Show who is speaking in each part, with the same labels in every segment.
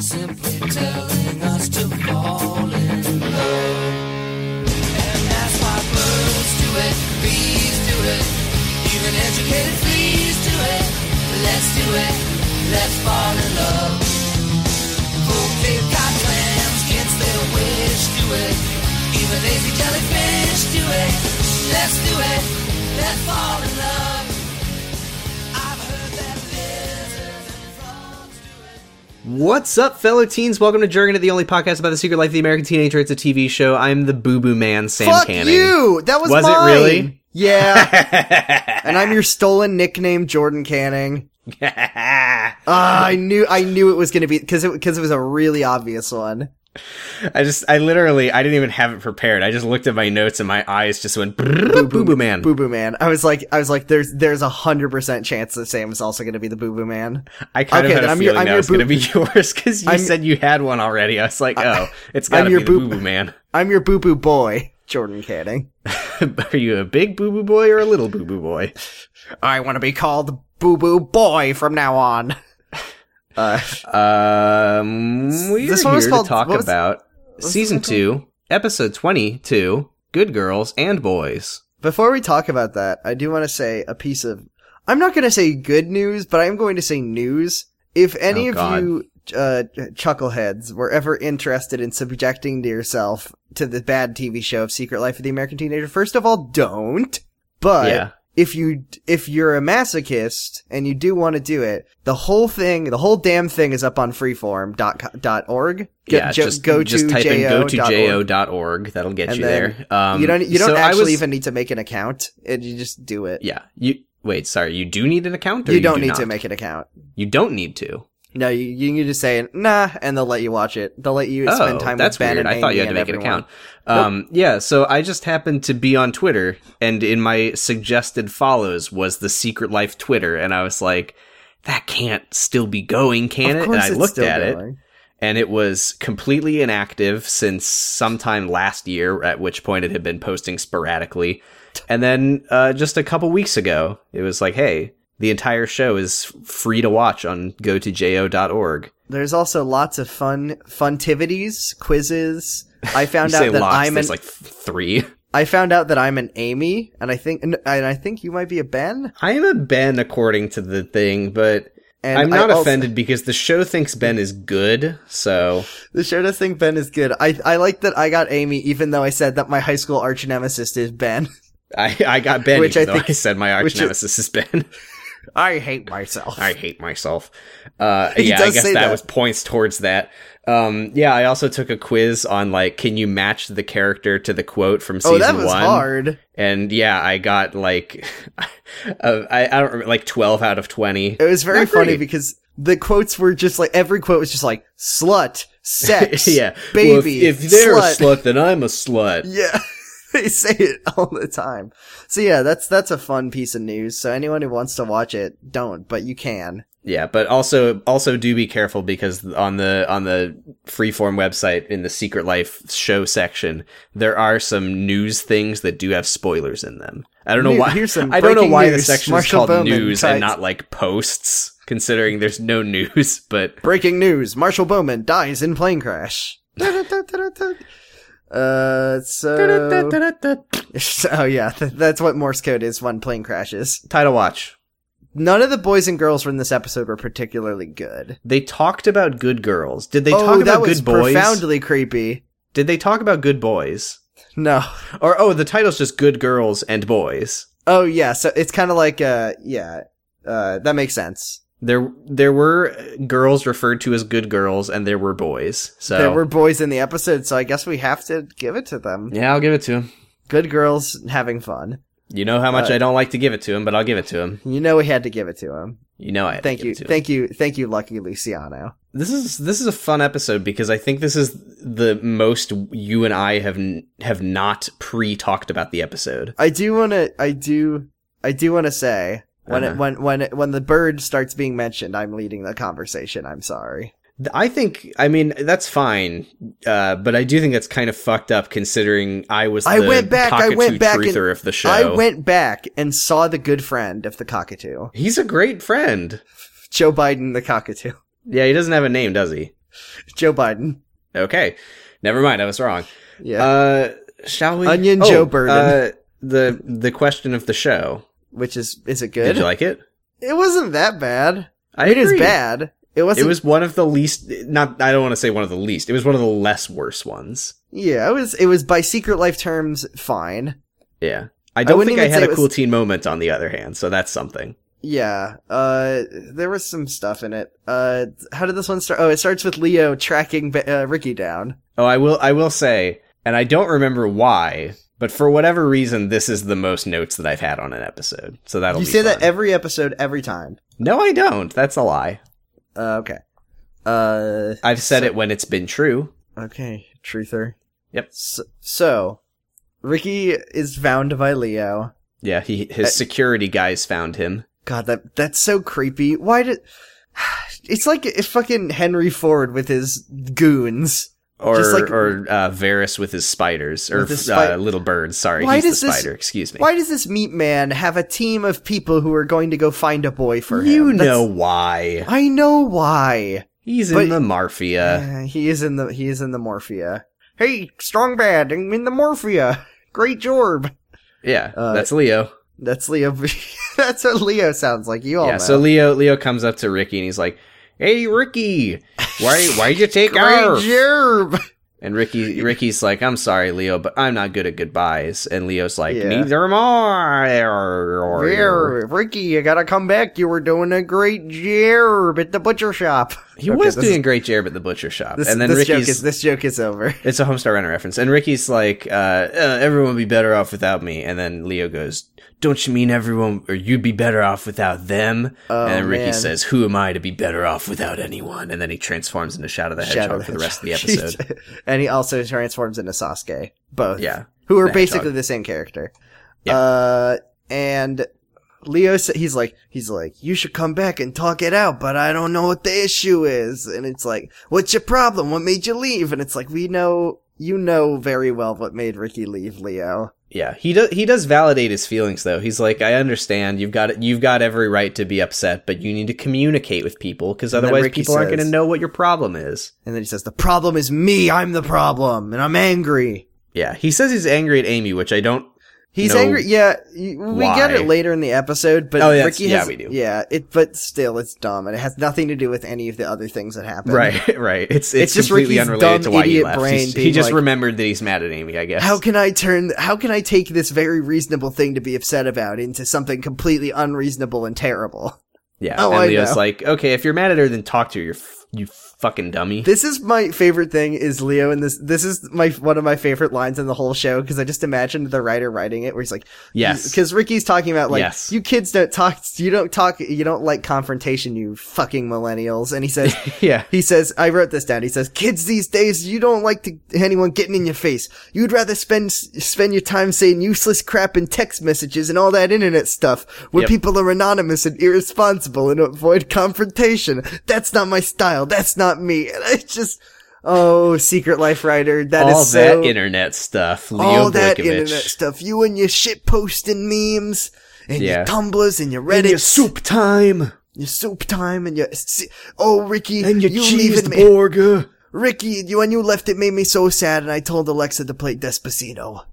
Speaker 1: simply telling us to fall in love. And that's why birds do it, bees do it, even educated fleas do it. Let's do it, let's fall in love. Fulfilled cod clams gets their wish, do it. Even lazy jellyfish do it. Let's do it, let's fall in love. I've heard that lizards and frogs do it.
Speaker 2: What's up, fellow teens? Welcome to Jergen, the only podcast about the secret life of the American teenager. It's a TV show. I'm the Boo Boo Man, Sam
Speaker 3: Fuck
Speaker 2: Canning.
Speaker 3: you! That was
Speaker 2: Was it
Speaker 3: mine.
Speaker 2: really?
Speaker 3: Yeah. and I'm your stolen nickname, Jordan Canning. Ah, I knew I knew it was gonna be because it because it was a really obvious one.
Speaker 2: I just, I literally, I didn't even have it prepared. I just looked at my notes and my eyes just went Boo Boo Man.
Speaker 3: Boo Boo Man. I was like I was like there's there's a hundred percent chance that Sam is also gonna be the Boo Boo Man.
Speaker 2: I kind
Speaker 3: Okay,
Speaker 2: of had
Speaker 3: then
Speaker 2: a
Speaker 3: I'm your-
Speaker 2: feeling
Speaker 3: I'm
Speaker 2: that
Speaker 3: your
Speaker 2: was
Speaker 3: Boo-
Speaker 2: going to be yours because you
Speaker 3: I'm-
Speaker 2: said you had one already. I was like, oh, it's got to
Speaker 3: I'm
Speaker 2: be
Speaker 3: your
Speaker 2: the
Speaker 3: Boo-
Speaker 2: Boo Boo Man.
Speaker 3: I'm your Boo Boo Boy, Jordan Canning.
Speaker 2: Are you a big Boo Boo Boy or a little Boo Boo Boy?
Speaker 3: I want to be called Boo Boo Boy from now on. Uh,
Speaker 2: Um, we
Speaker 3: This
Speaker 2: are
Speaker 3: one was
Speaker 2: here
Speaker 3: called-
Speaker 2: to talk
Speaker 3: what was-
Speaker 2: about season two, episode twenty-two, "Good Girls and Boys."
Speaker 3: Before we talk about that, I do want to say a piece of. I'm not going to say good news, but I'm going to say news. If any
Speaker 2: Oh,
Speaker 3: of
Speaker 2: God.
Speaker 3: you uh, chuckleheads were ever interested in subjecting to yourself to the bad TV show of Secret Life of the American Teenager, first of all, don't. But
Speaker 2: Yeah.
Speaker 3: if you if you're a masochist and you do want to do it, the whole thing, the whole damn thing is up on freeform.org. Go,
Speaker 2: yeah, just go just type in go to jo.org. That'll get
Speaker 3: And
Speaker 2: you
Speaker 3: then
Speaker 2: there. Um,
Speaker 3: you don't you don't
Speaker 2: so I
Speaker 3: actually
Speaker 2: was-
Speaker 3: even need to make an account. and you just do it.
Speaker 2: Yeah, you wait. Sorry, you do need an account. Or
Speaker 3: you,
Speaker 2: you,
Speaker 3: don't
Speaker 2: do
Speaker 3: need
Speaker 2: not?
Speaker 3: to make an account.
Speaker 2: You don't need to.
Speaker 3: No, you, you can just say nah, and they'll let you watch it. They'll let you
Speaker 2: Oh,
Speaker 3: spend time
Speaker 2: that's
Speaker 3: with Ben
Speaker 2: weird.
Speaker 3: and
Speaker 2: I thought you had
Speaker 3: Amy
Speaker 2: to make
Speaker 3: and
Speaker 2: an
Speaker 3: everyone.
Speaker 2: account. Um, yeah, so I just happened to be on Twitter, and in my suggested follows was the Secret Life Twitter, and I was like, that can't still be going, can
Speaker 3: Of
Speaker 2: it? And
Speaker 3: course,
Speaker 2: I
Speaker 3: it's
Speaker 2: looked
Speaker 3: still
Speaker 2: at it,
Speaker 3: going.
Speaker 2: and it was completely inactive since sometime last year, at which point it had been posting sporadically. And then uh, just a couple weeks ago, it was like, hey, the entire show is free to watch on go to jo.org.
Speaker 3: There's also lots of fun funtivities, quizzes. I
Speaker 2: You
Speaker 3: found
Speaker 2: say
Speaker 3: out that
Speaker 2: lots,
Speaker 3: I'm an
Speaker 2: there's like three.
Speaker 3: I found out that I'm an Amy, and I think and I think you might be a Ben.
Speaker 2: I am a Ben according to the thing, but
Speaker 3: And
Speaker 2: I'm
Speaker 3: I
Speaker 2: not
Speaker 3: also-
Speaker 2: offended because the show thinks Ben is good. So
Speaker 3: The show does think Ben is good. I I like that I got Amy, even though I said that my high school arch nemesis is Ben.
Speaker 2: I, I got Ben,
Speaker 3: Which
Speaker 2: even
Speaker 3: I
Speaker 2: though
Speaker 3: think-
Speaker 2: I said my arch
Speaker 3: which is-
Speaker 2: nemesis is Ben.
Speaker 3: I hate myself.
Speaker 2: I hate myself. Uh,
Speaker 3: He
Speaker 2: yeah, I
Speaker 3: does
Speaker 2: guess
Speaker 3: say
Speaker 2: that,
Speaker 3: that.
Speaker 2: was points towards that. Um, yeah, I also took a quiz on like, can you match the character to the quote from season
Speaker 3: oh, that was
Speaker 2: one?
Speaker 3: hard.
Speaker 2: And yeah, I got like, uh, I, I don't remember, like twelve out of twenty.
Speaker 3: It was very
Speaker 2: Not
Speaker 3: funny
Speaker 2: great.
Speaker 3: because the quotes were just like every quote was just like slut, sex,
Speaker 2: yeah,
Speaker 3: baby,
Speaker 2: Well, if- if, they're
Speaker 3: slut."
Speaker 2: a slut, then I'm a slut.
Speaker 3: Yeah, they say it all the time. So yeah, that's that's a fun piece of news. So anyone who wants to watch it, don't, but you can.
Speaker 2: Yeah, but also also do be careful because on the on the freeform website in the Secret Life show section, there are some news things that do have spoilers in them. I don't know
Speaker 3: New-
Speaker 2: why.
Speaker 3: here's some
Speaker 2: I don't know
Speaker 3: breaking
Speaker 2: why the
Speaker 3: news.
Speaker 2: section is
Speaker 3: Marshall
Speaker 2: called
Speaker 3: Bowman
Speaker 2: news
Speaker 3: dies.
Speaker 2: and not like posts, considering there's no news. But
Speaker 3: Breaking news: Marshall Bowman dies in plane crash. uh, so oh yeah, th- that's what Morse code is when plane crashes.
Speaker 2: title watch.
Speaker 3: None of the boys and girls from this episode were particularly good.
Speaker 2: They talked about good girls. Did they
Speaker 3: oh,
Speaker 2: talk
Speaker 3: that
Speaker 2: about
Speaker 3: was
Speaker 2: good boys?
Speaker 3: profoundly creepy.
Speaker 2: Did they talk about good boys?
Speaker 3: No.
Speaker 2: Or oh, the title's just good girls and boys.
Speaker 3: Oh yeah, so it's kind of like uh yeah, uh that makes sense.
Speaker 2: There, there were girls referred to as good girls, and there were boys. So
Speaker 3: There were boys in the episode, so I guess we have to give it to them.
Speaker 2: yeah, I'll give it to him.
Speaker 3: Good girls having fun.
Speaker 2: You know how much
Speaker 3: Uh,
Speaker 2: I don't like to give it to him, but I'll give it to him.
Speaker 3: You know we had to give it to him.
Speaker 2: You know I have to
Speaker 3: Thank
Speaker 2: give
Speaker 3: you.
Speaker 2: it to him.
Speaker 3: Thank you. Thank you Lucky Luciano.
Speaker 2: This is this is a fun episode because I think this is the most you and I have n- have not pre talked about the episode.
Speaker 3: I do want to I do I do want to say when
Speaker 2: Uh-huh.
Speaker 3: it, when when it, when the bird starts being mentioned, I'm leading the conversation. I'm sorry.
Speaker 2: Th- I think I mean that's fine, uh, but I do think that's kind of fucked up considering I was
Speaker 3: I
Speaker 2: the
Speaker 3: went back, I
Speaker 2: cockatoo
Speaker 3: went back and-
Speaker 2: truther of the show.
Speaker 3: I went back and saw the good friend of the cockatoo,
Speaker 2: He's a great friend.
Speaker 3: Joe Biden the cockatoo.
Speaker 2: Yeah, he doesn't have a name, does he?
Speaker 3: Joe Biden.
Speaker 2: Okay, never mind. I was wrong.
Speaker 3: Yeah.
Speaker 2: Uh, shall we?
Speaker 3: Onion Joe Burden.
Speaker 2: Uh, the the question of the show.
Speaker 3: Which is is it
Speaker 2: Did
Speaker 3: good?
Speaker 2: you like it?
Speaker 3: it wasn't that bad.
Speaker 2: I
Speaker 3: It is
Speaker 2: agree.
Speaker 3: bad. It wasn't
Speaker 2: It was one of the least. Not. I don't want to say one of the least. It was one of the less worse ones.
Speaker 3: Yeah, it was it was by secret life terms fine.
Speaker 2: Yeah. I don't
Speaker 3: wouldn't
Speaker 2: think I
Speaker 3: even
Speaker 2: had
Speaker 3: say
Speaker 2: a
Speaker 3: it was-
Speaker 2: cool teen moment. On the other hand, so that's something.
Speaker 3: Yeah. Uh there was some stuff in it. Uh how did this one start? Oh, it starts with Leo tracking Ba- uh, Ricky down.
Speaker 2: Oh, I will. I will say, and I don't remember why, but for whatever reason, this is the most notes that I've had on an episode. So that'll
Speaker 3: you
Speaker 2: be
Speaker 3: say that
Speaker 2: fun.
Speaker 3: every episode every time.
Speaker 2: no, I don't. That's a lie.
Speaker 3: Uh, okay. Uh
Speaker 2: I've said
Speaker 3: So-
Speaker 2: it when it's been true.
Speaker 3: okay, truther.
Speaker 2: Yep.
Speaker 3: So, so Ricky is found by Leo.
Speaker 2: Yeah, he his
Speaker 3: Uh,
Speaker 2: security guys found him.
Speaker 3: God, that that's so creepy. Why did It's like if fucking Henry Ford with his goons.
Speaker 2: Or
Speaker 3: Just like-
Speaker 2: or uh, Varys with his spiders or
Speaker 3: With his spi-
Speaker 2: uh, little birds. Sorry,
Speaker 3: Why
Speaker 2: he's
Speaker 3: does
Speaker 2: the
Speaker 3: this-
Speaker 2: spider. Excuse me.
Speaker 3: Why does this meat man have a team of people who are going to go find a boy for him?
Speaker 2: you
Speaker 3: That's-
Speaker 2: know why?
Speaker 3: I know why.
Speaker 2: He's
Speaker 3: but-
Speaker 2: in the Marfia.
Speaker 3: Uh, he is in the he is in the Morphia. Hey, strong bad, I'm in the Morphia. Great job.
Speaker 2: Yeah,
Speaker 3: uh,
Speaker 2: that's Leo.
Speaker 3: That's Leo. That's what Leo sounds like. You all
Speaker 2: Yeah,
Speaker 3: know.
Speaker 2: so Leo Leo comes up to Ricky and he's like, "Hey, Ricky, why why'd you take ours?"
Speaker 3: Great job.
Speaker 2: And Ricky Ricky's like, "I'm sorry, Leo, but I'm not good at goodbyes." And Leo's like,
Speaker 3: Yeah.
Speaker 2: "Neither am I."
Speaker 3: Rare. Ricky, you gotta come back. You were doing a great job at the butcher shop.
Speaker 2: He
Speaker 3: Okay,
Speaker 2: was
Speaker 3: this
Speaker 2: doing
Speaker 3: is-
Speaker 2: a great job at the butcher shop,
Speaker 3: This,
Speaker 2: and then
Speaker 3: this
Speaker 2: Ricky's
Speaker 3: joke is this joke is over.
Speaker 2: it's a Homestar Runner reference, and Ricky's like, uh, uh, "Everyone would be better off without me." And then Leo goes, "Don't you mean everyone, or you'd be better off without them?"
Speaker 3: Oh,
Speaker 2: and then Ricky
Speaker 3: man.
Speaker 2: says, "Who am I to be better off without anyone?" And then he transforms into Shadow the Hedgehog
Speaker 3: Shadow
Speaker 2: for the rest of the
Speaker 3: Hedgehog.
Speaker 2: episode.
Speaker 3: and he also transforms into Sasuke. Both.
Speaker 2: yeah,
Speaker 3: Who are
Speaker 2: the Hedgehog.
Speaker 3: basically the same character.
Speaker 2: Yeah.
Speaker 3: Uh, and Leo, sa- he's like, he's like, you should come back and talk it out, but I don't know what the issue is. And it's like, what's your problem? What made you leave? And it's like, we know, you know very well what made Ricky leave, Leo.
Speaker 2: yeah. He does. He does validate his feelings though. He's like, "I understand. You've got you've got every right to be upset, but you need to communicate with people because
Speaker 3: And then
Speaker 2: otherwise,
Speaker 3: Ricky
Speaker 2: people aren't going to
Speaker 3: says-
Speaker 2: know what your problem is."
Speaker 3: And then he says, the problem is me. I'm the problem and I'm angry.
Speaker 2: Yeah, he says he's angry at Amy, which I don't.
Speaker 3: He's
Speaker 2: know
Speaker 3: angry. Yeah, y- we get
Speaker 2: why.
Speaker 3: it later in the episode, but
Speaker 2: Oh, yeah,
Speaker 3: Ricky
Speaker 2: it's- yeah,
Speaker 3: has,
Speaker 2: we do.
Speaker 3: Yeah, it. But still, it's dumb, and it has nothing to do with any of the other things that happened.
Speaker 2: Right, right. It's it's,
Speaker 3: It's just
Speaker 2: completely
Speaker 3: Ricky's
Speaker 2: unrelated to
Speaker 3: dumb
Speaker 2: why he
Speaker 3: idiot
Speaker 2: left.
Speaker 3: brain
Speaker 2: He's- he
Speaker 3: being
Speaker 2: just
Speaker 3: like-
Speaker 2: remembered that he's mad at Amy. I guess.
Speaker 3: How can I turn? How can I take this very reasonable thing to be upset about into something completely unreasonable and terrible?
Speaker 2: yeah.
Speaker 3: Oh,
Speaker 2: and
Speaker 3: I
Speaker 2: Leo's
Speaker 3: know.
Speaker 2: like, okay, if you're mad at her, then talk to her. You f- you fucking dummy.
Speaker 3: This is my favorite thing. Is Leo and this? This is my one of my favorite lines in the whole show because I just imagined the writer writing it, where he's like,
Speaker 2: yes.
Speaker 3: because Ricky's talking about like
Speaker 2: Yes.
Speaker 3: you kids don't talk, you don't talk, you don't like confrontation, you fucking millennials." And he says,
Speaker 2: yeah.
Speaker 3: He says, I wrote this down. He says, kids these days, you don't like to, anyone getting in your face. You'd rather spend, spend your time saying useless crap in text messages and all that internet stuff where
Speaker 2: Yep.
Speaker 3: people are anonymous and irresponsible and avoid confrontation. That's not my style. That's not me. And I just, oh, Secret Life Writer, that is
Speaker 2: all that
Speaker 3: so,
Speaker 2: internet stuff. Leo
Speaker 3: all that
Speaker 2: Boykovich.
Speaker 3: internet stuff. You and your shit posting memes and
Speaker 2: Yeah.
Speaker 3: your tumblers and your Reddit,
Speaker 2: And your soup time.
Speaker 3: your soup time and your, oh, Ricky,
Speaker 2: And your
Speaker 3: you
Speaker 2: cheese
Speaker 3: leaving me.
Speaker 2: burger.
Speaker 3: Ricky, you- when you left, it made me so sad, and I told Alexa to play Despacito.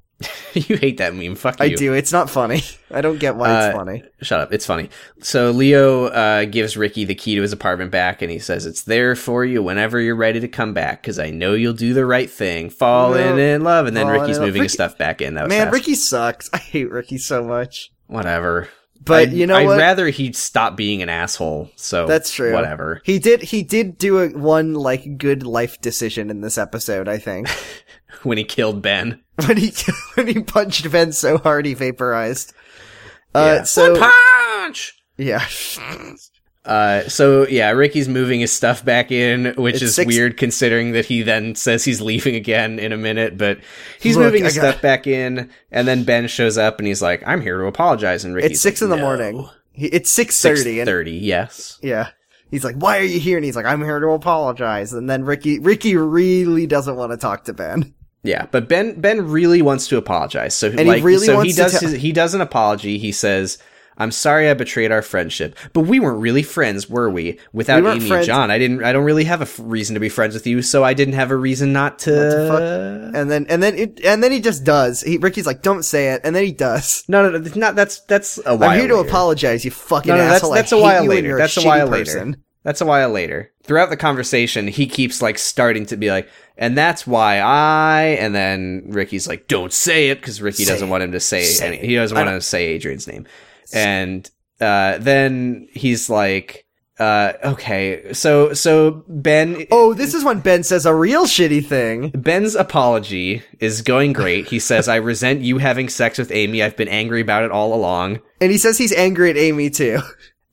Speaker 2: you hate that meme. Fuck you.
Speaker 3: I do. It's not funny. I don't get why
Speaker 2: Uh,
Speaker 3: it's funny.
Speaker 2: Shut up. It's funny. So Leo uh, gives Ricky the key to his apartment back, and he says, "It's there for you whenever you're ready to come back, because I know you'll do the right thing, falling
Speaker 3: No.
Speaker 2: in love." And then
Speaker 3: Falling
Speaker 2: Ricky's
Speaker 3: in love.
Speaker 2: moving his
Speaker 3: Ricky-
Speaker 2: stuff back in. That was
Speaker 3: Man,
Speaker 2: oh, fast.
Speaker 3: Ricky sucks. I hate Ricky so much.
Speaker 2: Whatever.
Speaker 3: But
Speaker 2: I'd-
Speaker 3: you know
Speaker 2: I'd
Speaker 3: what?
Speaker 2: rather he stop being an asshole. So
Speaker 3: That's true.
Speaker 2: Whatever.
Speaker 3: He did. He did do a, one like good life decision in this episode. I think
Speaker 2: When he killed Ben.
Speaker 3: when he when he punched Ben so hard he vaporized. Uh,
Speaker 2: Yeah.
Speaker 3: So
Speaker 2: Punch.
Speaker 3: yeah,
Speaker 2: Uh, so yeah, Ricky's moving his stuff back in, which
Speaker 3: It's
Speaker 2: is
Speaker 3: six-
Speaker 2: weird considering that he then says he's leaving again in a minute, but he's
Speaker 3: Look,
Speaker 2: moving his
Speaker 3: I got-
Speaker 2: stuff back in, and then Ben shows up and he's like, I'm here to apologize, and Ricky's
Speaker 3: it's six in the morning. He, it's six thirty, and
Speaker 2: Thirty, yes.
Speaker 3: Yeah. He's like, why are you here? And he's like, I'm here to apologize. And then Ricky, Ricky really doesn't want to talk to Ben.
Speaker 2: Yeah, but Ben Ben really wants to apologize. So
Speaker 3: he
Speaker 2: like,
Speaker 3: really
Speaker 2: so
Speaker 3: wants
Speaker 2: he
Speaker 3: to
Speaker 2: does
Speaker 3: tell-
Speaker 2: his, he does an apology. He says, I'm sorry I betrayed our friendship, but we weren't really friends, were we? Without
Speaker 3: We weren't
Speaker 2: Amy
Speaker 3: friends.
Speaker 2: and John, I didn't. I don't really have a f- reason to be friends with you, so I didn't have a reason not to.
Speaker 3: What And then and then it, and then he just does. He, Ricky's like, "Don't say it," and then he does.
Speaker 2: No, no, no, that's not that's that's a while.
Speaker 3: I'm here to
Speaker 2: later.
Speaker 3: apologize, you fucking
Speaker 2: No, no, that's
Speaker 3: asshole.
Speaker 2: that's
Speaker 3: I
Speaker 2: a
Speaker 3: hate
Speaker 2: while
Speaker 3: you and
Speaker 2: later.
Speaker 3: you're
Speaker 2: That's a
Speaker 3: shitty
Speaker 2: while
Speaker 3: person.
Speaker 2: later. That's a while later. Throughout the conversation, he keeps like starting to be like, and that's why I. And then Ricky's like, "Don't say it," because Ricky
Speaker 3: Say
Speaker 2: doesn't
Speaker 3: it.
Speaker 2: want him to say.
Speaker 3: Say
Speaker 2: any,
Speaker 3: it.
Speaker 2: he doesn't
Speaker 3: I
Speaker 2: want
Speaker 3: don't-
Speaker 2: to say Adrian's name. And uh, then he's like, uh, "Okay, so so Ben."
Speaker 3: Oh, this is when Ben says a real shitty thing.
Speaker 2: Ben's apology is going great. He says, I resent you having sex with Amy. I've been angry about it all along.
Speaker 3: And he says he's angry at Amy too.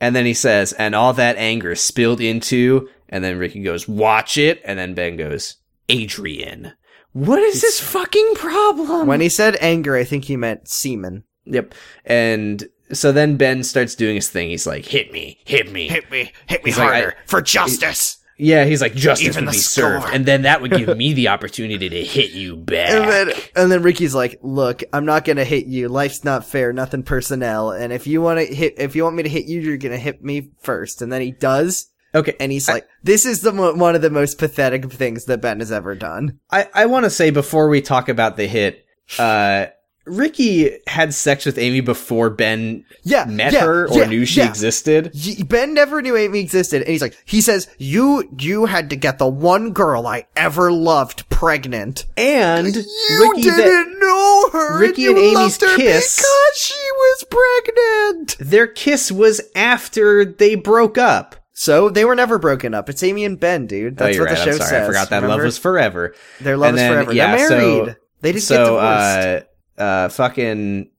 Speaker 2: And then he says, and all that anger spilled into, and then Ricky goes, watch it. And then Ben goes, Adrian. What is this fucking problem?
Speaker 3: When he said anger, I think he meant semen.
Speaker 2: yep. And so then Ben starts doing his thing. He's like, hit me, hit me.
Speaker 4: Hit me, hit me
Speaker 2: He's like,
Speaker 4: harder for justice.
Speaker 2: yeah, he's like, justice
Speaker 4: Even
Speaker 2: would
Speaker 4: the
Speaker 2: be
Speaker 4: score.
Speaker 2: served. And then that would give me the opportunity to hit you back.
Speaker 3: And then, and then Ricky's like, "Look, I'm not gonna hit you. Life's not fair. Nothing personnel. And if you want to hit, if you want me to hit you, you're gonna hit me first. And then he does.
Speaker 2: okay.
Speaker 3: And he's like, "This is the mo- one of the most pathetic things that Ben has ever done."
Speaker 2: I, I want to say before we talk about the hit, uh, Ricky had sex with Amy before Ben
Speaker 3: Yeah,
Speaker 2: met
Speaker 3: yeah,
Speaker 2: her or
Speaker 3: yeah,
Speaker 2: knew she
Speaker 3: yeah.
Speaker 2: existed.
Speaker 3: Y- Ben never knew Amy existed, and he's like, he says, "You, you had to get the one girl I ever loved pregnant."
Speaker 2: And
Speaker 3: You
Speaker 2: Ricky that-
Speaker 3: didn't know her.
Speaker 2: Ricky
Speaker 3: and,
Speaker 2: and
Speaker 3: you
Speaker 2: Amy's
Speaker 3: loved her
Speaker 2: kiss-
Speaker 3: because she was pregnant.
Speaker 2: their kiss was after they broke up.
Speaker 3: So they were never broken up. It's Amy and Ben, dude.
Speaker 2: Oh,
Speaker 3: That's
Speaker 2: you're
Speaker 3: what
Speaker 2: right.
Speaker 3: the show
Speaker 2: I'm sorry.
Speaker 3: says.
Speaker 2: I forgot that
Speaker 3: remember?
Speaker 2: love was forever.
Speaker 3: their love
Speaker 2: and
Speaker 3: is
Speaker 2: then-
Speaker 3: forever.
Speaker 2: yeah,
Speaker 3: They're
Speaker 2: so-
Speaker 3: married. they didn't get
Speaker 2: so
Speaker 3: divorced.
Speaker 2: uh, uh, fucking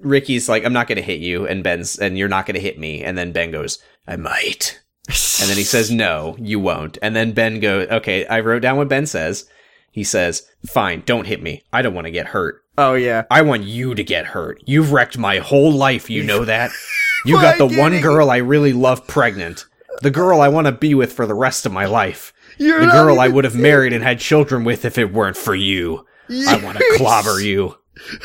Speaker 2: Ricky's like, I'm not gonna hit you, and Ben's and you're not gonna hit me, and then Ben goes, I might. And then he says, No, you won't. And then Ben goes, Okay, I wrote down what Ben says. He says, Fine, don't hit me. I don't want to get hurt.
Speaker 3: "Oh yeah."
Speaker 2: I want you to get hurt. You've wrecked my whole life, you know that? You
Speaker 3: Why
Speaker 2: got the one
Speaker 3: didn't-
Speaker 2: girl I really love pregnant. The girl I want to be with for the rest of my life.
Speaker 3: You're
Speaker 2: The
Speaker 3: not
Speaker 2: girl I
Speaker 3: even-
Speaker 2: would have married and had children with if it weren't for you. I want to clobber you.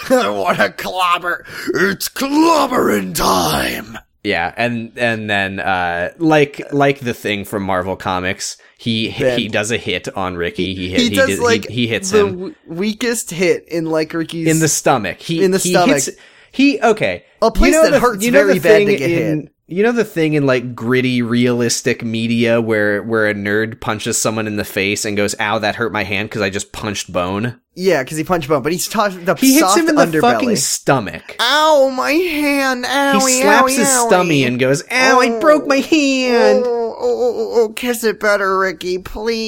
Speaker 4: I want to clobber. It's clobbering time.
Speaker 2: Yeah, and and then uh, like like the thing from Marvel Comics, he
Speaker 3: Ben.
Speaker 2: he does a hit on Ricky. He hit,
Speaker 3: He,
Speaker 2: he,
Speaker 3: does
Speaker 2: did- he-
Speaker 3: like
Speaker 2: he, hits
Speaker 3: the
Speaker 2: him
Speaker 3: w- weakest hit in like Ricky's
Speaker 2: in the stomach. He
Speaker 3: in the
Speaker 2: he
Speaker 3: stomach.
Speaker 2: Hits, he okay.
Speaker 3: A place that hurts very bad to get
Speaker 2: in,
Speaker 3: hit.
Speaker 2: You know the thing in like gritty, realistic media where where a nerd punches someone in the face and goes, "Ow, that hurt my hand because I just punched bone."
Speaker 3: yeah because he punched bone, but he's talking the
Speaker 2: He hits
Speaker 3: soft
Speaker 2: him in the
Speaker 3: underbelly.
Speaker 2: fucking stomach.
Speaker 3: Ow, my hand! Ow!
Speaker 2: he slaps his stomach and goes, "Ow, I
Speaker 3: Oh.
Speaker 2: broke my hand."
Speaker 3: Oh, oh, oh, oh, kiss it better, Ricky,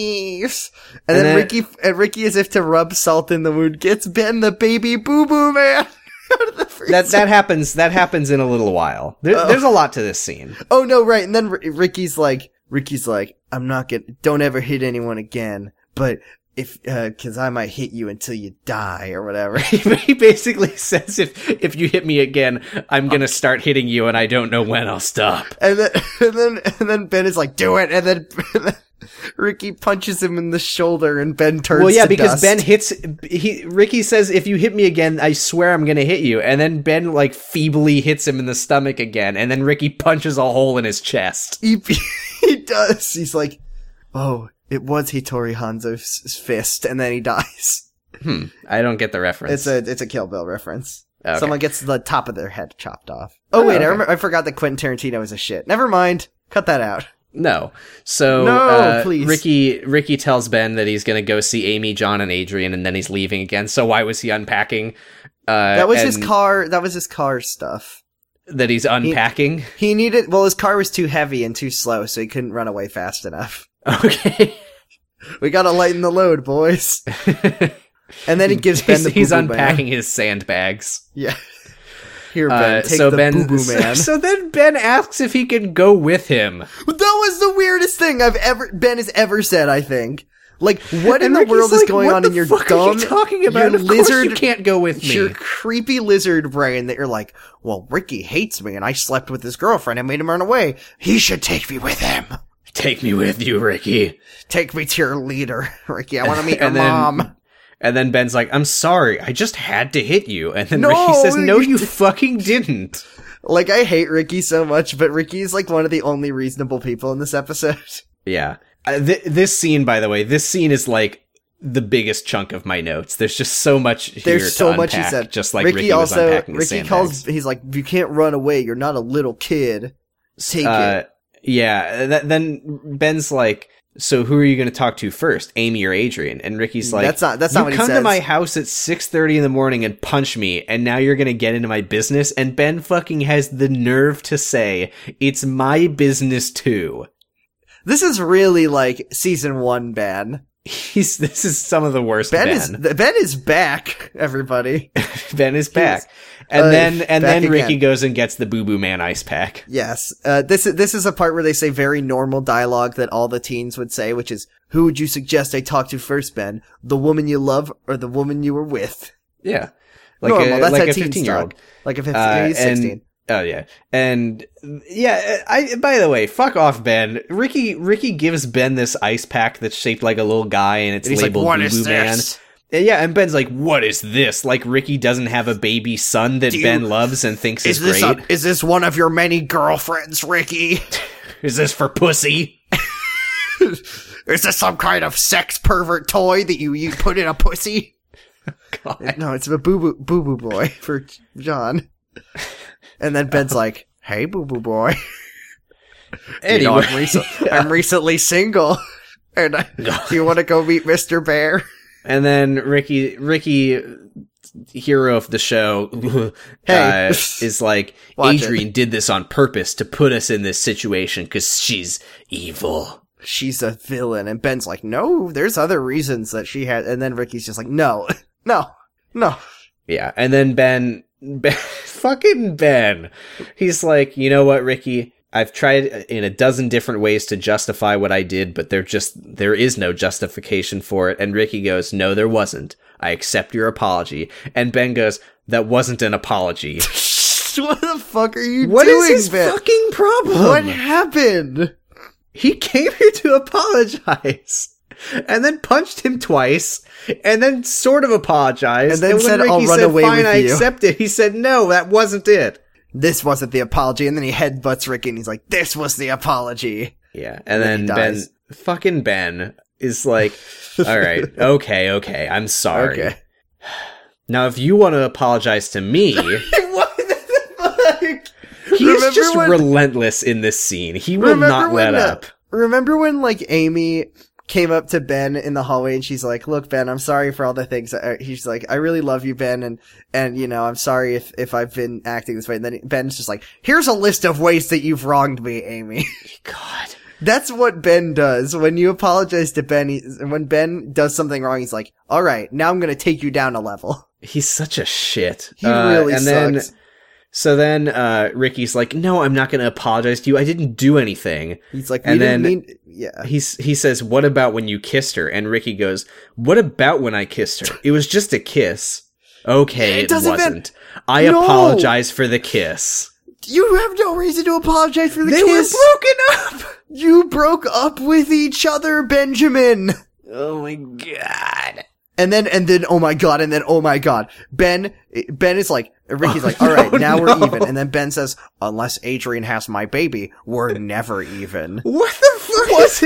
Speaker 3: please.
Speaker 2: And
Speaker 3: And, then,
Speaker 2: then-
Speaker 3: Ricky, and Ricky, as if to rub salt in the wound, gets Ben the baby boo boo man. out of the freezer.
Speaker 2: that that happens that happens in a little while there, there's a lot to this scene
Speaker 3: oh no, right. And then R- Ricky's like, Ricky's like, I'm not gonna, don't ever hit anyone again, but if, uh, cause I might hit you until you die or whatever.
Speaker 2: he basically says if if you hit me again i'm gonna start hitting you and i don't know when i'll stop
Speaker 3: And then, and then, and then Ben is like, do it. And then, and then Ricky punches him in the shoulder and Ben turns
Speaker 2: well yeah
Speaker 3: to
Speaker 2: because
Speaker 3: dust.
Speaker 2: ben hits he ricky says if you hit me again i swear i'm gonna hit you and then ben like feebly hits him in the stomach again and then ricky punches a hole in his chest
Speaker 3: he he does. He's like, oh, it was Hitori Hanzo's fist, and then he dies.
Speaker 2: hmm i don't get the reference
Speaker 3: It's a it's a Kill Bill reference.
Speaker 2: Okay.
Speaker 3: Someone gets the top of their head chopped off. Oh,
Speaker 2: Oh,
Speaker 3: wait,
Speaker 2: okay.
Speaker 3: I, remember, I forgot that Quentin Tarantino is a shit. Never mind. Cut that out.
Speaker 2: No. So
Speaker 3: No,
Speaker 2: uh,
Speaker 3: please.
Speaker 2: Ricky Ricky tells Ben that he's gonna go see Amy, John, and Adrian, and then he's leaving again. So why was he unpacking? Uh,
Speaker 3: That was his
Speaker 2: and
Speaker 3: car. That was his car stuff.
Speaker 2: That he's unpacking.
Speaker 3: He needed. Well, his car was too heavy and too slow, so he couldn't run away fast enough.
Speaker 2: okay.
Speaker 3: We gotta lighten the load, boys. And then he gives Ben
Speaker 2: he's,
Speaker 3: the
Speaker 2: he's
Speaker 3: boo-boo man.
Speaker 2: unpacking his sandbags.
Speaker 3: Yeah. Here,
Speaker 2: Uh,
Speaker 3: Ben. take
Speaker 2: so
Speaker 3: the
Speaker 2: Ben,
Speaker 3: boo-boo man.
Speaker 2: so then Ben asks if he can go with him.
Speaker 3: That was the weirdest thing I've ever Ben has ever said. I think. Like, what in
Speaker 2: And
Speaker 3: the
Speaker 2: Ricky's
Speaker 3: world is
Speaker 2: like,
Speaker 3: going
Speaker 2: "What
Speaker 3: on
Speaker 2: the
Speaker 3: in your
Speaker 2: fuck
Speaker 3: dumb,
Speaker 2: Are you talking about
Speaker 3: your
Speaker 2: Of course
Speaker 3: lizard,
Speaker 2: You can't go with me.
Speaker 3: your creepy lizard brain that you're like, well, Ricky hates me, and I slept with his girlfriend and made him run away. He should take me with him.
Speaker 2: Take me with you, Ricky.
Speaker 3: Take me to your leader, Ricky. I want to meet your
Speaker 2: And then-
Speaker 3: mom.
Speaker 2: And then Ben's like, "I'm sorry, I just had to hit you." And then
Speaker 3: No,
Speaker 2: Ricky says, "No,
Speaker 3: you
Speaker 2: you fucking didn't."
Speaker 3: Like I hate Ricky so much, but Ricky's like one of the only reasonable people in this episode.
Speaker 2: Yeah. Uh, th- this scene, by the way, this scene is like the biggest chunk of my notes. There's just so much. Here
Speaker 3: There's
Speaker 2: to
Speaker 3: so much he
Speaker 2: unpack,
Speaker 3: said.
Speaker 2: Just like Ricky, was unpacking the
Speaker 3: Ricky calls.
Speaker 2: sandbags.
Speaker 3: He's like, "You can't run away. You're not a little kid. Take
Speaker 2: Uh,
Speaker 3: it."
Speaker 2: yeah. Th- then Ben's like, "So who are you going to talk to first, Amy or Adrian?" And Ricky's like,
Speaker 3: That's not- that's
Speaker 2: you
Speaker 3: not what he
Speaker 2: come to
Speaker 3: says."
Speaker 2: my house at six thirty in the morning and punch me, and now you're going to get into my business." And Ben fucking has the nerve to say, "It's my business too."
Speaker 3: This is really like season one. Ben.
Speaker 2: He's this is some of the worst.
Speaker 3: Ben,
Speaker 2: ben.
Speaker 3: is th- Ben is back. Everybody.
Speaker 2: Ben is back. and
Speaker 3: uh,
Speaker 2: then and
Speaker 3: back
Speaker 2: then Ricky
Speaker 3: again.
Speaker 2: goes and gets the Boo Boo Man ice pack.
Speaker 3: Yes. Uh, this is this is a part where they say very normal dialogue that all the teens would say, which is, "Who would you suggest I talk to first, Ben? The woman you love or the woman you were with?"
Speaker 2: Yeah. Like
Speaker 3: normal.
Speaker 2: a,
Speaker 3: That's
Speaker 2: like
Speaker 3: how
Speaker 2: a Uh,
Speaker 3: teens
Speaker 2: 15 year old.
Speaker 3: talk. Like if it's, he's sixteen.
Speaker 2: Oh yeah. And yeah, I by the way, fuck off Ben. Ricky Ricky gives Ben this ice pack that's shaped like a little guy and it's
Speaker 4: And he's like,
Speaker 2: labeled
Speaker 4: "What
Speaker 2: Boo
Speaker 4: is
Speaker 2: Boo Man.
Speaker 4: this?
Speaker 2: And yeah, and Ben's like, "What is this?" Like Ricky doesn't have a baby son that
Speaker 4: Do you-
Speaker 2: Ben loves and thinks is,
Speaker 4: Is this
Speaker 2: great.
Speaker 4: a, is this one of your many girlfriends, Ricky?
Speaker 2: is this for pussy?
Speaker 4: Is this some kind of sex pervert toy that you, you put in a pussy?
Speaker 2: God.
Speaker 3: No, it's a boo boo boo boo boy for John. And then Ben's like, "Hey, boo boo boy, You know,
Speaker 2: Anyway,
Speaker 3: I'm, recent- I'm recently single, and I, do you want to go meet Mister Bear?"
Speaker 2: And then Ricky, Ricky, hero of the show,
Speaker 3: Hey.
Speaker 2: uh, is like,
Speaker 3: Watch it.
Speaker 2: Adrian did this on purpose to put us in this situation because she's evil.
Speaker 3: She's a villain, and Ben's like, "No, there's other reasons that she had." And then Ricky's just like, "No, no, no."
Speaker 2: Yeah. And then Ben, ben fucking Ben, he's like, you know what, Ricky? I've tried in a dozen different ways to justify what I did, but there just, there is no justification for it. And Ricky goes, no, there wasn't. I accept your apology. And Ben goes, that wasn't an apology.
Speaker 3: what the fuck are you
Speaker 2: What is
Speaker 3: doing,
Speaker 2: his
Speaker 3: Ben?
Speaker 2: fucking problem?
Speaker 3: what
Speaker 4: Um.
Speaker 3: happened?
Speaker 2: He came here to apologize. And then punched him twice, and then sort of apologized.
Speaker 3: And then said, "I'll run away
Speaker 2: "Fine,
Speaker 3: with
Speaker 2: I
Speaker 3: you."
Speaker 2: accept it," he said, "No, that wasn't it."
Speaker 3: This wasn't the apology, and then he headbutts Ricky, and he's like, "This was the apology."
Speaker 2: Yeah, and,
Speaker 3: then he
Speaker 2: then, Ben,
Speaker 3: dies.
Speaker 2: fucking Ben, is like, "All right, okay, okay, I'm sorry."
Speaker 3: Okay.
Speaker 2: Now, if you want to apologize to me, he's
Speaker 3: what the fuck?
Speaker 2: just
Speaker 3: when-
Speaker 2: relentless in this scene. He will not let
Speaker 3: uh,
Speaker 2: up.
Speaker 3: Remember when like Amy came up to Ben in the hallway and she's like, "Look, Ben, I'm sorry for all the things." Uh, He's like, "I really love you, Ben, and and you know, I'm sorry if if I've been acting this way." And then Ben's just like, "Here's a list of ways that you've wronged me, Amy."
Speaker 2: God,
Speaker 3: That's what Ben does when you apologize to Ben. He, when Ben does something wrong, he's like, "All right, now I'm gonna take you down a level."
Speaker 2: he's such a shit.
Speaker 3: He
Speaker 2: Uh,
Speaker 3: really
Speaker 2: and
Speaker 3: sucks.
Speaker 2: Then, So then uh, Ricky's like, "No, I'm not going to apologize to you. I didn't do anything."
Speaker 3: he's like, "We
Speaker 2: and
Speaker 3: didn't
Speaker 2: then-
Speaker 3: mean." Yeah.
Speaker 2: He's he says, "What about when you kissed her?" And Ricky goes, "What about when I kissed her? It was just a kiss." Okay,
Speaker 3: It
Speaker 2: it,
Speaker 3: doesn't
Speaker 2: wasn't. I
Speaker 3: No.
Speaker 2: apologize for the kiss.
Speaker 3: You have no reason to apologize for the
Speaker 2: They
Speaker 3: kiss.
Speaker 2: were broken up.
Speaker 3: you broke up with each other, Benjamin.
Speaker 2: Oh my god.
Speaker 3: And then, and then, oh my god, and then, oh my god. Ben, Ben is like, Ricky's like, all right,
Speaker 2: no,
Speaker 3: now
Speaker 2: Oh, no.
Speaker 3: we're even. And then Ben says, unless Adrian has my baby, we're never even.
Speaker 2: What the fuck was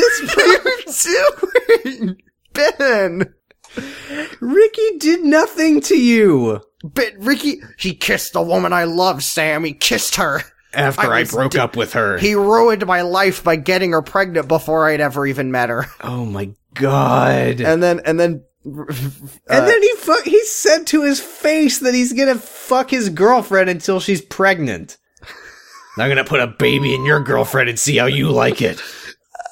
Speaker 2: his
Speaker 3: you doing? Ben!
Speaker 2: Ricky did nothing to you.
Speaker 3: But Ricky,
Speaker 4: He kissed the woman I love, Sam. He kissed her.
Speaker 2: After
Speaker 4: I
Speaker 2: I,
Speaker 4: was
Speaker 2: broke
Speaker 4: d-
Speaker 2: up with her.
Speaker 3: he ruined my life by getting her pregnant before I'd ever even met her.
Speaker 2: oh my god.
Speaker 3: And uh, then, and then, uh,
Speaker 2: And then he fu- he said to his face that he's gonna fuck his girlfriend until she's pregnant. I'm gonna put a baby in your girlfriend and see how you like it.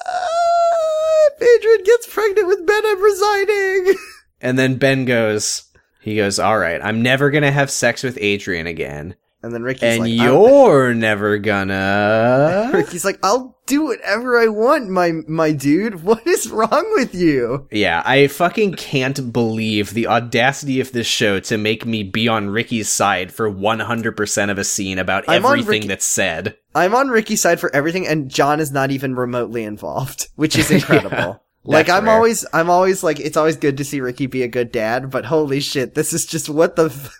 Speaker 3: if uh, Adrian gets pregnant with Ben, I'm resigning!
Speaker 2: And then Ben goes, he goes, all right, I'm never gonna have sex with Adrian again,
Speaker 3: And then Ricky's
Speaker 2: and
Speaker 3: like, "Oh." "I'm-
Speaker 2: you're never gonna.
Speaker 3: Ricky's like, I'll do whatever I want, my my dude. What is wrong with you?
Speaker 2: Yeah, I fucking can't believe the audacity of this show to make me be on Ricky's side for 100% of a scene about
Speaker 3: I'm on
Speaker 2: everything
Speaker 3: Ricky-
Speaker 2: that's said.
Speaker 3: I'm on Ricky's side for everything, and John is not even remotely involved, which is incredible. like I'm
Speaker 2: rare.
Speaker 3: always, I'm always like, it's always good to see Ricky be a good dad, but holy shit, this is just what the. F-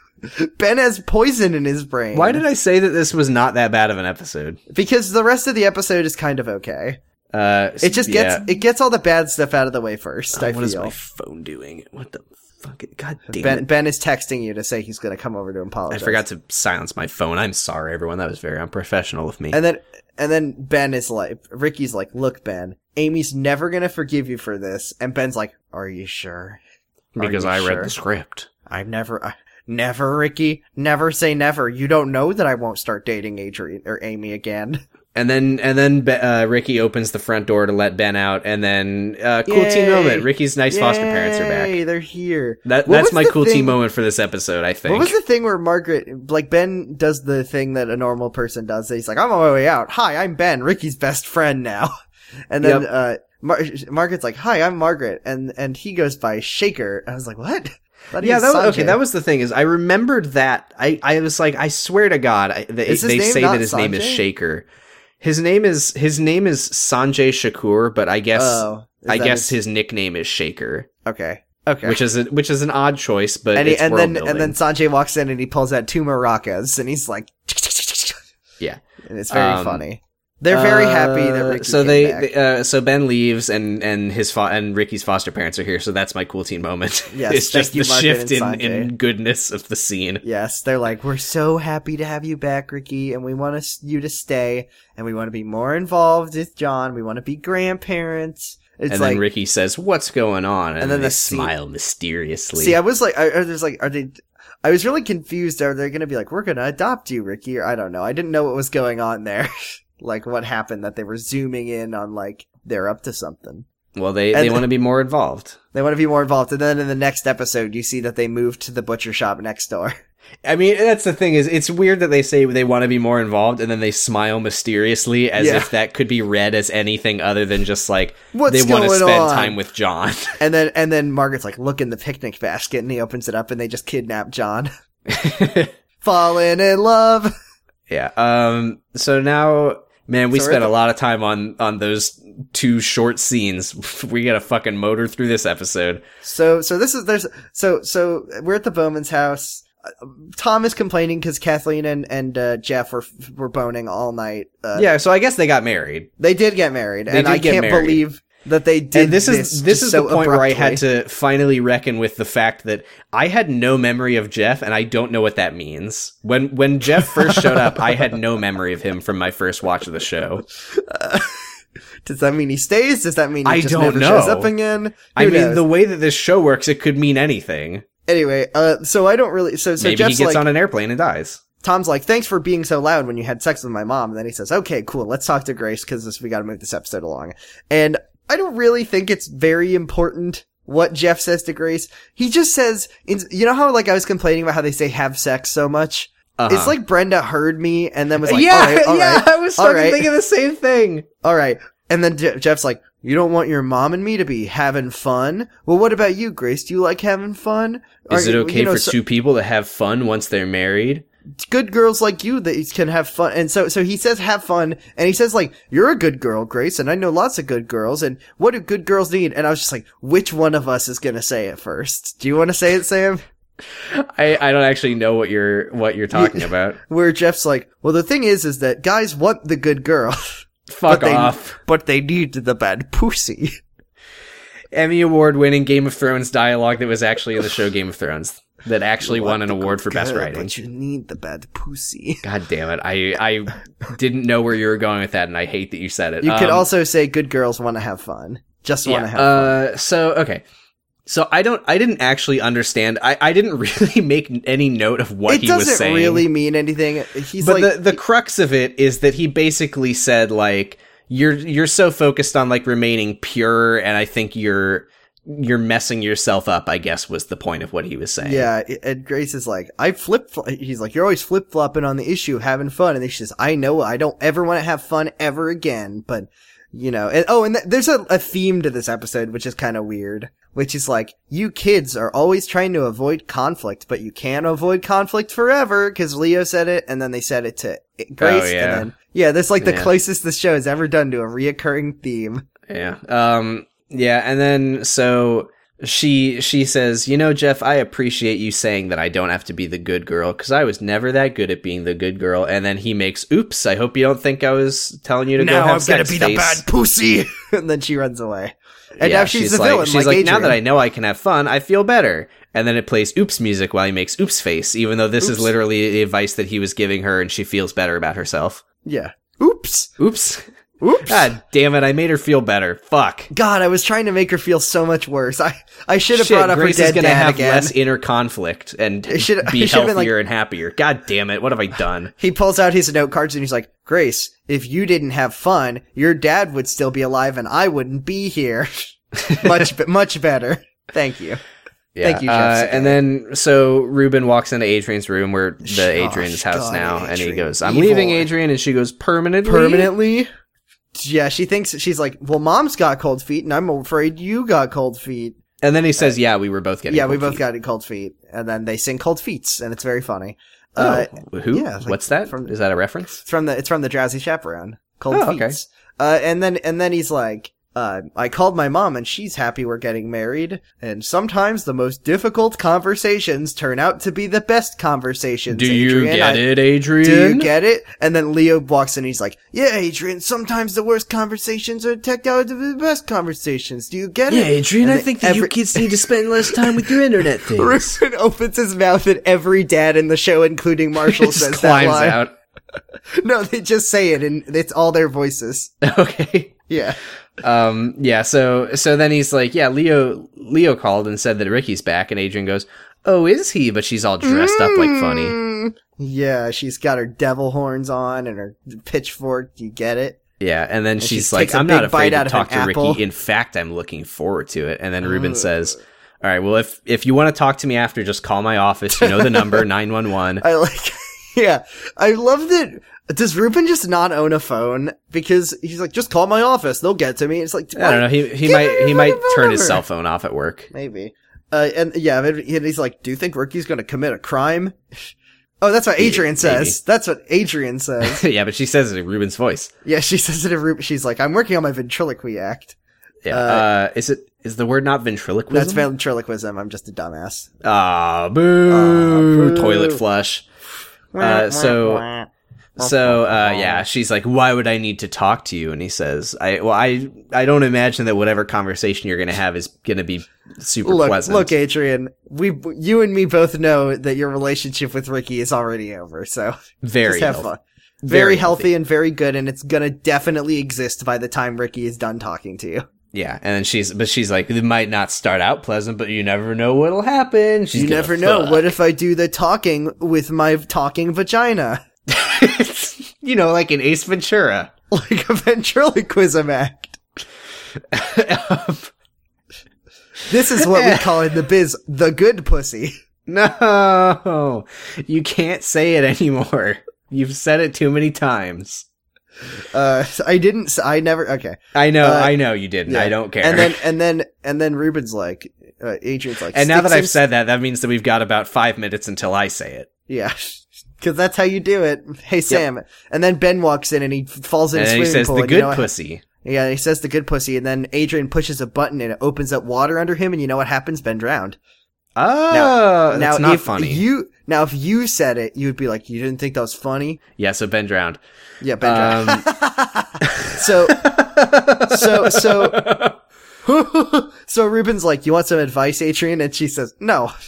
Speaker 3: Ben has poison in his brain.
Speaker 2: Why did I say that this was not that bad of an episode?
Speaker 3: Because the rest of the episode is kind of okay.
Speaker 2: Uh,
Speaker 3: It just gets it gets all the bad stuff out of the way first. I
Speaker 2: What is
Speaker 3: feel.
Speaker 2: my phone doing? What the fuck? God damn
Speaker 3: Ben
Speaker 2: it!
Speaker 3: Ben is texting you to say he's going to come over to
Speaker 2: I
Speaker 3: apologize.
Speaker 2: forgot to silence my phone. I'm sorry, everyone. That was very unprofessional of me.
Speaker 3: And then and then Ben is like Ricky's like, "Look, Ben, Amy's never going to forgive you for this." And Ben's like, "Are you sure?" Are
Speaker 2: because
Speaker 3: you
Speaker 2: I read
Speaker 3: sure?
Speaker 2: the script.
Speaker 3: I've never, I, never, Ricky, never say never. You don't know that I won't start dating Adrian or Amy again.
Speaker 2: And then and then Be- uh, Ricky opens the front door to let Ben out, and then uh, cool
Speaker 3: Yay.
Speaker 2: teen moment. Ricky's nice foster parents are
Speaker 3: Yay,
Speaker 2: back.
Speaker 3: They're here.
Speaker 2: That,
Speaker 3: What was
Speaker 2: that's my
Speaker 3: the
Speaker 2: cool
Speaker 3: thing-
Speaker 2: teen moment for this episode. I think.
Speaker 3: What was the thing where Margaret, like Ben, does the thing that a normal person does? He's like, "I'm on my way out. Hi, I'm Ben, Ricky's best friend now." And then
Speaker 2: Yep.
Speaker 3: uh, Mar- Margaret's like, "Hi, I'm Margaret," and and he goes by Shaker. I was like, "What?" Thought he
Speaker 2: yeah, that was,
Speaker 3: Sanjay.
Speaker 2: okay. That was the thing is I remembered that. I, I was like, I swear to God, I, they,
Speaker 3: Is his
Speaker 2: they
Speaker 3: name
Speaker 2: say
Speaker 3: not
Speaker 2: that his name is
Speaker 3: Sanjay?
Speaker 2: Shaker. His name is his name is Sanjay Shakur, but I guess
Speaker 3: Oh, is
Speaker 2: I
Speaker 3: that
Speaker 2: guess his nickname is Shaker,
Speaker 3: okay. Okay.
Speaker 2: which is a, which is an odd choice, but
Speaker 3: and, he,
Speaker 2: it's
Speaker 3: and
Speaker 2: world
Speaker 3: then
Speaker 2: building.
Speaker 3: and then Sanjay walks in and he pulls out two maracas and he's like,
Speaker 2: Yeah.
Speaker 3: and it's very
Speaker 2: Um,
Speaker 3: funny. They're very happy that
Speaker 2: Uh,
Speaker 3: Ricky
Speaker 2: so
Speaker 3: came
Speaker 2: they,
Speaker 3: back.
Speaker 2: they- uh, so Ben leaves and and his fa- and Ricky's foster parents are here. So that's my cool teen moment.
Speaker 3: Yes,
Speaker 2: it's
Speaker 3: thank
Speaker 2: just
Speaker 3: you,
Speaker 2: the
Speaker 3: Margaret
Speaker 2: shift in,
Speaker 3: and
Speaker 2: in goodness of the scene.
Speaker 3: yes, they're like, we're so happy to have you back, Ricky, and we want us, you to stay, and we want to be more involved with John. We want to be grandparents. It's
Speaker 2: and
Speaker 3: like,
Speaker 2: then Ricky says, "What's going on?" And,
Speaker 3: then
Speaker 2: then
Speaker 3: the
Speaker 2: they
Speaker 3: scene-
Speaker 2: smile mysteriously.
Speaker 3: see, I was like, I, I was like, are they? I was really confused. Are they going to be like, we're going to adopt you, Ricky? Or I don't know. I didn't know what was going on there. like what happened that they were zooming in on like they're up to something.
Speaker 2: Well, they,
Speaker 3: And
Speaker 2: they
Speaker 3: the-
Speaker 2: want to be more involved.
Speaker 3: They want to be more involved. And then in the next episode, you see that they moved to the butcher shop next door.
Speaker 2: I mean, that's the thing is, it's weird that they say they want to be more involved, and then they smile mysteriously as
Speaker 3: Yeah.
Speaker 2: if that could be read as anything other than just like
Speaker 3: What's
Speaker 2: they want to
Speaker 3: going
Speaker 2: spend
Speaker 3: on?
Speaker 2: time with John.
Speaker 3: And then, and then Margaret's like, look in the picnic basket. And he opens it up and they just kidnap John. Falling in love.
Speaker 2: yeah. Um. So now, man, we
Speaker 3: So we're
Speaker 2: spent
Speaker 3: at
Speaker 2: a lot of time on on those two short scenes. we got to fucking motor through this episode.
Speaker 3: So, so this is, there's, so, so we're at the Bowman's house. Uh, Tom is complaining because Kathleen and, and, uh, Jeff were, were boning all night. Uh,
Speaker 2: yeah. So I guess they got married.
Speaker 3: They did get married.
Speaker 2: They
Speaker 3: and
Speaker 2: did
Speaker 3: I
Speaker 2: get
Speaker 3: can't
Speaker 2: married.
Speaker 3: believe that they did
Speaker 2: and this is this
Speaker 3: just
Speaker 2: is
Speaker 3: so
Speaker 2: the point where I
Speaker 3: abruptly.
Speaker 2: had to finally reckon with the fact that I had no memory of Jeff, and I don't know what that means. When when Jeff first showed up, I had no memory of him from my first watch of the show.
Speaker 3: Does that mean he stays? Does that mean he
Speaker 2: I
Speaker 3: just
Speaker 2: don't
Speaker 3: never
Speaker 2: know.
Speaker 3: shows up again? Who
Speaker 2: I mean,
Speaker 3: knows?
Speaker 2: the way that this show works, it could mean anything.
Speaker 3: anyway, uh, so I don't really. So so
Speaker 2: Maybe
Speaker 3: Jeff's
Speaker 2: he gets
Speaker 3: like
Speaker 2: on an airplane and dies.
Speaker 3: Tom's like, thanks for being so loud when you had sex with my mom. And then he says, okay, cool, let's talk to Grace because we got to move this episode along. And I don't really think it's very important what Jeff says to Grace. He just says, in- you know how like I was complaining about how they say have sex so much. It's
Speaker 2: Uh-huh.
Speaker 3: like Brenda heard me and then was like,
Speaker 2: yeah,
Speaker 3: all right, all
Speaker 2: yeah.
Speaker 3: right,
Speaker 2: I was
Speaker 3: all
Speaker 2: fucking
Speaker 3: right."
Speaker 2: thinking the same thing.
Speaker 3: all right. And then Je- Jeff's like, you don't want your mom and me to be having fun. Well, what about you, Grace? Do you like having fun?
Speaker 2: Is
Speaker 3: Are-
Speaker 2: it
Speaker 3: you
Speaker 2: okay
Speaker 3: know,
Speaker 2: for
Speaker 3: so-
Speaker 2: two people to have fun once they're married?
Speaker 3: good girls like you that can have fun. And so, so he says have fun and he says like, you're a good girl, Grace. And I know lots of good girls. And what do good girls need? And I was just like, which one of us is going to say it first? Do you want to say it, Sam?
Speaker 2: I, I don't actually know what you're what you're talking about.
Speaker 3: Where Jeff's like, well, the thing is, is that guys want the good girl,
Speaker 2: Fuck
Speaker 3: they-
Speaker 2: off.
Speaker 3: but they need the bad pussy.
Speaker 2: Emmy award winning Game of Thrones dialogue that was actually in the show Game of Thrones that actually won an award for best
Speaker 3: Good,
Speaker 2: writing.
Speaker 3: But you need the bad pussy.
Speaker 2: God damn it. I I didn't know where you were going with that and I hate that you said it.
Speaker 3: You could
Speaker 2: Um,
Speaker 3: also say good girls want to have fun. Just want to have fun.
Speaker 2: uh, so okay. So I don't I didn't actually understand. I, I didn't really make any note of what
Speaker 3: It
Speaker 2: he was
Speaker 3: doesn't
Speaker 2: saying.
Speaker 3: really mean anything. He's
Speaker 2: but
Speaker 3: like,
Speaker 2: the the crux of it is that he basically said like you're you're so focused on like remaining pure and I think you're you're messing yourself up, I guess was the point of what he was saying.
Speaker 3: yeah, and Grace is like, I flip, he's like, you're always flip flopping on the issue, having fun. And then she says, I know, I don't ever want to have fun ever again, but you know, and, oh, and th- there's a, a theme to this episode, which is kind of weird, which is like, you kids are always trying to avoid conflict, but you can't avoid conflict forever because Leo said it and then they said it to eh, Grace.
Speaker 2: Oh, yeah.
Speaker 3: And then, yeah, that's like the
Speaker 2: Yeah.
Speaker 3: closest this show has ever done to a reoccurring theme.
Speaker 2: Yeah. Um yeah, and then so she she says, "You know, Jeff, I appreciate you saying that I don't have to be the good girl because I was never that good at being the good girl." And then he makes, "Oops, I hope you don't think I was telling you to go
Speaker 4: now
Speaker 2: have
Speaker 4: I'm gonna
Speaker 2: sex."
Speaker 4: be the
Speaker 2: face."
Speaker 4: bad pussy.
Speaker 3: and then she runs away. And
Speaker 2: Yeah,
Speaker 3: now she's, the
Speaker 2: like,
Speaker 3: villain.
Speaker 2: She's like, now
Speaker 3: Adrian.
Speaker 2: that I know I can have fun, I feel better. And then it plays oops music while he makes oops face, even though this is
Speaker 3: Oops.
Speaker 2: literally the advice that he was giving her, and she feels better about herself.
Speaker 3: yeah. Oops.
Speaker 2: Oops.
Speaker 3: Oops.
Speaker 2: God damn it! I made her feel better. Fuck.
Speaker 3: Ah, God, I was trying to make her feel so much worse. I I should have
Speaker 2: Shit,
Speaker 3: brought up
Speaker 2: Grace
Speaker 3: her
Speaker 2: is
Speaker 3: dead
Speaker 2: gonna
Speaker 3: dad
Speaker 2: have
Speaker 3: again.
Speaker 2: less e- inner conflict and
Speaker 3: It should-
Speaker 2: be
Speaker 3: it should've
Speaker 2: healthier
Speaker 3: been like-
Speaker 2: and happier. God damn it! What have I done?
Speaker 3: He pulls out his note cards and he's like, "Grace, if you didn't have fun, your dad would still be alive and I wouldn't be here." much be- much better. Thank you.
Speaker 2: Yeah,
Speaker 3: Thank you, Jeff
Speaker 2: Uh,
Speaker 3: Sagan.
Speaker 2: and then so Ruben walks into Adrian's room, where the
Speaker 3: Gosh,
Speaker 2: Adrian's house
Speaker 3: God,
Speaker 2: now, and he
Speaker 3: Adrian.
Speaker 2: goes, "I'm
Speaker 3: Evil.
Speaker 2: leaving, Adrian," and she goes, "Permanently."
Speaker 3: Permanently? Yeah, she thinks she's like, "Well, mom's got cold feet and I'm afraid you got cold feet."
Speaker 2: And then he says, "Yeah, we were both getting.
Speaker 3: Uh, yeah, we both
Speaker 2: cookies."
Speaker 3: got cold feet and then they sing cold feets and it's very funny.
Speaker 2: Oh,
Speaker 3: Uh,
Speaker 2: who?
Speaker 3: yeah, like,
Speaker 2: What's that? Is
Speaker 3: from-
Speaker 2: that a reference?
Speaker 3: It's from the it's from the Drowsy Chaperone. Cold
Speaker 2: Oh, okay.
Speaker 3: Feets. Uh, and then and then he's like, uh, I called my mom and she's happy we're getting married. And sometimes the most difficult conversations turn out to be the best conversations. Adrian. I-
Speaker 2: it, Adrian?
Speaker 3: Do you get it? And then Leo walks in. He's like, "Yeah, Adrian. Sometimes the worst conversations are tech out to be the best conversations. Do you get it?" And then every-
Speaker 2: kids need to spend less time with your internet things.
Speaker 3: Ruben opens his mouth, and every dad in the show, including Marshall,
Speaker 2: Just
Speaker 3: says that
Speaker 2: climbs
Speaker 3: line.
Speaker 2: out.
Speaker 3: No, they just say it, and it's all their voices.
Speaker 2: Okay.
Speaker 3: Yeah.
Speaker 2: Um. Yeah. So. So then he's like, "Yeah, Leo. Leo called and said that Ricky's back." And Adrian goes, "Oh, is he?" But she's all dressed up like
Speaker 3: Mm.
Speaker 2: funny.
Speaker 3: Yeah, she's got her devil horns on and her pitchfork. You get it?
Speaker 2: Yeah. And then
Speaker 3: she
Speaker 2: she's
Speaker 3: takes
Speaker 2: like,
Speaker 3: a
Speaker 2: "I'm not
Speaker 3: big
Speaker 2: afraid
Speaker 3: bite
Speaker 2: to
Speaker 3: out of an
Speaker 2: talk to
Speaker 3: apple.
Speaker 2: Ricky. In fact, I'm looking forward to it." And then Ruben
Speaker 3: Ugh.
Speaker 2: says. All right. Well, if if you want to talk to me after, just call my office. You know the number nine one one.
Speaker 3: I like. yeah, I love that. Does Ruben just not own a phone because he's like, just call my office, they'll get to me. It's like
Speaker 2: I don't know. He he
Speaker 3: Give him
Speaker 2: might
Speaker 3: your
Speaker 2: he might
Speaker 3: fucking phone
Speaker 2: turn his
Speaker 3: number.
Speaker 2: cell phone off at work.
Speaker 3: maybe. Uh, and yeah, and he's like, do you think Ricky's going to commit a crime? Oh, that's what Adrian says. That's what Adrian says.
Speaker 2: yeah, but she says it in Ruben's voice.
Speaker 3: yeah, she says it to Ruben. She's like, I'm working on my ventriloquy act.
Speaker 2: Yeah. Uh,
Speaker 3: Uh,
Speaker 2: is it is the word not ventriloquism?
Speaker 3: That's ventriloquism. I'm just a dumbass.
Speaker 2: Ah, boo.
Speaker 3: Ah, boo.
Speaker 2: Toilet flush. Uh, so- So uh, yeah, she's like, "Why would I need to talk to you?" And he says, "I well, I I don't imagine that whatever conversation you're gonna have is gonna be super
Speaker 3: look,
Speaker 2: pleasant."
Speaker 3: look, Adrian, we, you and me both know that your relationship with Ricky is already over. So
Speaker 2: very
Speaker 3: just have
Speaker 2: healthy.
Speaker 3: fun. Very,
Speaker 2: Very
Speaker 3: healthy,
Speaker 2: healthy.
Speaker 3: and very good, and it's gonna definitely exist by the time Ricky is done talking to you.
Speaker 2: yeah. And then she's but she's like, "It might not start out pleasant, but you never know what'll happen." She's
Speaker 3: you
Speaker 2: gonna
Speaker 3: never know.
Speaker 2: fuck.
Speaker 3: What if I do the talking with my talking vagina?
Speaker 2: you know, like in Ace Ventura.
Speaker 3: Like a ventriloquism act. This is what we call in the biz the good pussy.
Speaker 2: No, you can't say it anymore. You've said it too many times.
Speaker 3: Uh, I didn't, s- I never, okay.
Speaker 2: I know,
Speaker 3: Uh,
Speaker 2: I know you didn't. I
Speaker 3: yeah.
Speaker 2: don't care.
Speaker 3: And then, and then, and then Ruben's like, uh, Adrian's like,
Speaker 2: And now that
Speaker 3: sticks
Speaker 2: I've
Speaker 3: his-
Speaker 2: said that, that means that we've got about five minutes until I say it.
Speaker 3: Yeah. Cause that's how you do it. Hey, Sam. And then Ben walks in and he falls in
Speaker 2: And
Speaker 3: a
Speaker 2: then he
Speaker 3: swimming
Speaker 2: says,
Speaker 3: pool.
Speaker 2: "The
Speaker 3: and you
Speaker 2: good
Speaker 3: know what-
Speaker 2: pussy."
Speaker 3: Yeah, he says the good pussy. And then Adrian pushes a button and it opens up water under him. And you know what happens? Ben drowned.
Speaker 2: Oh,
Speaker 3: now,
Speaker 2: that's not
Speaker 3: if
Speaker 2: funny.
Speaker 3: You, now if you said it, you would be like, you didn't think that was funny?
Speaker 2: yeah, so Ben drowned.
Speaker 3: Yeah, Ben
Speaker 2: Um,
Speaker 3: drowned. so, so, so, so Ruben's like, you want some advice, Adrian? And she says, no.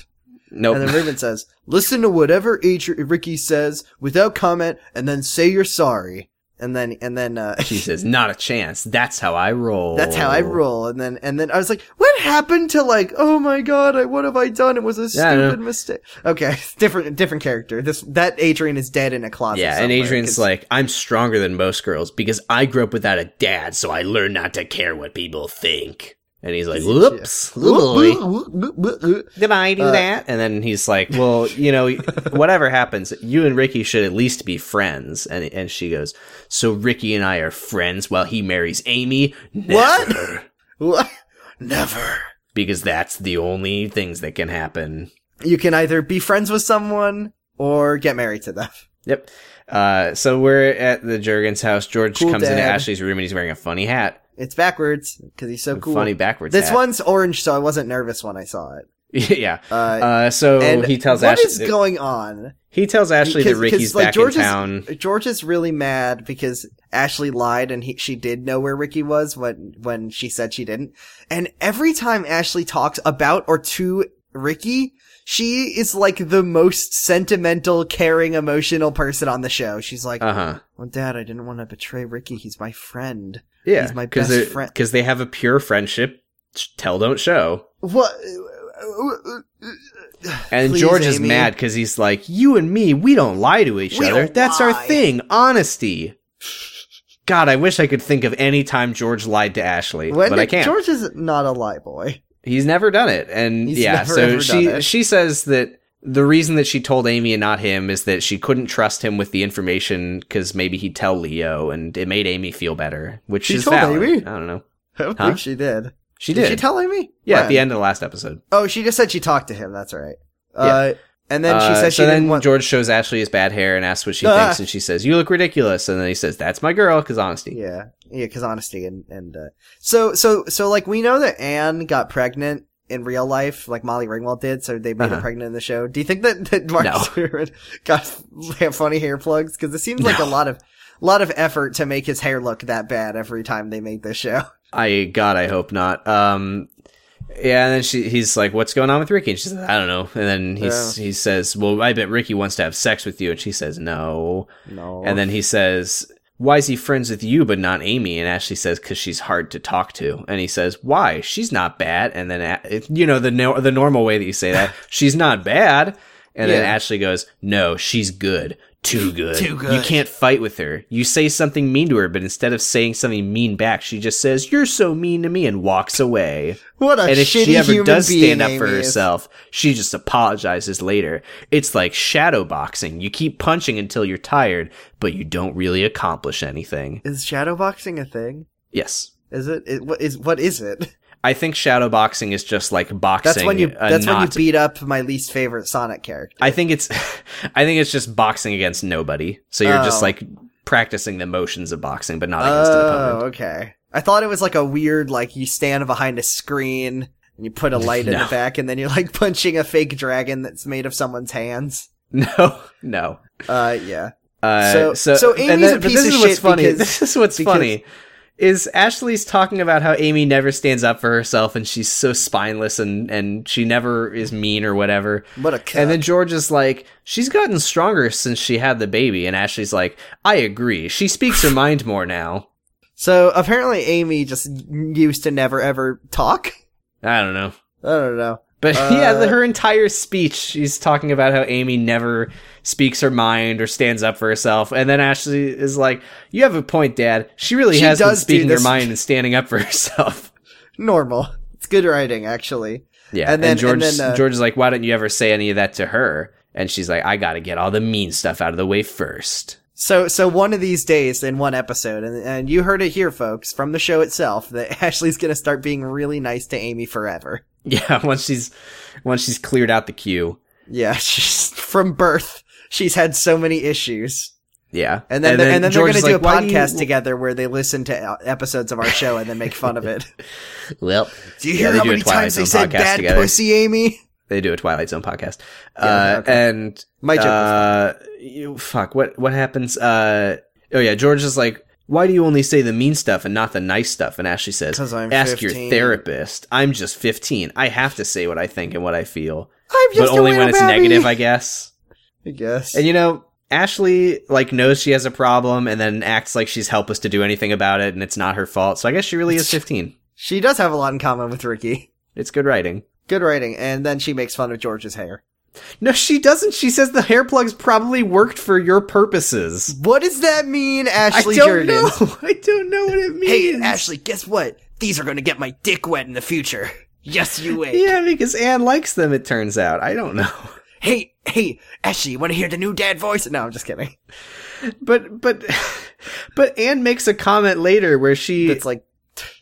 Speaker 2: Nope.
Speaker 3: And then Ruben says, listen to whatever Adri- Ricky says without comment and then say you're sorry. And then, and then, uh,
Speaker 2: she says, "Not a chance." That's how I roll.
Speaker 3: that's how I roll. And then, and then I was like, what happened to like, oh my God, I, what have I done? It was a
Speaker 2: Yeah, I know.
Speaker 3: stupid mistake. Okay. Different, different character. This, that Adrian is dead in a closet.
Speaker 2: Yeah, and
Speaker 3: somewhere,
Speaker 2: Adrian's
Speaker 3: 'cause-
Speaker 2: like, "I'm stronger than most girls because I grew up without a dad, so I learned not to care what people think." And he's like, "Whoops, oh boy." Did I do
Speaker 3: Uh,
Speaker 2: that? And then he's like, "Well, you know, whatever happens, you and Ricky should at least be friends." And and she goes, "So Ricky and I are friends while he marries Amy?" Never,
Speaker 3: What? What? Never.
Speaker 2: Because that's the only things that can happen.
Speaker 3: You can either be friends with someone or get married to them.
Speaker 2: Yep. Uh, so we're at the Jurgens house. George
Speaker 3: Cool
Speaker 2: comes into
Speaker 3: dad.
Speaker 2: Ashley's room and he's wearing a funny hat.
Speaker 3: It's backwards because he's so cool.
Speaker 2: Funny backwards.
Speaker 3: This
Speaker 2: hat.
Speaker 3: one's orange, so I wasn't nervous when I saw it.
Speaker 2: yeah.
Speaker 3: Uh,
Speaker 2: Uh, so
Speaker 3: and
Speaker 2: he tells
Speaker 3: what
Speaker 2: Ashley.
Speaker 3: is going on?
Speaker 2: he tells Ashley that
Speaker 3: Because-
Speaker 2: Ricky's
Speaker 3: because, like,
Speaker 2: back
Speaker 3: George
Speaker 2: in
Speaker 3: is-
Speaker 2: town.
Speaker 3: George is really mad because Ashley lied and he, she did know where Ricky was when when she said she didn't. And every time Ashley talks about or to Ricky, she is like the most sentimental, caring, emotional person on the show. She's like,
Speaker 2: Uh huh.
Speaker 3: "Well, Dad, I didn't want to betray Ricky. He's my friend."
Speaker 2: Yeah,
Speaker 3: He's my
Speaker 2: cause
Speaker 3: best
Speaker 2: they're-
Speaker 3: friend.
Speaker 2: 'cause they have a pure friendship. Tell don't show.
Speaker 3: What?
Speaker 2: And
Speaker 3: Please,
Speaker 2: George is
Speaker 3: Amy.
Speaker 2: mad because he's like, you and me, we don't lie to each
Speaker 3: We
Speaker 2: other.
Speaker 3: don't
Speaker 2: That's our
Speaker 3: lie."
Speaker 2: thing, honesty. God, I wish I could think of any time George lied to Ashley,
Speaker 3: When
Speaker 2: but
Speaker 3: did-
Speaker 2: I can't.
Speaker 3: George is not a lie boy.
Speaker 2: He's never done it, and
Speaker 3: He's
Speaker 2: yeah.
Speaker 3: never,
Speaker 2: So
Speaker 3: ever done
Speaker 2: she
Speaker 3: it.
Speaker 2: she says that the reason that she told Amy and not him is that she couldn't trust him with the information because maybe he'd tell Leo, and it made Amy feel better. Which
Speaker 3: She
Speaker 2: is
Speaker 3: told
Speaker 2: valid.
Speaker 3: Amy?
Speaker 2: I don't know.
Speaker 3: I don't
Speaker 2: Huh?
Speaker 3: think she did.
Speaker 2: She did.
Speaker 3: she tell Amy?
Speaker 2: yeah, at
Speaker 3: When?
Speaker 2: the end of the last episode.
Speaker 3: Oh, she just said she talked to him. That's right. Uh, and then she
Speaker 2: Uh,
Speaker 3: said she
Speaker 2: so
Speaker 3: didn't
Speaker 2: then
Speaker 3: want.
Speaker 2: George shows Ashley his bad hair and asks what she
Speaker 3: Ah.
Speaker 2: thinks, and she says, "You look ridiculous." And then he says, "That's my girl," because honesty.
Speaker 3: yeah, yeah, because honesty and and uh, so so so like we know that Anne got pregnant in real life, like Molly Ringwald did. So they made
Speaker 2: Uh-huh.
Speaker 3: her pregnant in the show. Do you think that that Mark
Speaker 2: No.
Speaker 3: Stewart got funny hair plugs? Because it seems like
Speaker 2: No.
Speaker 3: a lot of lot of effort to make his hair look that bad every time they make this show.
Speaker 2: I God, I hope not. Um, yeah, and then she, he's like, "What's going on with Ricky?" And she says, "I don't know." And then he s he says, "Well, I bet Ricky wants to have sex with you," and she says, "No."
Speaker 3: No.
Speaker 2: And then he says, "Why is he friends with you but not Amy?" And Ashley says, "Cause she's hard to talk to." And he says, "Why? She's not bad." And then A- it- you know the no- the normal way that you say that, she's not bad. And then
Speaker 3: Yeah.
Speaker 2: Ashley goes, "No, she's good." Too good.
Speaker 4: Too
Speaker 2: You
Speaker 4: good.
Speaker 2: can't fight with her. You say something mean to her, but instead of saying something mean back, she just says, "You're so mean to me," and walks away.
Speaker 3: what a
Speaker 2: and if
Speaker 3: shitty
Speaker 2: she ever
Speaker 3: human
Speaker 2: does
Speaker 3: being
Speaker 2: stand up for
Speaker 3: Amy is.
Speaker 2: herself, she just apologizes later. It's like shadow boxing. You keep punching until you're tired, but you don't really accomplish anything.
Speaker 3: Is shadowboxing a thing?
Speaker 2: Yes.
Speaker 3: Is it? it what is what is it?
Speaker 2: I think shadow boxing is just like boxing.
Speaker 3: That's when you.
Speaker 2: a
Speaker 3: That's when you
Speaker 2: knot.
Speaker 3: beat up my least favorite Sonic character.
Speaker 2: I think it's I think it's just boxing against nobody. So you're just
Speaker 3: Oh.
Speaker 2: like practicing the motions of boxing but not against an opponent.
Speaker 3: Oh, okay. I thought it was like a weird, like you stand behind a screen and you put a light in
Speaker 2: No.
Speaker 3: the back, and then you're like punching a fake dragon that's made of someone's hands.
Speaker 2: No. No.
Speaker 3: Uh, yeah.
Speaker 2: Uh, so,
Speaker 3: So-
Speaker 2: so,
Speaker 3: so Amy's a
Speaker 2: but
Speaker 3: piece
Speaker 2: this
Speaker 3: of
Speaker 2: is what's
Speaker 3: shit
Speaker 2: funny.
Speaker 3: because-
Speaker 2: this is what's
Speaker 3: because-
Speaker 2: funny is Ashley's talking about how Amy never stands up for herself and she's so spineless and and she never is mean or whatever.
Speaker 3: What a. cuck.
Speaker 2: And then George is like, she's gotten stronger since she had the baby. And Ashley's like, I agree. She speaks her mind more now.
Speaker 3: so apparently Amy just used to never ever talk.
Speaker 2: I don't know.
Speaker 3: I don't know.
Speaker 2: But yeah,
Speaker 3: Uh,
Speaker 2: the- her entire speech, she's talking about how Amy never speaks her mind or stands up for herself. And then Ashley is like, You have a point, Dad. She really
Speaker 3: She
Speaker 2: has been
Speaker 3: does do
Speaker 2: speaking her
Speaker 3: this.
Speaker 2: mind and standing up for herself.
Speaker 3: Normal. It's good writing, actually.
Speaker 2: Yeah. And
Speaker 3: And
Speaker 2: then
Speaker 3: then-
Speaker 2: George,
Speaker 3: and then, uh,
Speaker 2: George is like, Why don't you ever say any of that to her? And she's like, I got to get all the mean stuff out of the way first.
Speaker 3: So, so one of these days in one episode, and, and you heard it here, folks, from the show itself, that Ashley's gonna start being really nice to Amy forever.
Speaker 2: Yeah. Once she's, once she's cleared out the queue.
Speaker 3: Yeah, she's from birth. She's had so many issues.
Speaker 2: Yeah.
Speaker 3: And then, and then
Speaker 2: George
Speaker 3: they're
Speaker 2: is
Speaker 3: going to
Speaker 2: like, "Why
Speaker 3: do a
Speaker 2: you-
Speaker 3: podcast together where they listen to uh, episodes of our show and then make fun of it.
Speaker 2: Well,
Speaker 3: Do you
Speaker 2: Yeah,
Speaker 3: hear
Speaker 2: they
Speaker 3: how
Speaker 2: do a
Speaker 3: many
Speaker 2: Twilight
Speaker 3: times they
Speaker 2: Zone
Speaker 3: said
Speaker 2: podcast
Speaker 3: bad
Speaker 2: together."
Speaker 3: pussy, Amy?
Speaker 2: they do a Twilight Zone podcast.
Speaker 3: Yeah,
Speaker 2: uh,
Speaker 3: okay.
Speaker 2: And
Speaker 3: My joke. was-
Speaker 2: Uh, you, fuck. What what happens? Uh, oh yeah, George is like, why do you only say the mean stuff and not the nice stuff? And Ashley says,
Speaker 3: 'Cause I'm
Speaker 2: ask your
Speaker 3: 15."
Speaker 2: therapist. I'm just 15. I have to say what I think and what I feel,
Speaker 3: I'm just
Speaker 2: but
Speaker 3: a
Speaker 2: only
Speaker 3: little
Speaker 2: when it's
Speaker 3: baby.
Speaker 2: negative, I guess.
Speaker 3: I guess.
Speaker 2: And you know, Ashley like knows she has a problem and then acts like she's helpless to do anything about it, and it's not her fault. So I guess she really is 15.
Speaker 3: she does have a lot in common with Ricky.
Speaker 2: It's good writing.
Speaker 3: Good writing. And then she makes fun of George's hair.
Speaker 2: No, she doesn't. She says the hair plugs probably worked for your purposes.
Speaker 3: What does that mean, Ashley
Speaker 2: I don't
Speaker 3: Jordan?
Speaker 2: know. I don't know what it
Speaker 4: Hey,
Speaker 2: means.
Speaker 4: Ashley, guess what? These are gonna get my dick wet in the future. Yes, you wait.
Speaker 2: Yeah, because Anne likes them, it turns out. I don't know.
Speaker 4: Hey, hey, Ashley, you wanna hear the new dad voice?
Speaker 3: No, I'm just kidding.
Speaker 2: But but but Anne makes a comment later where she
Speaker 3: It's like,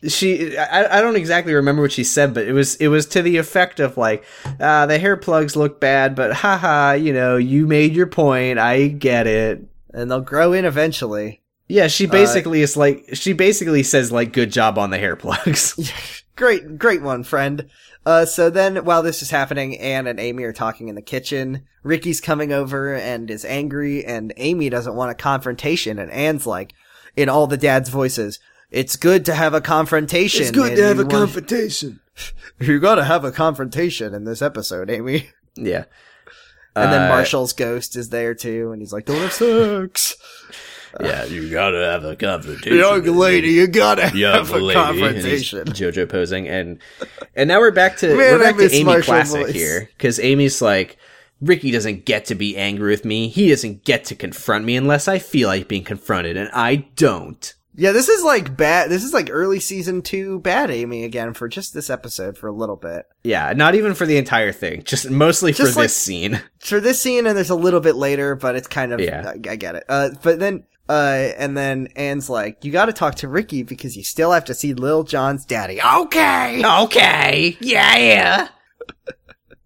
Speaker 2: she I, I don't exactly remember what she said, but it was it was to the effect of like, uh, the hair plugs look bad, but haha, you know, you made your point, I get it.
Speaker 3: and they'll grow in eventually.
Speaker 2: Yeah, she basically is like she basically says like good job on the hair plugs.
Speaker 3: Great, great one, friend. Uh, so then while this is happening, Anne and Amy are talking in the kitchen. Ricky's coming over and is angry, and Amy doesn't want a confrontation, and Anne's like, in all the dad's voices, it's good to have a confrontation. and you want-
Speaker 4: confrontation.
Speaker 3: You gotta have a confrontation in this episode, Amy.
Speaker 2: yeah.
Speaker 3: And then
Speaker 2: Uh,
Speaker 3: Marshall's ghost is there too, and he's like, don't have sex.
Speaker 2: Yeah, you gotta have a confrontation.
Speaker 4: Young
Speaker 2: with
Speaker 4: lady, you gotta
Speaker 2: young
Speaker 4: have a
Speaker 2: lady.
Speaker 4: confrontation.
Speaker 2: And he's JoJo posing, and and now we're back to
Speaker 3: Man,
Speaker 2: we're
Speaker 3: I
Speaker 2: back to
Speaker 3: miss
Speaker 2: Amy
Speaker 3: Marshall
Speaker 2: Classic
Speaker 3: voice.
Speaker 2: here because Amy's like, Ricky doesn't get to be angry with me. He doesn't get to confront me unless I feel like being confronted, and I don't.
Speaker 3: Yeah, this is like bad, this is like early season two bad Amy again for just this episode for a little bit.
Speaker 2: Yeah, not even for the entire thing, just mostly
Speaker 3: Just
Speaker 2: for
Speaker 3: like-
Speaker 2: this scene.
Speaker 3: for this scene and there's a little bit later, but it's kind of
Speaker 2: Yeah.
Speaker 3: I, I get it. Uh, but then uh, and then Anne's like, you got to talk to Ricky because you still have to see Lil John's daddy.
Speaker 4: Okay.
Speaker 2: okay, yeah, yeah.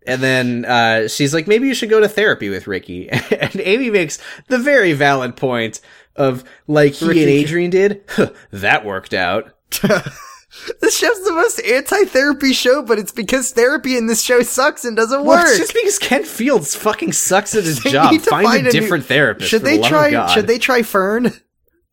Speaker 2: And then uh, she's like, maybe you should go to therapy with Ricky. And Amy makes the very valid point of, like he and
Speaker 3: Ricky-
Speaker 2: Adrian did, huh, that worked out.
Speaker 3: This show's the most anti-therapy show, but it's because therapy in this show sucks and doesn't
Speaker 2: Well,
Speaker 3: work.
Speaker 2: it's just because Ken Fields fucking sucks at his
Speaker 3: They
Speaker 2: job.
Speaker 3: need to
Speaker 2: Find,
Speaker 3: find
Speaker 2: a
Speaker 3: a new-
Speaker 2: different therapist.
Speaker 3: should
Speaker 2: for
Speaker 3: they
Speaker 2: the love of
Speaker 3: try?
Speaker 2: God.
Speaker 3: Should they try Fern?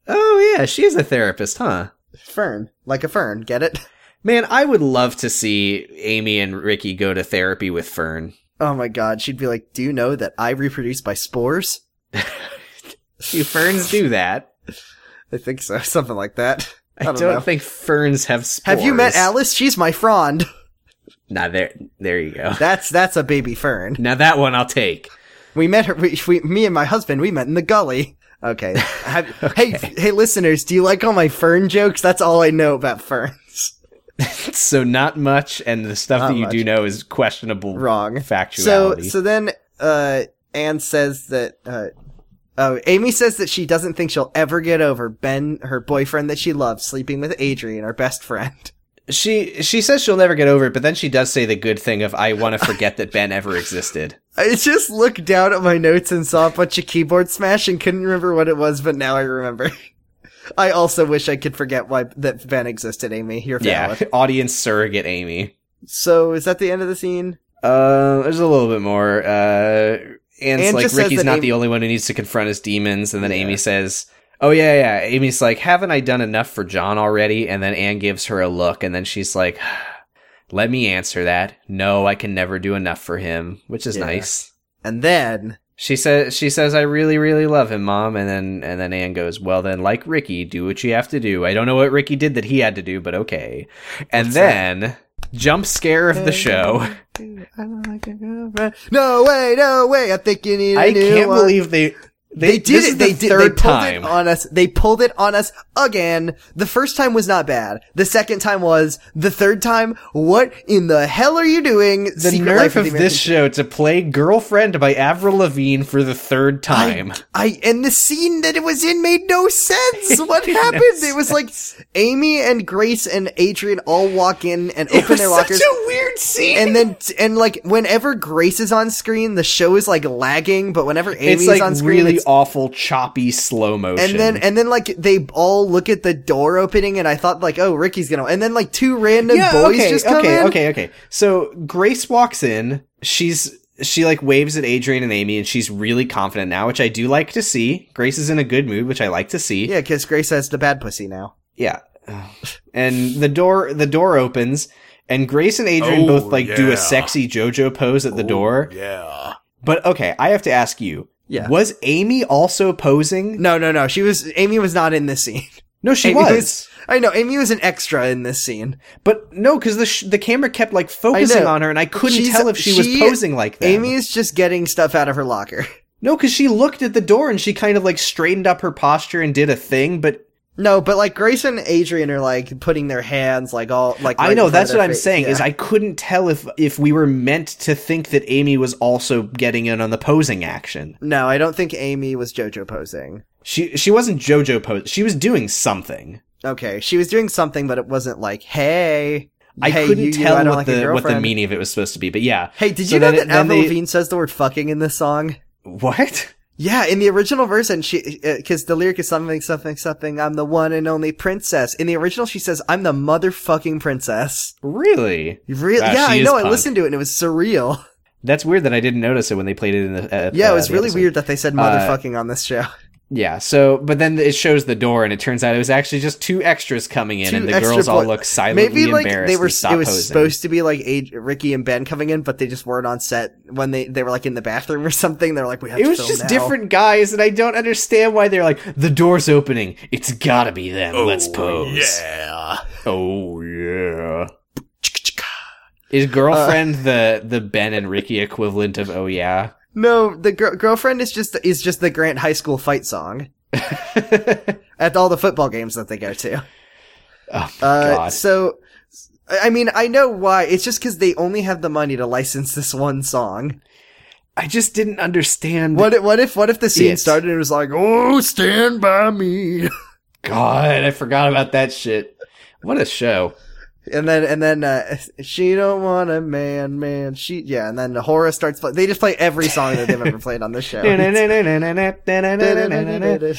Speaker 2: Oh yeah, she is a therapist, huh?
Speaker 3: Fern, like a fern, get it?
Speaker 2: Man, I would love to see Amy and Ricky go to therapy with Fern.
Speaker 3: Oh my god, she'd be like, do you know that I reproduce by spores?
Speaker 2: Do ferns do that?
Speaker 3: I think so, something like that.
Speaker 2: I
Speaker 3: I don't
Speaker 2: don't,
Speaker 3: know.
Speaker 2: think ferns have spores.
Speaker 3: Have you met Alice? She's my frond.
Speaker 2: Nah, there, there you go.
Speaker 3: That's that's a baby fern.
Speaker 2: Now that one I'll take.
Speaker 3: We met her. We, we, me and my husband. We met in the gully. Okay. Have, Hey, hey, listeners, do you like all my fern jokes? That's all I know about ferns.
Speaker 2: So not much, and the stuff
Speaker 3: Not
Speaker 2: that you do
Speaker 3: much.
Speaker 2: know is questionable
Speaker 3: Wrong. So,
Speaker 2: factuality.
Speaker 3: so then, uh, Anne says that. Uh, oh, Amy says that she doesn't think she'll ever get over Ben, her boyfriend that she loves, sleeping with Adrian, her best friend.
Speaker 2: she she says she'll never get over it, but then she does say the good thing of I want to forget that Ben ever existed.
Speaker 3: I just looked down at my notes and saw a bunch of keyboard smash and couldn't remember what it was, but now I remember. I also wish I could forget why that Ben existed, Amy. You're
Speaker 2: Yeah,
Speaker 3: valid.
Speaker 2: audience surrogate Amy.
Speaker 3: So is that the end of the scene?
Speaker 2: Uh, there's a little bit more. Uh, Anne's
Speaker 3: Anne
Speaker 2: like
Speaker 3: just says
Speaker 2: Ricky's
Speaker 3: that
Speaker 2: not
Speaker 3: Amy-
Speaker 2: the only one who needs to confront his demons, and then Amy says, "Oh yeah, yeah." Amy's like, "Haven't I done enough for John already?" And then Anne gives her a look, and then she's like, "Let me answer that. No, I can never do enough for him," which is
Speaker 3: Yeah.
Speaker 2: nice.
Speaker 3: And then
Speaker 2: She says, "She says I really, really love him, Mom." And then, and then Anne goes, "Well, then, like Ricky, do what you have to do." I don't know what Ricky did that he had to do, but okay. And then, jump scare of the show.
Speaker 3: No way, no way, I think you need a
Speaker 2: I
Speaker 3: new
Speaker 2: can't
Speaker 3: one.
Speaker 2: believe they they,
Speaker 3: they did
Speaker 2: this
Speaker 3: it.
Speaker 2: is the
Speaker 3: They did. They
Speaker 2: third
Speaker 3: pulled
Speaker 2: time.
Speaker 3: it on us. They pulled it on us again. The first time was not bad. The second time was. The third time, what in the hell are you doing?
Speaker 2: the nerve of this show to play "Girlfriend" by Avril Lavigne for the third time.
Speaker 3: I and the scene that it was in made no sense. What happened? it was like Amy and Grace and Adrian all walk in and open their lockers.
Speaker 2: weird scene.
Speaker 3: and then and like whenever Grace is on screen, the show is like lagging, but whenever
Speaker 2: it's
Speaker 3: Amy's
Speaker 2: like
Speaker 3: on screen,
Speaker 2: really
Speaker 3: it's,
Speaker 2: awful, choppy, slow motion.
Speaker 3: and then and then like they all look at the door opening, and I thought like, oh, Ricky's gonna, and then like two random
Speaker 2: yeah,
Speaker 3: boys
Speaker 2: okay,
Speaker 3: just come
Speaker 2: okay,
Speaker 3: in.
Speaker 2: okay, okay. So Grace walks in. She's she like waves at Adrian and Amy, and she's really confident now, which I do like to see. Grace is in a good mood, which I like to see.
Speaker 3: Yeah, because Grace has the bad pussy now.
Speaker 2: Yeah. And the door the door opens and Grace and Adrian
Speaker 4: Oh,
Speaker 2: both like do
Speaker 4: yeah. Oh,
Speaker 2: a sexy JoJo pose at the door.
Speaker 4: Yeah.
Speaker 2: But okay, I have to ask you.
Speaker 3: Yeah.
Speaker 2: Was Amy also posing?
Speaker 3: No, no, no. She was Amy was not in this scene.
Speaker 2: No, she
Speaker 3: Amy
Speaker 2: was.
Speaker 3: I know Amy was an extra in this scene.
Speaker 2: But no, cuz the sh- the camera kept like focusing
Speaker 3: know.
Speaker 2: on her and I couldn't
Speaker 3: She's-
Speaker 2: tell if she, was
Speaker 3: she-
Speaker 2: posing like that.
Speaker 3: Amy is just getting stuff out of her locker.
Speaker 2: No, cuz she looked at the door and she kind of like straightened up her posture and did a thing, but
Speaker 3: No, but like Grace and Adrian are like putting their hands like all like.
Speaker 2: I
Speaker 3: right
Speaker 2: know
Speaker 3: in front
Speaker 2: that's
Speaker 3: of
Speaker 2: what
Speaker 3: their
Speaker 2: I'm
Speaker 3: face.
Speaker 2: saying
Speaker 3: Yeah.
Speaker 2: is I couldn't tell if if we were meant to think that Amy was also getting in on the posing action.
Speaker 3: No, I don't think Amy was JoJo posing.
Speaker 2: She she wasn't JoJo pose. She was doing something.
Speaker 3: Okay, she was doing something, but it wasn't like, hey,
Speaker 2: I
Speaker 3: hey,
Speaker 2: couldn't
Speaker 3: you, you, I
Speaker 2: tell
Speaker 3: don't
Speaker 2: what
Speaker 3: like
Speaker 2: the
Speaker 3: your
Speaker 2: what the
Speaker 3: girlfriend.
Speaker 2: meaning of it was supposed to be. But yeah,
Speaker 3: Hey, did
Speaker 2: So
Speaker 3: you know
Speaker 2: then it-
Speaker 3: that
Speaker 2: then
Speaker 3: Avril
Speaker 2: they-
Speaker 3: Lavigne says the word "fucking" in this song?
Speaker 2: what?
Speaker 3: Yeah, in the original version, she because the lyric is something, something, something. I'm the one and only princess. In the original, she says, "I'm the motherfucking princess."
Speaker 2: Really?
Speaker 3: Really?
Speaker 2: Wow,
Speaker 3: yeah,
Speaker 2: she
Speaker 3: I
Speaker 2: is
Speaker 3: know. I
Speaker 2: punk.
Speaker 3: listened to it and it was surreal.
Speaker 2: That's weird that I didn't notice it when they played it in the. Uh,
Speaker 3: Yeah,
Speaker 2: uh,
Speaker 3: it was
Speaker 2: the
Speaker 3: really
Speaker 2: episode.
Speaker 3: weird that they said motherfucking on this show.
Speaker 2: Yeah. So, but then it shows the door, and it turns out it was actually just two extras coming in,
Speaker 3: Two
Speaker 2: and the
Speaker 3: extra
Speaker 2: girls all
Speaker 3: poi-
Speaker 2: look silently
Speaker 3: Maybe like
Speaker 2: embarrassed.
Speaker 3: they were.
Speaker 2: and stop
Speaker 3: It was
Speaker 2: posing.
Speaker 3: supposed to be like a, Ricky and Ben coming in, but they just weren't on set when they they were like in the bathroom or something. They're like, we have.
Speaker 2: It
Speaker 3: to
Speaker 2: was
Speaker 3: film
Speaker 2: just
Speaker 3: now."
Speaker 2: different guys, and I don't understand why they're like, the door's opening. It's gotta be them. Let's pose.
Speaker 4: Oh, Yeah.
Speaker 2: Oh yeah. Is girlfriend the the Ben and Ricky equivalent of oh yeah?
Speaker 3: No, the gr- girlfriend is just is just the Grant High School fight song at all the football games that they go to.
Speaker 2: Oh my
Speaker 3: Uh,
Speaker 2: god.
Speaker 3: so I I mean, I know why. It's just because they only have the money to license this one song.
Speaker 2: I just didn't understand.
Speaker 3: What? i- What if? What if the scene
Speaker 2: It.
Speaker 3: started and it was like,
Speaker 4: Oh, stand by me.
Speaker 2: God, I forgot about that shit. What a show.
Speaker 3: and then and then uh, she don't want a man, man. She yeah, and then the horror starts. Play- they just play every song that they've ever played on this show. God,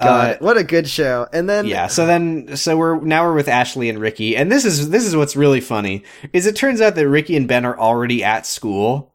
Speaker 2: Uh,
Speaker 3: what a good show! And then
Speaker 2: yeah so then so we're now we're with ashley and ricky and this is this is what's really funny is it turns out that ricky and ben are already at school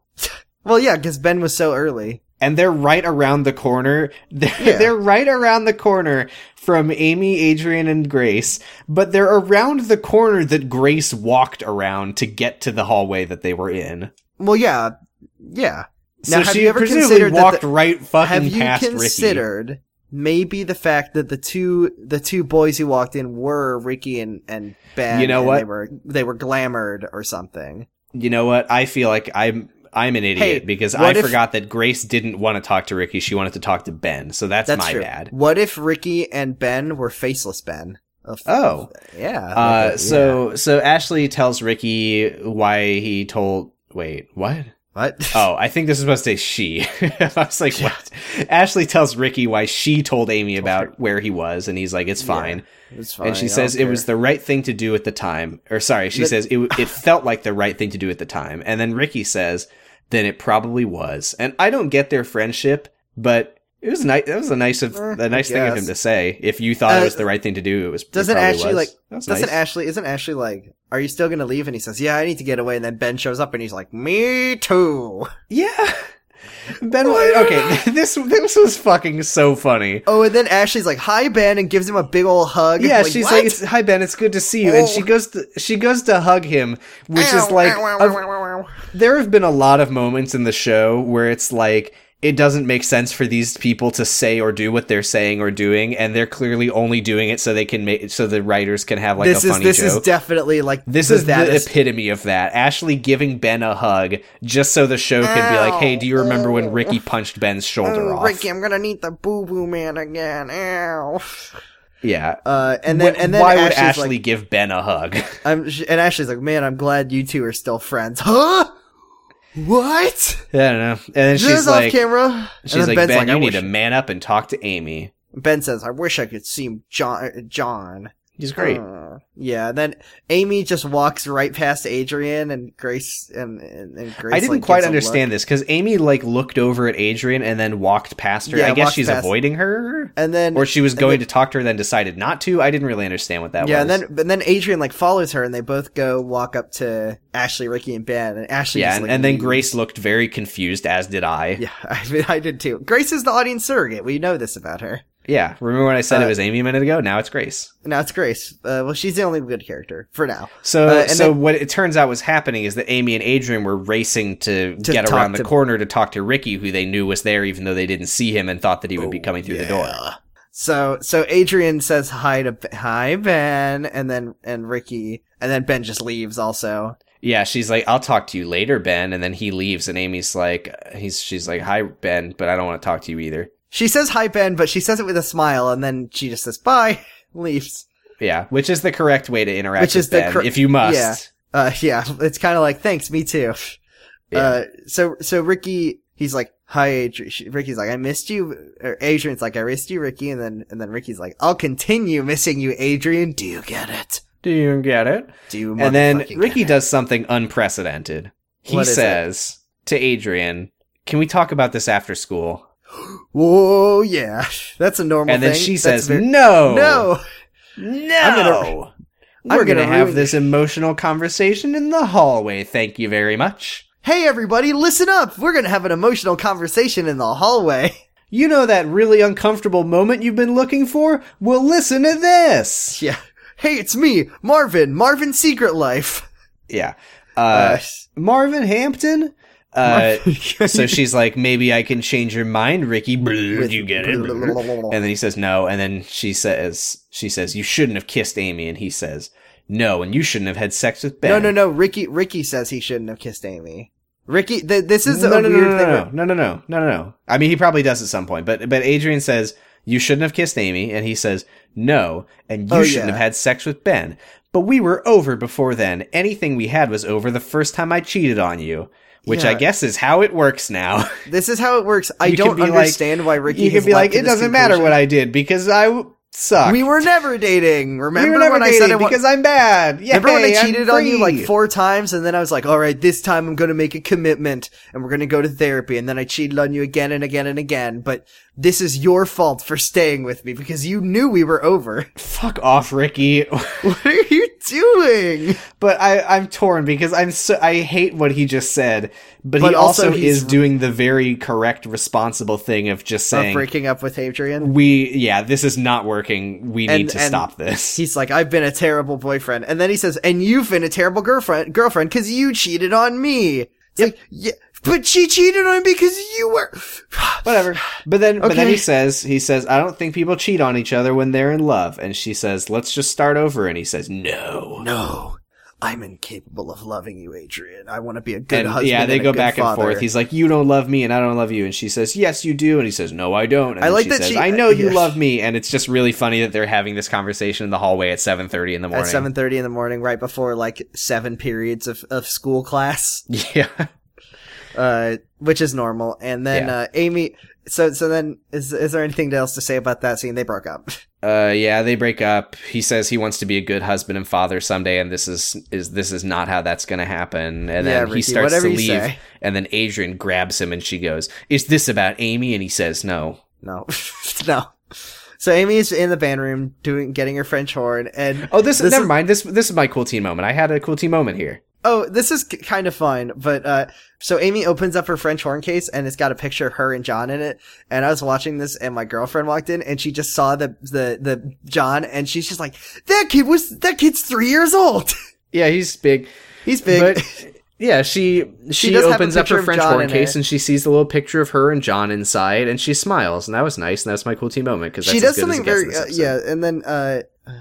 Speaker 3: well, yeah, because Ben was so early.
Speaker 2: and they're right around the corner they're,
Speaker 3: Yeah.
Speaker 2: they're right around the corner from amy adrian and grace but they're around the corner that grace walked around to get to the hallway that they were in
Speaker 3: Well, yeah, yeah.
Speaker 2: so
Speaker 3: have
Speaker 2: she
Speaker 3: you ever
Speaker 2: presumably
Speaker 3: considered that
Speaker 2: walked
Speaker 3: the-
Speaker 2: right fucking
Speaker 3: Have you
Speaker 2: past ricky
Speaker 3: considered maybe the fact that the two the two boys who walked in were Ricky and and Ben?
Speaker 2: You know
Speaker 3: and
Speaker 2: what?
Speaker 3: They were they were glamored or something.
Speaker 2: you know what i feel like i'm i'm an idiot
Speaker 3: Hey,
Speaker 2: because i
Speaker 3: what if-
Speaker 2: forgot that grace didn't want to talk to ricky she wanted to talk to ben so that's,
Speaker 3: That's
Speaker 2: my
Speaker 3: true.
Speaker 2: bad
Speaker 3: What if Ricky and Ben were faceless Ben? Of-
Speaker 2: Oh.
Speaker 3: yeah.
Speaker 2: Uh,
Speaker 3: Like, yeah.
Speaker 2: so so Ashley tells Ricky why he told. Wait, what?
Speaker 3: what?
Speaker 2: Oh, I think this is supposed to say she. I was like, what? Ashley tells Ricky why she told Amy about where he was, and he's like, it's fine.
Speaker 3: It's fine,
Speaker 2: And she
Speaker 3: I
Speaker 2: says
Speaker 3: don't
Speaker 2: it was
Speaker 3: care.
Speaker 2: the right thing to do at the time. Or sorry, she
Speaker 3: But-
Speaker 2: says it it felt like the right thing to do at the time. And then Ricky says, then it probably was. And I don't get their friendship, but it was nice. That was a nice of
Speaker 3: Eh,
Speaker 2: a nice thing of
Speaker 3: guess.
Speaker 2: him to say. If you thought it
Speaker 3: Uh,
Speaker 2: was the right thing to do, it was. it
Speaker 3: doesn't
Speaker 2: probably
Speaker 3: Ashley,
Speaker 2: was.
Speaker 3: like-
Speaker 2: That was
Speaker 3: Doesn't
Speaker 2: nice.
Speaker 3: Ashley? Isn't Ashley like? Are you still gonna leave? And he says, "Yeah, I need to get away." And then Ben shows up, and he's like, "Me too."
Speaker 2: Yeah. Ben, okay, this this was fucking so funny.
Speaker 3: Oh, and then Ashley's like, "Hi, Ben," and gives him a big old hug.
Speaker 2: Yeah,
Speaker 3: Like,
Speaker 2: she's
Speaker 3: what?
Speaker 2: like, it's, "Hi Ben, it's good to see you." And she
Speaker 3: Oh.
Speaker 2: goes to she goes to hug him, which
Speaker 4: Ow,
Speaker 2: is like
Speaker 4: ow, ow,
Speaker 2: of-
Speaker 4: ow, ow, ow.
Speaker 2: there have been a lot of moments in the show where it's like it doesn't make sense for these people to say or do what they're saying or doing, and they're clearly only doing it so they can make so the writers can have like
Speaker 3: this
Speaker 2: a
Speaker 3: is
Speaker 2: funny
Speaker 3: this
Speaker 2: joke.
Speaker 3: is definitely like
Speaker 2: This
Speaker 3: the
Speaker 2: is the
Speaker 3: baddest-
Speaker 2: epitome of that. Ashley giving Ben a hug just so the show can be like, "Hey, do you remember when Ricky punched Ben's shoulder
Speaker 4: Oh,
Speaker 2: off?"
Speaker 4: Ricky, I'm gonna need the boo boo man again. Ow.
Speaker 2: Yeah.
Speaker 3: uh, and then
Speaker 2: Wh-
Speaker 3: and then
Speaker 2: why
Speaker 3: Ashley's
Speaker 2: would Ashley
Speaker 3: like,
Speaker 2: give Ben a hug?
Speaker 3: I'm, sh- and Ashley's like, man, I'm glad you two are still friends, huh? What?
Speaker 2: I don't know. And then
Speaker 3: This
Speaker 2: she's
Speaker 3: is
Speaker 2: like,
Speaker 3: off camera.
Speaker 2: she's
Speaker 3: and then
Speaker 2: like,
Speaker 3: Ben's
Speaker 2: Ben,
Speaker 3: like,
Speaker 2: you
Speaker 3: I
Speaker 2: need
Speaker 3: wish-
Speaker 2: to man up and talk to Amy.
Speaker 3: Ben says, I wish I could see John. John.
Speaker 2: He's great.
Speaker 3: Uh, yeah. And then Amy just walks right past Adrian and Grace and and, and Grace.
Speaker 2: I didn't
Speaker 3: like,
Speaker 2: quite
Speaker 3: gives a look.
Speaker 2: understand this because Amy like looked over at Adrian and then walked past her.
Speaker 3: Yeah,
Speaker 2: I guess
Speaker 3: walked
Speaker 2: she's
Speaker 3: past-
Speaker 2: avoiding her,
Speaker 3: And then
Speaker 2: or she was
Speaker 3: and
Speaker 2: going
Speaker 3: then-
Speaker 2: to talk to her, then decided not to. I didn't really understand what that
Speaker 3: yeah,
Speaker 2: was.
Speaker 3: and then and then Adrian like follows her, and they both go walk up to Ashley, Ricky, and Ben, and Ashley.
Speaker 2: yeah,
Speaker 3: just,
Speaker 2: and,
Speaker 3: like,
Speaker 2: and then
Speaker 3: leaves.
Speaker 2: Grace looked very confused, as did I. Yeah,
Speaker 3: Yeah, I, mean, I did too. Grace is the audience surrogate. We know this about her.
Speaker 2: remember when I said
Speaker 3: Uh,
Speaker 2: it was Amy a minute ago? Now it's Grace.
Speaker 3: Now it's Grace. Uh, well, she's the only good character for now.
Speaker 2: So,
Speaker 3: Uh, and
Speaker 2: so
Speaker 3: then-
Speaker 2: what it turns out was happening is that Amy and Adrian were racing to,
Speaker 3: To
Speaker 2: get
Speaker 3: talk
Speaker 2: around the
Speaker 3: to-
Speaker 2: corner to talk to Ricky, who they knew was there, even though they didn't see him and thought that he would be
Speaker 3: Oh,
Speaker 2: coming through the door.
Speaker 3: So so Adrian says hi to hi Ben, and then and Ricky, and then Ben just leaves. Also,
Speaker 2: Yeah, she's like, "I'll talk to you later, Ben," and then he leaves, and Amy's like, "He's she's like, hi, Ben, but I don't want to talk to you either."
Speaker 3: she says hi Ben, but she says it with a smile, and then she just says bye, leaves.
Speaker 2: Yeah, which is the correct way to interact.
Speaker 3: Which
Speaker 2: with
Speaker 3: is the
Speaker 2: Ben,
Speaker 3: cor-
Speaker 2: if you must.
Speaker 3: yeah. Uh, yeah, it's kind of like thanks, me too.
Speaker 2: Yeah.
Speaker 3: Uh, so so Ricky, he's like, "Hi, Adrian." She- Ricky's like, "I missed you." Or Adrian's like, "I missed you, Ricky," and then and then Ricky's like, "I'll continue missing you, Adrian. Do you get it?
Speaker 2: Do you get it?
Speaker 3: Do you?"
Speaker 2: And then
Speaker 3: motherfucking get
Speaker 2: Ricky
Speaker 3: it?"
Speaker 2: does something unprecedented. He
Speaker 3: What is it?
Speaker 2: says to Adrian, "Can we talk about this after school?"
Speaker 3: whoa, yeah, that's a normal
Speaker 2: and then
Speaker 3: thing.
Speaker 2: she
Speaker 3: That's
Speaker 2: says,
Speaker 3: very-
Speaker 2: "No,
Speaker 3: no,
Speaker 2: no."
Speaker 3: gonna- I'm
Speaker 2: We're gonna,
Speaker 3: gonna
Speaker 2: have
Speaker 3: ruin-
Speaker 2: this emotional conversation in the hallway. Thank you very much.
Speaker 3: Hey, everybody, listen up. We're going to have an emotional conversation in the hallway.
Speaker 2: You know that really uncomfortable moment you've been looking for? Well, listen to this.
Speaker 3: Yeah. Hey, it's me, Marvin, Marvin Secret Life.
Speaker 2: Yeah. Uh, Marvin Hampton? Uh, so she's like, maybe I can change your mind, Ricky. Did you get it? And then he says no, and then she says, she says, you shouldn't have kissed Amy, and he says, no, and you shouldn't have had sex with Ben.
Speaker 3: No, no, no. Ricky, Ricky says he shouldn't have kissed Amy. Ricky, th- this is
Speaker 2: no,
Speaker 3: a
Speaker 2: no,
Speaker 3: weird
Speaker 2: no, no,
Speaker 3: thing.
Speaker 2: no, no, no, no, no, no, no. I mean, he probably does at some point, but but Adrian says you shouldn't have kissed Amy, and he says no, and you
Speaker 3: Oh,
Speaker 2: shouldn't
Speaker 3: yeah.
Speaker 2: have had sex with Ben. But we were over before then. Anything we had was over the first time I cheated on you, which I
Speaker 3: Yeah.
Speaker 2: guess is how it works now.
Speaker 3: This is how it works. I
Speaker 2: You can
Speaker 3: don't
Speaker 2: be like-
Speaker 3: understand why Ricky.
Speaker 2: you
Speaker 3: has
Speaker 2: can be
Speaker 3: leapt
Speaker 2: like,
Speaker 3: to
Speaker 2: it
Speaker 3: this
Speaker 2: doesn't matter what
Speaker 3: conclusion.
Speaker 2: I did because I w- suck.
Speaker 3: We were never dating.
Speaker 2: We
Speaker 3: Remember
Speaker 2: were never
Speaker 3: when I said
Speaker 2: dating
Speaker 3: I wa-
Speaker 2: because I'm bad. Yeah,
Speaker 3: Remember when I
Speaker 2: I'm
Speaker 3: cheated on you like
Speaker 2: free.
Speaker 3: four times, and then I was like, "All right, this time I'm going to make a commitment, and we're going to go to therapy." And then I cheated on you again and again and again. But this is your fault for staying with me because you knew we were over.
Speaker 2: Fuck off, Ricky.
Speaker 3: what are you doing?
Speaker 2: But I, I'm torn because I'm so I hate what he just said, but,
Speaker 3: But
Speaker 2: he also,
Speaker 3: also he's-
Speaker 2: is doing the very correct, responsible thing of just
Speaker 3: Of
Speaker 2: saying
Speaker 3: breaking up with Adrian.
Speaker 2: we yeah this is not working. We
Speaker 3: And-
Speaker 2: need to
Speaker 3: and
Speaker 2: stop this.
Speaker 3: He's like, I've been a terrible boyfriend, and then he says, "And you've been a terrible girlfriend, girlfriend, because you cheated on me." It's like, yeah, but she cheated on me because you were.
Speaker 2: Whatever. But then but then
Speaker 3: Okay.
Speaker 2: he says he says I don't think people cheat on each other when they're in love, and she says let's just start over, and he says no.
Speaker 3: No, I'm incapable of loving you, Adrian. I want to be a good
Speaker 2: And
Speaker 3: husband.
Speaker 2: yeah, they
Speaker 3: and a
Speaker 2: go
Speaker 3: good
Speaker 2: back
Speaker 3: father.
Speaker 2: and forth. He's like, "You don't love me, and I don't love you," and she says, "Yes, you do," and he says, "No, I don't." And then
Speaker 3: like
Speaker 2: she
Speaker 3: that
Speaker 2: says,
Speaker 3: she- uh,
Speaker 2: "I know you
Speaker 3: yeah.
Speaker 2: love me," and it's just really funny that they're having this conversation in the hallway at seven thirty in the
Speaker 3: at
Speaker 2: morning.
Speaker 3: seven thirty in the morning, right before like seven periods of of school class,
Speaker 2: Yeah.
Speaker 3: uh, which is normal. And then
Speaker 2: Yeah.
Speaker 3: uh, Amy. So so then is is there anything else to say about that scene? They broke up.
Speaker 2: Uh, yeah, they break up. He says he wants to be a good husband and father someday, and this is is this is not how that's going to happen. And
Speaker 3: Yeah,
Speaker 2: then he
Speaker 3: Ricky,
Speaker 2: starts to
Speaker 3: whatever you
Speaker 2: leave,
Speaker 3: say.
Speaker 2: and then Adrian grabs him, and she goes, "Is this about Amy?" And he says, "No."
Speaker 3: No, no. So Amy's in the band room doing getting her French horn, and
Speaker 2: Oh, this,
Speaker 3: This
Speaker 2: never
Speaker 3: is-
Speaker 2: mind. This this is my cool teen moment. I had a cool teen moment here.
Speaker 3: Oh, this is k- kind of fun, but uh, so Amy opens up her French horn case and it's got a picture of her and John in it. And I was watching this, and my girlfriend walked in, and she just saw the the the John, and she's just like, "That kid was that kid's three years old.
Speaker 2: Yeah, he's big.
Speaker 3: He's big."
Speaker 2: But yeah, she she,
Speaker 3: does have a
Speaker 2: opens up
Speaker 3: picture
Speaker 2: her
Speaker 3: of
Speaker 2: French
Speaker 3: John
Speaker 2: horn
Speaker 3: in
Speaker 2: case
Speaker 3: it.
Speaker 2: and she sees the little picture of her and John inside, and she smiles, and that was nice, and that's my cool teen moment because
Speaker 3: she does something very uh, yeah, and then uh, uh,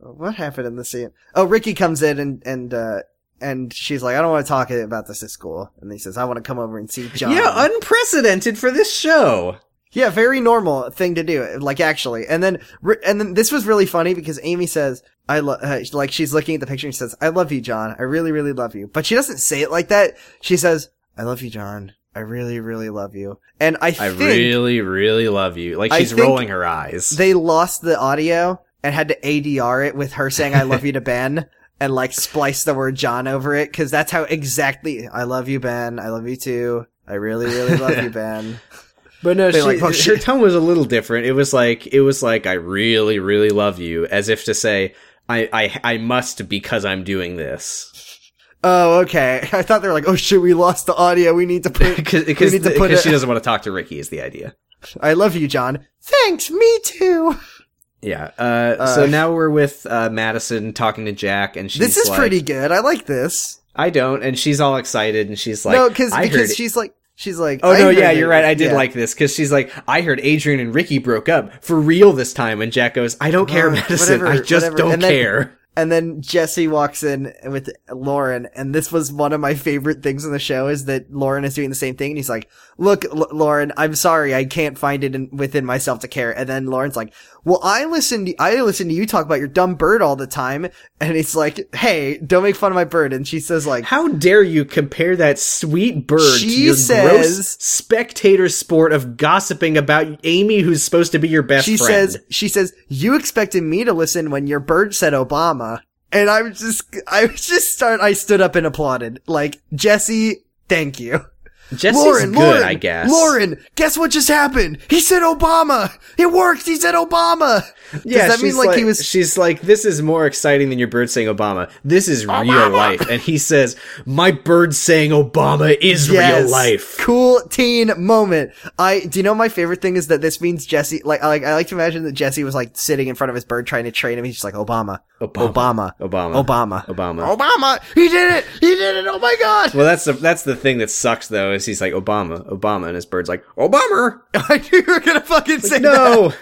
Speaker 3: what happened in the scene? Oh, Ricky comes in and and uh, and she's like, "I don't want to talk about this at school," and he says, "I want to come over and see John."
Speaker 2: yeah, unprecedented for this show.
Speaker 3: Yeah, very normal thing to do. Like actually, and then r- and then this was really funny because Amy says, "I love," uh, like she's looking at the picture and she says, "I love you, John. I really, really love you." But she doesn't say it like that. She says, "I love you, John. I really, really love you." And I,
Speaker 2: I
Speaker 3: think
Speaker 2: really, really love you. Like
Speaker 3: I
Speaker 2: she's
Speaker 3: think
Speaker 2: rolling her eyes.
Speaker 3: they lost the audio and had to ADR it with her saying, "I love you" to Ben. And like splice the word John over it because that's how exactly I love you, Ben. I love you too. I really, really love you, Ben.
Speaker 2: but no,
Speaker 3: they
Speaker 2: she,
Speaker 3: like, oh,
Speaker 2: her
Speaker 3: shit.
Speaker 2: tone was a little different. It was like it was like I really, really love you, as if to say I I, I must because I'm doing this.
Speaker 3: Oh, okay. I thought they were like, oh shit, we lost the audio. We need to put.
Speaker 2: Because
Speaker 3: We need to put
Speaker 2: because
Speaker 3: it-
Speaker 2: she doesn't want to talk to Ricky is the idea.
Speaker 3: I love you, John. Thanks, me too.
Speaker 2: Yeah. Uh, so now we're with uh, Madison talking to Jack, and she's
Speaker 3: This is
Speaker 2: like,
Speaker 3: pretty good. I like this.
Speaker 2: I don't, and she's all excited, and she's like,
Speaker 3: no, cause,
Speaker 2: I
Speaker 3: because
Speaker 2: heard-
Speaker 3: she's like, she's like,
Speaker 2: Oh
Speaker 3: I
Speaker 2: no,
Speaker 3: heard
Speaker 2: yeah,
Speaker 3: it.
Speaker 2: you're right. I did
Speaker 3: Yeah.
Speaker 2: like this because she's like, I heard Adrian and Ricky broke up for real this time, and Jack goes, I don't care,
Speaker 3: Alright,
Speaker 2: Madison. I
Speaker 3: Oh, whatever,
Speaker 2: just
Speaker 3: whatever."
Speaker 2: don't
Speaker 3: And then-
Speaker 2: care.
Speaker 3: And then Jesse walks in with Lauren, and this was one of my favorite things in the show is that Lauren is doing the same thing, and he's like, "Look, L- Lauren, I'm sorry, I can't find it in- within myself to care." And then Lauren's like, "Well, I listen to I listen to you talk about your dumb bird all the time," and it's like, "Hey, don't make fun of my bird." And she says like,
Speaker 2: How dare you compare that sweet bird to
Speaker 3: She
Speaker 2: your gross
Speaker 3: says-
Speaker 2: spectator sport of gossiping about Amy, who's supposed to be your best
Speaker 3: she
Speaker 2: friend?
Speaker 3: says she says you expected me to listen when your bird said obama and i was just i was just start i stood up and applauded like jesse thank you
Speaker 2: Jesse's
Speaker 3: Lauren,
Speaker 2: good,
Speaker 3: Lauren,
Speaker 2: I guess.
Speaker 3: Lauren, guess what just happened? He said Obama. It worked. He said Obama. Does
Speaker 2: Yeah,
Speaker 3: that mean
Speaker 2: she's
Speaker 3: like, he was?
Speaker 2: She's like, this is more exciting than your bird saying Obama. This is real life, and he says, my bird saying Obama is real
Speaker 3: Yes.
Speaker 2: life.
Speaker 3: Cool teen moment. I do you know my favorite thing is that this means Jesse like I like I like to imagine that Jesse was like sitting in front of his bird trying to train him. He's just like Obama.
Speaker 2: Obama.
Speaker 3: Obama.
Speaker 2: Obama.
Speaker 3: Obama.
Speaker 2: Obama.
Speaker 4: Obama, he did it! He did it! Oh my god!
Speaker 2: Well, that's the that's the thing that sucks though is he's like Obama, Obama, and his bird's like Obama.
Speaker 3: I knew you were gonna fucking say that.
Speaker 2: No,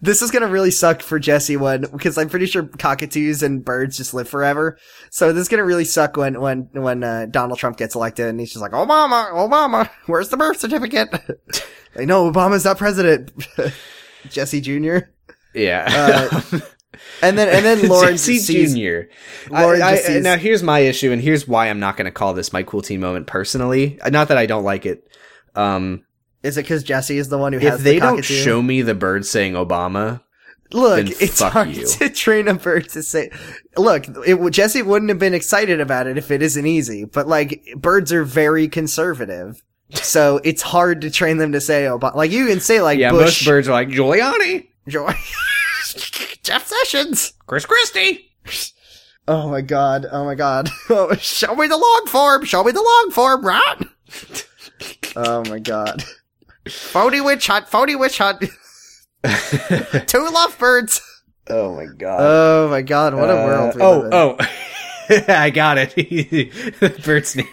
Speaker 3: This is gonna really suck for Jesse when because I'm pretty sure cockatoos and birds just live forever. So this is gonna really suck when when when uh, Donald Trump gets elected and he's just like Obama, Obama, where's the birth certificate? like no, Obama's not president. Jesse Jr.
Speaker 2: yeah.
Speaker 3: Uh, And then and then Lauren
Speaker 2: Jesse
Speaker 3: sees
Speaker 2: Jr.
Speaker 3: Lauren
Speaker 2: I-
Speaker 3: just
Speaker 2: I-
Speaker 3: sees-
Speaker 2: now here's my issue, and here's why I'm not going to call this my cool teen moment personally. Not that I don't like it. Um,
Speaker 3: Is it because Jesse is the one who
Speaker 2: if
Speaker 3: has
Speaker 2: they
Speaker 3: the
Speaker 2: don't
Speaker 3: cockatoo?
Speaker 2: show me the bird saying Obama,
Speaker 3: Look,
Speaker 2: then
Speaker 3: it's
Speaker 2: fuck
Speaker 3: hard
Speaker 2: you.
Speaker 3: to train a bird to say. Look, it, w- Jesse wouldn't have been excited about it if it isn't easy. But like, birds are very conservative, so it's hard to train them to say Obama. Like you can say like
Speaker 2: yeah, most
Speaker 3: Bush,
Speaker 2: birds are like Giuliani,
Speaker 3: Joy.
Speaker 4: Jeff Sessions!
Speaker 2: Chris Christie.
Speaker 3: Oh my god! Oh my god! Oh, sh-
Speaker 4: Show me the long form! Show me the long form, right?
Speaker 3: oh my god!
Speaker 4: Phony witch hunt! Phony witch hunt! Two lovebirds!
Speaker 2: Oh my god.
Speaker 3: Oh my god! What a world! we live in.
Speaker 2: oh, oh, I got it. the bird's name.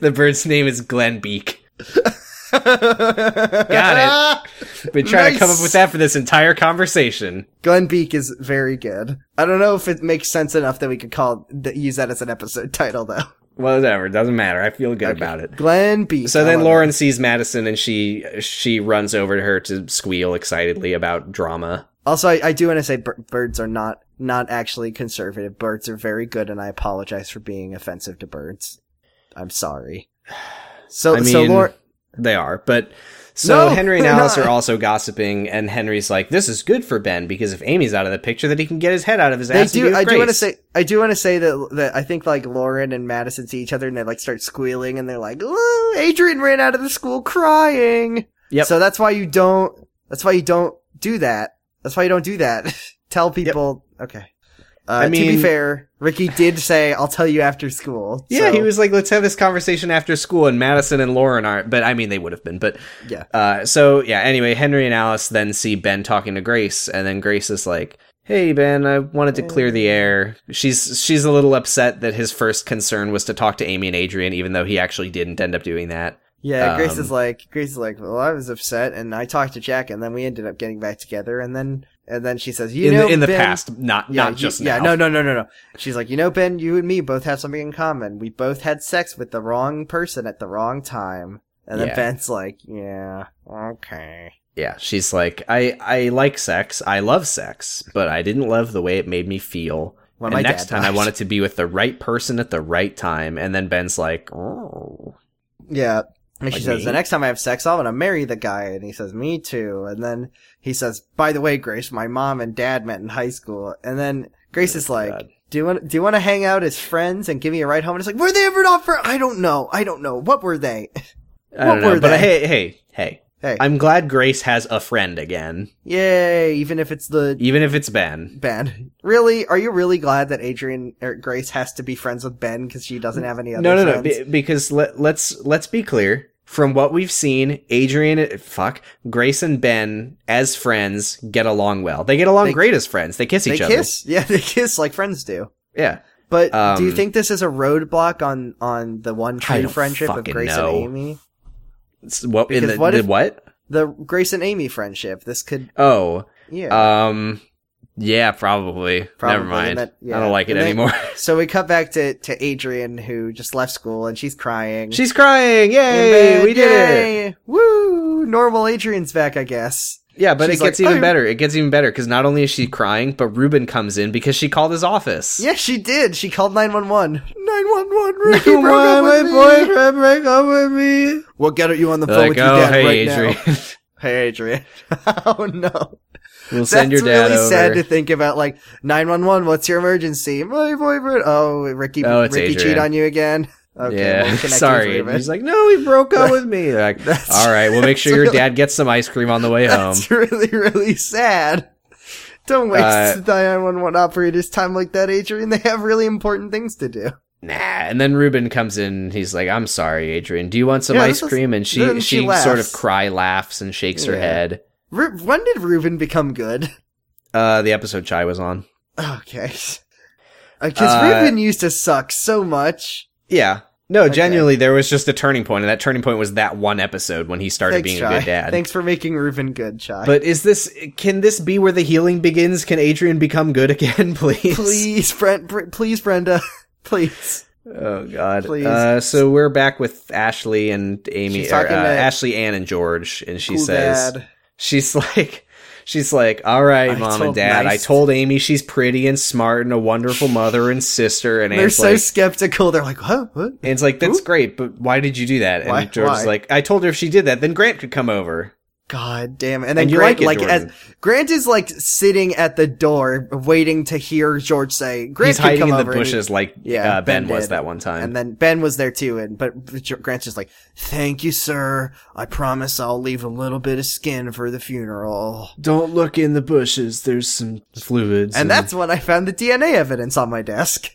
Speaker 2: The bird's name is Glenn Beak. oh, got it. Been trying to come up
Speaker 3: Nice.
Speaker 2: with that for this entire conversation.
Speaker 3: Glenn Beak is very good. I don't know if it makes sense enough that we could call that use that as an episode title though.
Speaker 2: Whatever, doesn't matter. I feel good about it.
Speaker 3: Glenn Beak.
Speaker 2: So
Speaker 3: I
Speaker 2: then
Speaker 3: love
Speaker 2: Lauren sees Madison, and she she runs over to her to squeal excitedly about drama.
Speaker 3: Also, I, I do want to say bir- birds are not not actually conservative. Birds are very good, and I apologize for being offensive to birds. I'm sorry. So,
Speaker 2: I
Speaker 3: so
Speaker 2: mean,
Speaker 3: Lauren,
Speaker 2: they are, but. So
Speaker 3: No,
Speaker 2: Henry and
Speaker 3: they're
Speaker 2: Alice
Speaker 3: not.
Speaker 2: are also gossiping, and Henry's like, "This is good for Ben because if Amy's out of the picture, that he can get his head out of his
Speaker 3: they
Speaker 2: ass." and
Speaker 3: do.
Speaker 2: with
Speaker 3: I do want to
Speaker 2: grace."
Speaker 3: say. I do want to say that that I think like Lauren and Madison see each other, and they like start squealing, and they're like, "Ooh, "Adrian ran out of the school crying."
Speaker 2: Yep.
Speaker 3: So that's why you don't. That's why you don't do that. That's why you don't do that. Tell people. Okay. Uh,
Speaker 2: I
Speaker 3: to
Speaker 2: mean-
Speaker 3: be fair, Ricky did say, "I'll tell you after school."
Speaker 2: Yeah,
Speaker 3: so-
Speaker 2: he was like, "Let's have this conversation after school." And Madison and Lauren aren't, but I mean, they would have been. But
Speaker 3: Yeah.
Speaker 2: Uh, so yeah. Anyway, Henry and Alice then see Ben talking to Grace, and then Grace is like, "Hey, Ben, I wanted to clear the air." She's she's a little upset that his first concern was to talk to Amy and Adrian, even though he actually didn't end up doing that.
Speaker 3: Yeah, Grace is
Speaker 2: Um,
Speaker 3: like, Grace is like, well, I was upset, and I talked to Jack, and then we ended up getting back together, and then, and then she says, you
Speaker 2: in
Speaker 3: know,
Speaker 2: the, in the
Speaker 3: Ben-
Speaker 2: past, not
Speaker 3: yeah,
Speaker 2: not
Speaker 3: you-
Speaker 2: just
Speaker 3: yeah,
Speaker 2: now.
Speaker 3: no, no, no, no, no. She's like, you know, Ben, you and me both have something in common. We both had sex with the wrong person at the wrong time, and then
Speaker 2: Yeah.
Speaker 3: Ben's like, yeah, okay.
Speaker 2: Yeah, she's like, I I like sex, I love sex, but I didn't love the way it made me feel.
Speaker 3: When
Speaker 2: and
Speaker 3: my
Speaker 2: next
Speaker 3: dad
Speaker 2: time, I
Speaker 3: dies.
Speaker 2: want it to be with the right person at the right time. And then Ben's like, "Oh,
Speaker 3: Yeah. And she
Speaker 2: Like
Speaker 3: says,
Speaker 2: me?
Speaker 3: the next time I have sex, I'm gonna marry the guy. And he says, me too. And then he says, by the way, Grace, my mom and dad met in high school. And then Grace is like,
Speaker 2: God.
Speaker 3: do you want, do you want to hang out as friends and give me a ride home? And it's like, were they ever not friends? I don't know. I don't know. What were they?
Speaker 2: I
Speaker 3: What
Speaker 2: don't know.
Speaker 3: were
Speaker 2: But
Speaker 3: they?
Speaker 2: hey, hey, hey.
Speaker 3: hey.
Speaker 2: I'm glad Grace has a friend again,
Speaker 3: Yay. Even if it's the
Speaker 2: even if it's Ben.
Speaker 3: Ben. Really? Are you really glad that Adrian or Grace has to be friends with Ben because she doesn't have any other
Speaker 2: No, no, no.
Speaker 3: friends?
Speaker 2: Be- because let, let's let's be clear. From what we've seen, Adrian, fuck, Grace and Ben as friends get along well. They get along
Speaker 3: They-
Speaker 2: great as friends. They kiss
Speaker 3: they
Speaker 2: each
Speaker 3: kiss. Yeah, they kiss like friends do.
Speaker 2: other. Yeah.
Speaker 3: But do you
Speaker 2: Um,
Speaker 3: think this is a roadblock on on the one
Speaker 2: I
Speaker 3: true
Speaker 2: don't
Speaker 3: friendship of
Speaker 2: fucking
Speaker 3: Grace
Speaker 2: know.
Speaker 3: and Amy?
Speaker 2: It's what in
Speaker 3: Because
Speaker 2: the
Speaker 3: what
Speaker 2: the
Speaker 3: if-
Speaker 2: what?
Speaker 3: The Grace and Amy friendship. This could
Speaker 2: Oh,
Speaker 3: yeah.
Speaker 2: um, yeah, probably.
Speaker 3: Probably,
Speaker 2: Never mind.
Speaker 3: that- yeah.
Speaker 2: I don't like it
Speaker 3: And they-
Speaker 2: anymore.
Speaker 3: so we cut back to to Adrian who just left school and she's crying.
Speaker 2: She's crying.
Speaker 3: In
Speaker 2: Yay,
Speaker 3: bed,
Speaker 2: we did it.
Speaker 3: yay! Woo! Normal Adrian's back, I guess.
Speaker 2: Yeah, but
Speaker 3: She's
Speaker 2: it
Speaker 3: like, "Oh."
Speaker 2: gets even
Speaker 3: "I'm-"
Speaker 2: better. It gets even better because not only is she crying, but Ruben comes in because she called his office.
Speaker 3: Yeah, she did. She called nine one one. Nine one one. Ricky broke up
Speaker 2: Why my
Speaker 3: with me.
Speaker 2: boyfriend break up with me?
Speaker 3: We'll get you on the
Speaker 2: They're like,
Speaker 3: phone with your
Speaker 2: oh,
Speaker 3: dad
Speaker 2: hey,
Speaker 3: right
Speaker 2: Adrian.
Speaker 3: now. Hey, Adrian. oh no.
Speaker 2: we'll send
Speaker 3: That's
Speaker 2: your dad
Speaker 3: really
Speaker 2: over.
Speaker 3: sad to think about. Like nine one one. What's your emergency? My boyfriend. Oh, Ricky.
Speaker 2: Oh, it's
Speaker 3: Ricky cheat
Speaker 2: Adrian.
Speaker 3: on you again. Okay,
Speaker 2: yeah,
Speaker 3: well, connecting
Speaker 2: sorry.
Speaker 3: three of
Speaker 2: He's
Speaker 3: us.
Speaker 2: like, no, he broke up with me. They're like,
Speaker 3: That's-
Speaker 2: all right, we'll make sure
Speaker 3: that's
Speaker 2: your
Speaker 3: really-
Speaker 2: dad gets some ice cream on the way home.
Speaker 3: That's really, really sad. Don't waste
Speaker 2: Uh,
Speaker 3: the 911 operator's time like that, Adrian. They have really important things to do.
Speaker 2: Nah. And then Ruben comes in. He's like, I'm sorry, Adrian. Do you want some
Speaker 3: Yeah,
Speaker 2: ice
Speaker 3: this is-
Speaker 2: cream? And she
Speaker 3: then she
Speaker 2: she sort of
Speaker 3: laughs.
Speaker 2: cry laughs and shakes her
Speaker 3: Yeah.
Speaker 2: head.
Speaker 3: Ru- when did Reuben become good?
Speaker 2: Uh, the episode Chai was on.
Speaker 3: Okay. Because
Speaker 2: Uh,
Speaker 3: Reuben used to suck so much.
Speaker 2: Yeah. No,
Speaker 3: Okay.
Speaker 2: genuinely, there was just a turning point, and that turning point was that one episode when he started
Speaker 3: Thanks,
Speaker 2: being
Speaker 3: Chai.
Speaker 2: a good dad.
Speaker 3: Thanks for making Reuben good, Chai.
Speaker 2: But is this? Can this be where the healing begins? Can Adrian become good again, please?
Speaker 3: please, Brent, Br- please, Brenda, please.
Speaker 2: Oh God.
Speaker 3: Please.
Speaker 2: Uh, so we're back with Ashley and Amy,
Speaker 3: She's
Speaker 2: or,
Speaker 3: talking
Speaker 2: uh,
Speaker 3: to-
Speaker 2: Ashley, Ann, and George, and she
Speaker 3: Cool
Speaker 2: says
Speaker 3: dad.
Speaker 2: she's like. She's like, all right,
Speaker 3: I
Speaker 2: mom and
Speaker 3: told
Speaker 2: dad.
Speaker 3: nice-
Speaker 2: I told Amy she's pretty and smart and a wonderful mother and sister. And
Speaker 3: they're
Speaker 2: Ann's
Speaker 3: so
Speaker 2: like,
Speaker 3: skeptical. They're like, huh? What?
Speaker 2: Ann's like, that's great, but why did you do that? And
Speaker 3: Why-
Speaker 2: George's
Speaker 3: why?
Speaker 2: like, I told her if she did that, then Grant could come over.
Speaker 3: God damn! it. And then
Speaker 2: And you
Speaker 3: Grant,
Speaker 2: like
Speaker 3: like,
Speaker 2: it,
Speaker 3: as
Speaker 2: Jordan.
Speaker 3: Grant is like sitting at the door, waiting to hear George say, "Grant
Speaker 2: He's
Speaker 3: can
Speaker 2: hiding
Speaker 3: come
Speaker 2: in the
Speaker 3: over," and he-
Speaker 2: bushes like
Speaker 3: Yeah,
Speaker 2: uh, Ben,
Speaker 3: Ben
Speaker 2: was
Speaker 3: did.
Speaker 2: that one time.
Speaker 3: And then Ben was there too, and but J- Grant's just like, "Thank you, sir. I promise I'll leave a little bit of skin for the funeral."
Speaker 2: Don't look in the bushes. There's some fluids.
Speaker 3: And that's when I found the DNA evidence on my desk.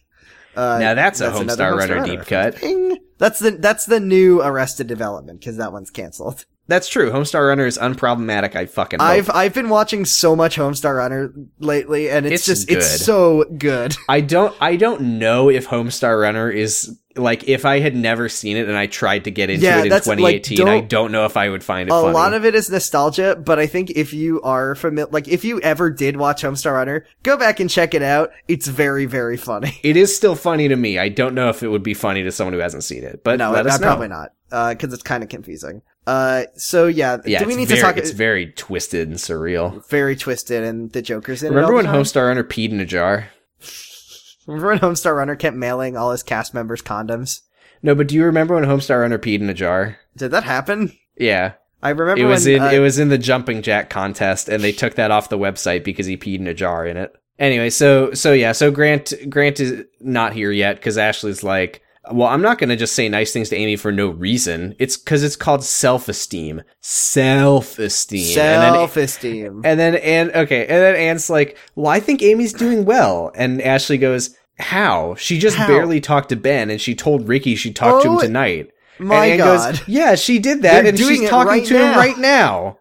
Speaker 3: Uh,
Speaker 2: Now that's a
Speaker 3: another
Speaker 2: Homestar
Speaker 3: Homestar
Speaker 2: Runner deep cut.
Speaker 3: Ding. That's the that's the new Arrested Development because that one's canceled.
Speaker 2: that's true. Homestar Runner is unproblematic. I fucking love
Speaker 3: I've I've been watching so much Homestar Runner lately, and it's,
Speaker 2: It's
Speaker 3: just
Speaker 2: good.
Speaker 3: it's so good.
Speaker 2: I don't I don't know if Homestar Runner is like if I had never seen it and I tried to get into
Speaker 3: Yeah,
Speaker 2: it in
Speaker 3: that's, like,
Speaker 2: 2018, I
Speaker 3: don't-
Speaker 2: don't know if I would find it
Speaker 3: a
Speaker 2: funny.
Speaker 3: lot of it is nostalgia, but I think if you are familiar, like if you ever did watch Homestar Runner, go back and check it out. It's very very funny.
Speaker 2: it is still funny to me. I don't know if it would be funny to someone who hasn't seen it, but
Speaker 3: No,
Speaker 2: let
Speaker 3: uh,
Speaker 2: us know.
Speaker 3: probably not, because it's kind of confusing. Uh, so yeah,
Speaker 2: Yeah,
Speaker 3: do we
Speaker 2: it's
Speaker 3: need
Speaker 2: very,
Speaker 3: to talk?
Speaker 2: It's very twisted and surreal.
Speaker 3: very twisted and the Joker's in
Speaker 2: Remember
Speaker 3: it. all
Speaker 2: when
Speaker 3: the time?
Speaker 2: Homestar Runner peed in a jar?
Speaker 3: Remember when Homestar Runner kept mailing all his cast members condoms?
Speaker 2: No, but do you remember when Homestar Runner peed in a jar?
Speaker 3: Did that happen?
Speaker 2: Yeah,
Speaker 3: I remember
Speaker 2: it was
Speaker 3: when,
Speaker 2: in
Speaker 3: uh,
Speaker 2: it was in the jumping jack contest, and they took that off the website because he peed in a jar in it. Anyway, so so yeah, so Grant Grant is not here yet because Ashley's like, well, I'm not gonna just say nice things to Amy for no reason. It's because it's called self esteem, self esteem,
Speaker 3: self-esteem.
Speaker 2: and then and okay, and then Anne's like, well, I think Amy's doing well, and Ashley goes. How? She just
Speaker 3: How?
Speaker 2: barely talked to Ben and she told Ricky she talked to him
Speaker 3: Oh,
Speaker 2: tonight.
Speaker 3: My
Speaker 2: and Anne
Speaker 3: God.
Speaker 2: goes, Yeah, she did that
Speaker 3: They're
Speaker 2: and
Speaker 3: doing
Speaker 2: she's
Speaker 3: it
Speaker 2: talking
Speaker 3: right
Speaker 2: to him
Speaker 3: now."
Speaker 2: right now.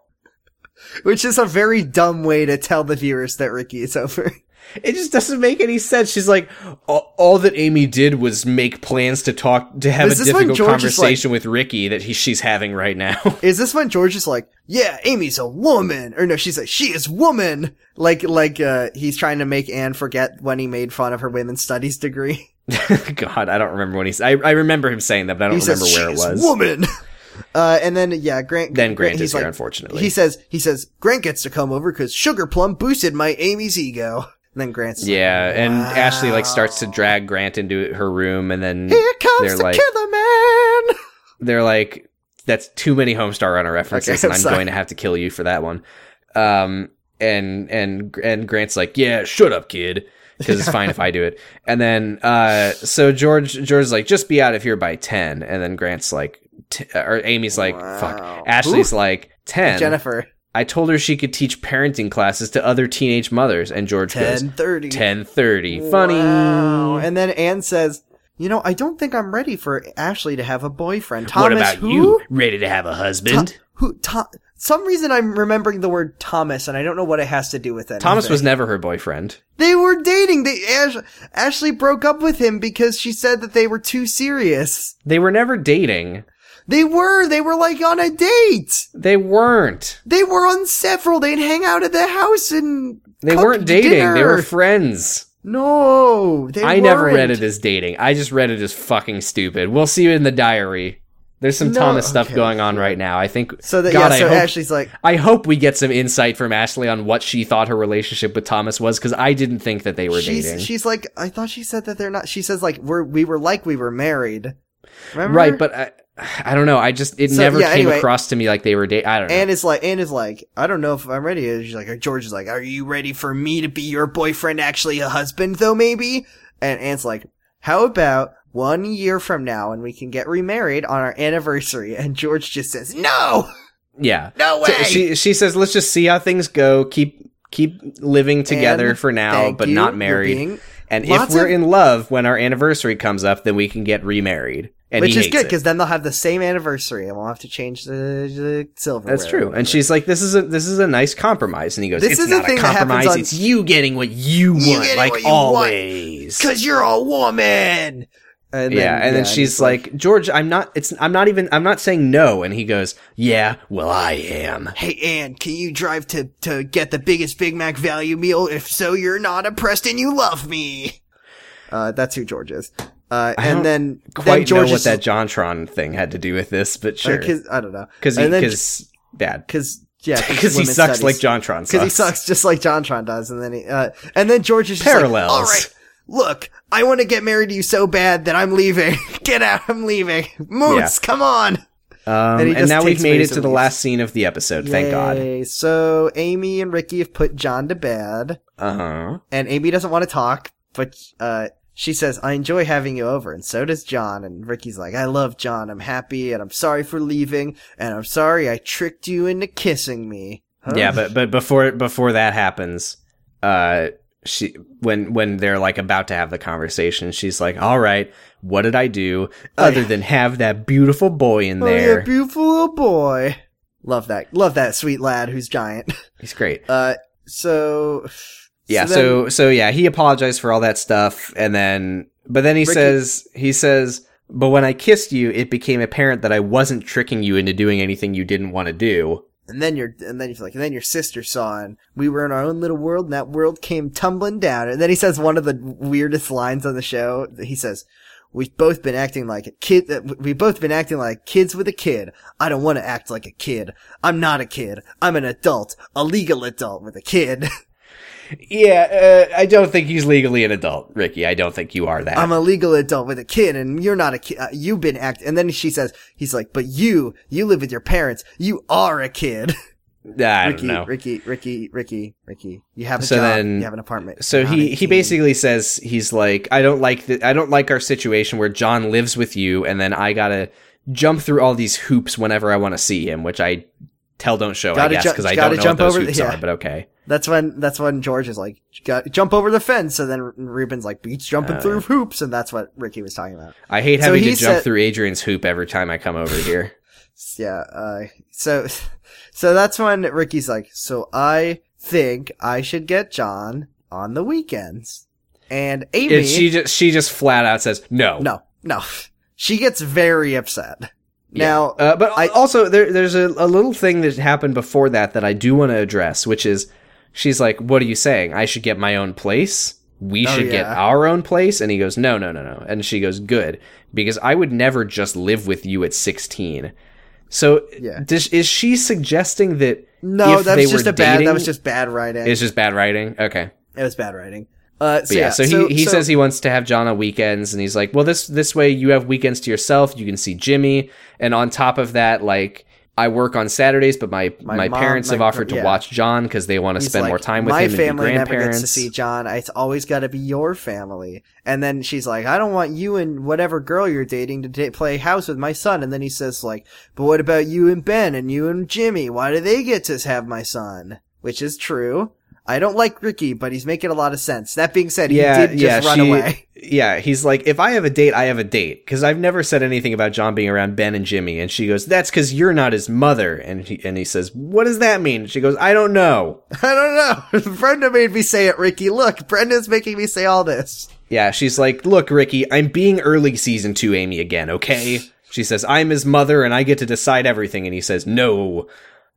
Speaker 3: Which is a very dumb way to tell the viewers that Ricky is over.
Speaker 2: It just doesn't make any sense. She's like, all, all that Amy did was make plans to talk to have
Speaker 3: This
Speaker 2: a
Speaker 3: is when
Speaker 2: difficult
Speaker 3: George is like-
Speaker 2: conversation with Ricky that he, she's having right now.
Speaker 3: Is this when George is like, yeah, Amy's a woman? Or no, she's like, she is woman! Like, like, uh, he's trying to make Anne forget when he made fun of her women's studies degree.
Speaker 2: God, I don't remember when he's. I, I remember him saying that, but I
Speaker 3: He
Speaker 2: don't
Speaker 3: says,
Speaker 2: remember
Speaker 3: she
Speaker 2: where it was.
Speaker 3: is woman! Uh, and then, yeah, Grant,
Speaker 2: Then Grant
Speaker 3: he's
Speaker 2: is here,
Speaker 3: like,
Speaker 2: unfortunately.
Speaker 3: He says, he says, Grant gets to come over because Sugar Plum boosted my Amy's ego. And then Grant's like,
Speaker 2: yeah, and Ashley like starts to
Speaker 3: "Wow."
Speaker 2: drag Grant into her room, and then
Speaker 3: Here comes
Speaker 2: they're
Speaker 3: the
Speaker 2: like-
Speaker 3: killer man!
Speaker 2: they're like, "That's too many Homestar Runner references,
Speaker 3: Okay,
Speaker 2: and I'm
Speaker 3: sorry.
Speaker 2: going to have to kill you for that one." Um, and and and Grant's like, "Yeah, shut up, kid." Because it's fine if I do it, and then uh, so George George's like, just be out of here by ten, and then Grant's like, t- or Amy's like, fuck,
Speaker 3: Wow.
Speaker 2: Ashley's
Speaker 3: Ooh.
Speaker 2: like ten.
Speaker 3: Jennifer,
Speaker 2: I told her she could teach parenting classes to other teenage mothers, and George goes
Speaker 3: 1030.
Speaker 2: ten thirty, funny.
Speaker 3: Wow. And then Anne says, you know, I don't think I'm ready for Ashley to have a boyfriend. Thomas,
Speaker 2: what about
Speaker 3: who?
Speaker 2: you? Ready to have a husband?
Speaker 3: Who? Tho- some reason I'm remembering the word Thomas, and I don't know what it has to do with it.
Speaker 2: Thomas was never her boyfriend.
Speaker 3: They were dating. They Ash- Ashley broke up with him because she said that they were too serious.
Speaker 2: They were never dating.
Speaker 3: They were. They were like on a date.
Speaker 2: They weren't.
Speaker 3: They were on several. They'd hang out at the house and
Speaker 2: They
Speaker 3: cook
Speaker 2: weren't dating. They
Speaker 3: dinner.
Speaker 2: were friends.
Speaker 3: no. They
Speaker 2: I never read
Speaker 3: weren't.
Speaker 2: it as dating. I just read it as fucking stupid. We'll see you in the diary. There's some
Speaker 3: No,
Speaker 2: Thomas stuff
Speaker 3: okay.
Speaker 2: going on right now. I think.
Speaker 3: So that
Speaker 2: God,
Speaker 3: yeah. So
Speaker 2: I hope,
Speaker 3: Ashley's like,
Speaker 2: I hope we get some insight from Ashley on what she thought her relationship with Thomas was, because I didn't think that they were
Speaker 3: she's
Speaker 2: dating.
Speaker 3: she's like, I thought she said that they're not. She says like we're we were like we were married. Remember?
Speaker 2: right, but I, I don't know. I just it
Speaker 3: So,
Speaker 2: never
Speaker 3: yeah,
Speaker 2: came
Speaker 3: anyway.
Speaker 2: across to me like they were dating. I don't know.
Speaker 3: Anne is like, Anne is like, I don't know if I'm ready. And She's like, George is like, Are you ready for me to be your boyfriend? Actually, a husband though, maybe. And Anne's like, How about one year from now and we can get remarried on our anniversary? And George just says, No!
Speaker 2: Yeah.
Speaker 4: No
Speaker 2: So
Speaker 4: way.
Speaker 2: she she says, "Let's just see how things go. Keep keep living together
Speaker 3: And
Speaker 2: for now,
Speaker 3: thank
Speaker 2: but
Speaker 3: you,
Speaker 2: not
Speaker 3: you're
Speaker 2: married.
Speaker 3: being-
Speaker 2: and if
Speaker 3: Lots
Speaker 2: we're
Speaker 3: of-
Speaker 2: in love when our anniversary comes up, then we can get remarried." And
Speaker 3: which
Speaker 2: he
Speaker 3: is
Speaker 2: hates
Speaker 3: good
Speaker 2: it.
Speaker 3: because then they'll have the same anniversary and we'll have to change the, the silverware.
Speaker 2: that's true. And she's like, "This is a this is a nice compromise." And he goes,
Speaker 3: This
Speaker 2: "It's
Speaker 3: is a
Speaker 2: not a
Speaker 3: thing that happens
Speaker 2: compromise.
Speaker 3: on-
Speaker 2: It's you getting what you
Speaker 4: You
Speaker 2: want,
Speaker 4: getting
Speaker 2: like
Speaker 4: what you want.
Speaker 2: always."
Speaker 4: Cause you're a woman.
Speaker 3: And
Speaker 2: yeah, and then
Speaker 3: yeah,
Speaker 2: she's
Speaker 3: he's
Speaker 2: like, "George, I'm not. It's I'm not even. I'm not saying no." And he goes, "Yeah, well, I am."
Speaker 4: Hey Anne, can you drive to to get the biggest Big Mac value meal? If so, you're not impressed and you love me.
Speaker 3: uh, "That's who George is." Uh,
Speaker 2: don't
Speaker 3: and then
Speaker 2: Quite
Speaker 3: then George
Speaker 2: know what
Speaker 3: is
Speaker 2: that JonTron thing had to do with this, but sure.
Speaker 3: like, his- I don't know
Speaker 2: Because
Speaker 3: And then-
Speaker 2: because bad.
Speaker 3: because yeah
Speaker 2: Because he sucks like JonTron sucks.
Speaker 3: because he sucks just like JonTron does, and then he uh, and then George is just like,
Speaker 2: Parallels.
Speaker 3: All right,
Speaker 4: Look, I want to get married to you so bad that I'm leaving. get out, I'm leaving. Moose, come on.
Speaker 2: Um,
Speaker 3: And he
Speaker 2: and,
Speaker 3: just
Speaker 2: now we've
Speaker 3: takes
Speaker 2: made it
Speaker 3: Mason
Speaker 2: to the
Speaker 3: Lee's.
Speaker 2: last scene of the episode. Thank God.
Speaker 3: Yay. So Amy and Ricky have put John to bed,
Speaker 2: Uh huh.
Speaker 3: and Amy doesn't want to talk, but uh, she says, "I enjoy having you over," and so does John. And Ricky's like, "I love John. I'm happy, and I'm sorry for leaving, and I'm sorry I tricked you into kissing me." Huh?
Speaker 2: Yeah, but but before before that happens, uh, she when when they're like about to have the conversation, she's like, "All right, what did I do other than have that beautiful boy in
Speaker 3: oh, you're
Speaker 2: there?
Speaker 3: a beautiful little boy. Love that. Love that sweet lad who's giant.
Speaker 2: He's great."
Speaker 3: Uh, so
Speaker 2: Yeah,
Speaker 3: then-
Speaker 2: so so yeah, he apologized for all that stuff and then but then he
Speaker 3: Ricky-
Speaker 2: says he says, "But when I kissed you, it became apparent that I wasn't tricking you into doing anything you didn't want to do."
Speaker 3: and then your and then you're like and then your sister saw and we were in our own little world and that world came tumbling down and then he says one of the weirdest lines on the show he says we've both been acting like a kid uh, we've both been acting like kids with a kid i don't want to act like a kid i'm not a kid i'm an adult a legal adult with a kid
Speaker 2: Yeah, uh, I don't think he's legally an adult, Ricky. I don't think you are that.
Speaker 3: i'm a legal adult with a kid and you're not a kid uh, you've been act and then she says he's like but you you live with your parents you are a kid
Speaker 2: I don't
Speaker 3: Ricky,
Speaker 2: know.
Speaker 3: Ricky, Ricky, Ricky, Ricky. You have a
Speaker 2: So
Speaker 3: job.
Speaker 2: then-
Speaker 3: you have an apartment.
Speaker 2: So
Speaker 3: You're not
Speaker 2: he, he
Speaker 3: 18.
Speaker 2: basically says he's like I don't like the, I don't like our situation where John lives with you and then I gotta jump through all these hoops whenever I want to see him, which I tell don't show
Speaker 3: Gotta
Speaker 2: I guess
Speaker 3: ju-
Speaker 2: because I don't
Speaker 3: gotta
Speaker 2: know
Speaker 3: jump
Speaker 2: what those
Speaker 3: over the-
Speaker 2: hoops
Speaker 3: yeah.
Speaker 2: are, but okay.
Speaker 3: That's when that's when George is like, "Got- jump over the fence. So then Ruben's like, beach jumping
Speaker 2: Oh,
Speaker 3: through hoops, and that's what Ricky was talking about.
Speaker 2: I hate
Speaker 3: So
Speaker 2: having
Speaker 3: he
Speaker 2: to jump
Speaker 3: said-
Speaker 2: through Adrian's hoop every time I come over here.
Speaker 3: Yeah. Uh, so so that's when Ricky's like, so I think I should get John on the weekends, and Amy.
Speaker 2: And she just she just flat out says no.
Speaker 3: no, no. She gets very upset.
Speaker 2: Yeah.
Speaker 3: Now,
Speaker 2: Uh, but
Speaker 3: I-
Speaker 2: also there there's a, a little thing that happened before that that I do want to address, which is she's like, "What are you saying? I should get my own place. We
Speaker 3: Oh,
Speaker 2: should get
Speaker 3: yeah.
Speaker 2: our own place." And he goes, "No, no, no, no." And she goes, "Good, because I would never just live with you at 16." So
Speaker 3: Yeah.
Speaker 2: does, is she suggesting that
Speaker 3: no,
Speaker 2: if
Speaker 3: that
Speaker 2: they
Speaker 3: was just
Speaker 2: were
Speaker 3: a bad.
Speaker 2: dating-
Speaker 3: That was just bad writing.
Speaker 2: it's just bad writing? Okay.
Speaker 3: It was bad writing. Uh, so
Speaker 2: But yeah, so, he, he says he wants to have John on weekends, and he's like, well, this this way you have weekends to yourself. You can see Jimmy, and on top of that, like I work on Saturdays, but my my,
Speaker 3: mom,
Speaker 2: parents
Speaker 3: my
Speaker 2: have offered
Speaker 3: gr-
Speaker 2: to
Speaker 3: yeah.
Speaker 2: watch John because they want to
Speaker 3: he's
Speaker 2: spend
Speaker 3: like,
Speaker 2: more time with
Speaker 3: my
Speaker 2: him and be
Speaker 3: family never
Speaker 2: grandparents.
Speaker 3: gets to see John. It's always got to be your family. And then she's like, I don't want you and whatever girl you're dating to da- play house with my son. And then he says like, but what about you and Ben and you and Jimmy? Why do they get to have my son? Which is true. I don't like Ricky, but he's making a lot of sense. That being said, he
Speaker 2: yeah,
Speaker 3: did
Speaker 2: yeah,
Speaker 3: just run
Speaker 2: she-
Speaker 3: away.
Speaker 2: yeah. He's like, if I have a date, I have a date because I've never said anything about John being around Ben and Jimmy. And she goes, that's because you're not his mother. And he, and he says, what does that mean? And she goes, I don't know.
Speaker 3: I don't know. Brenda made me say it, Ricky. Look, Brenda's making me say all this.
Speaker 2: Yeah, she's like, "Look, Ricky, I'm being early season 2 Amy again, okay?" She says, "I'm his mother and I get to decide everything." And he says, "No."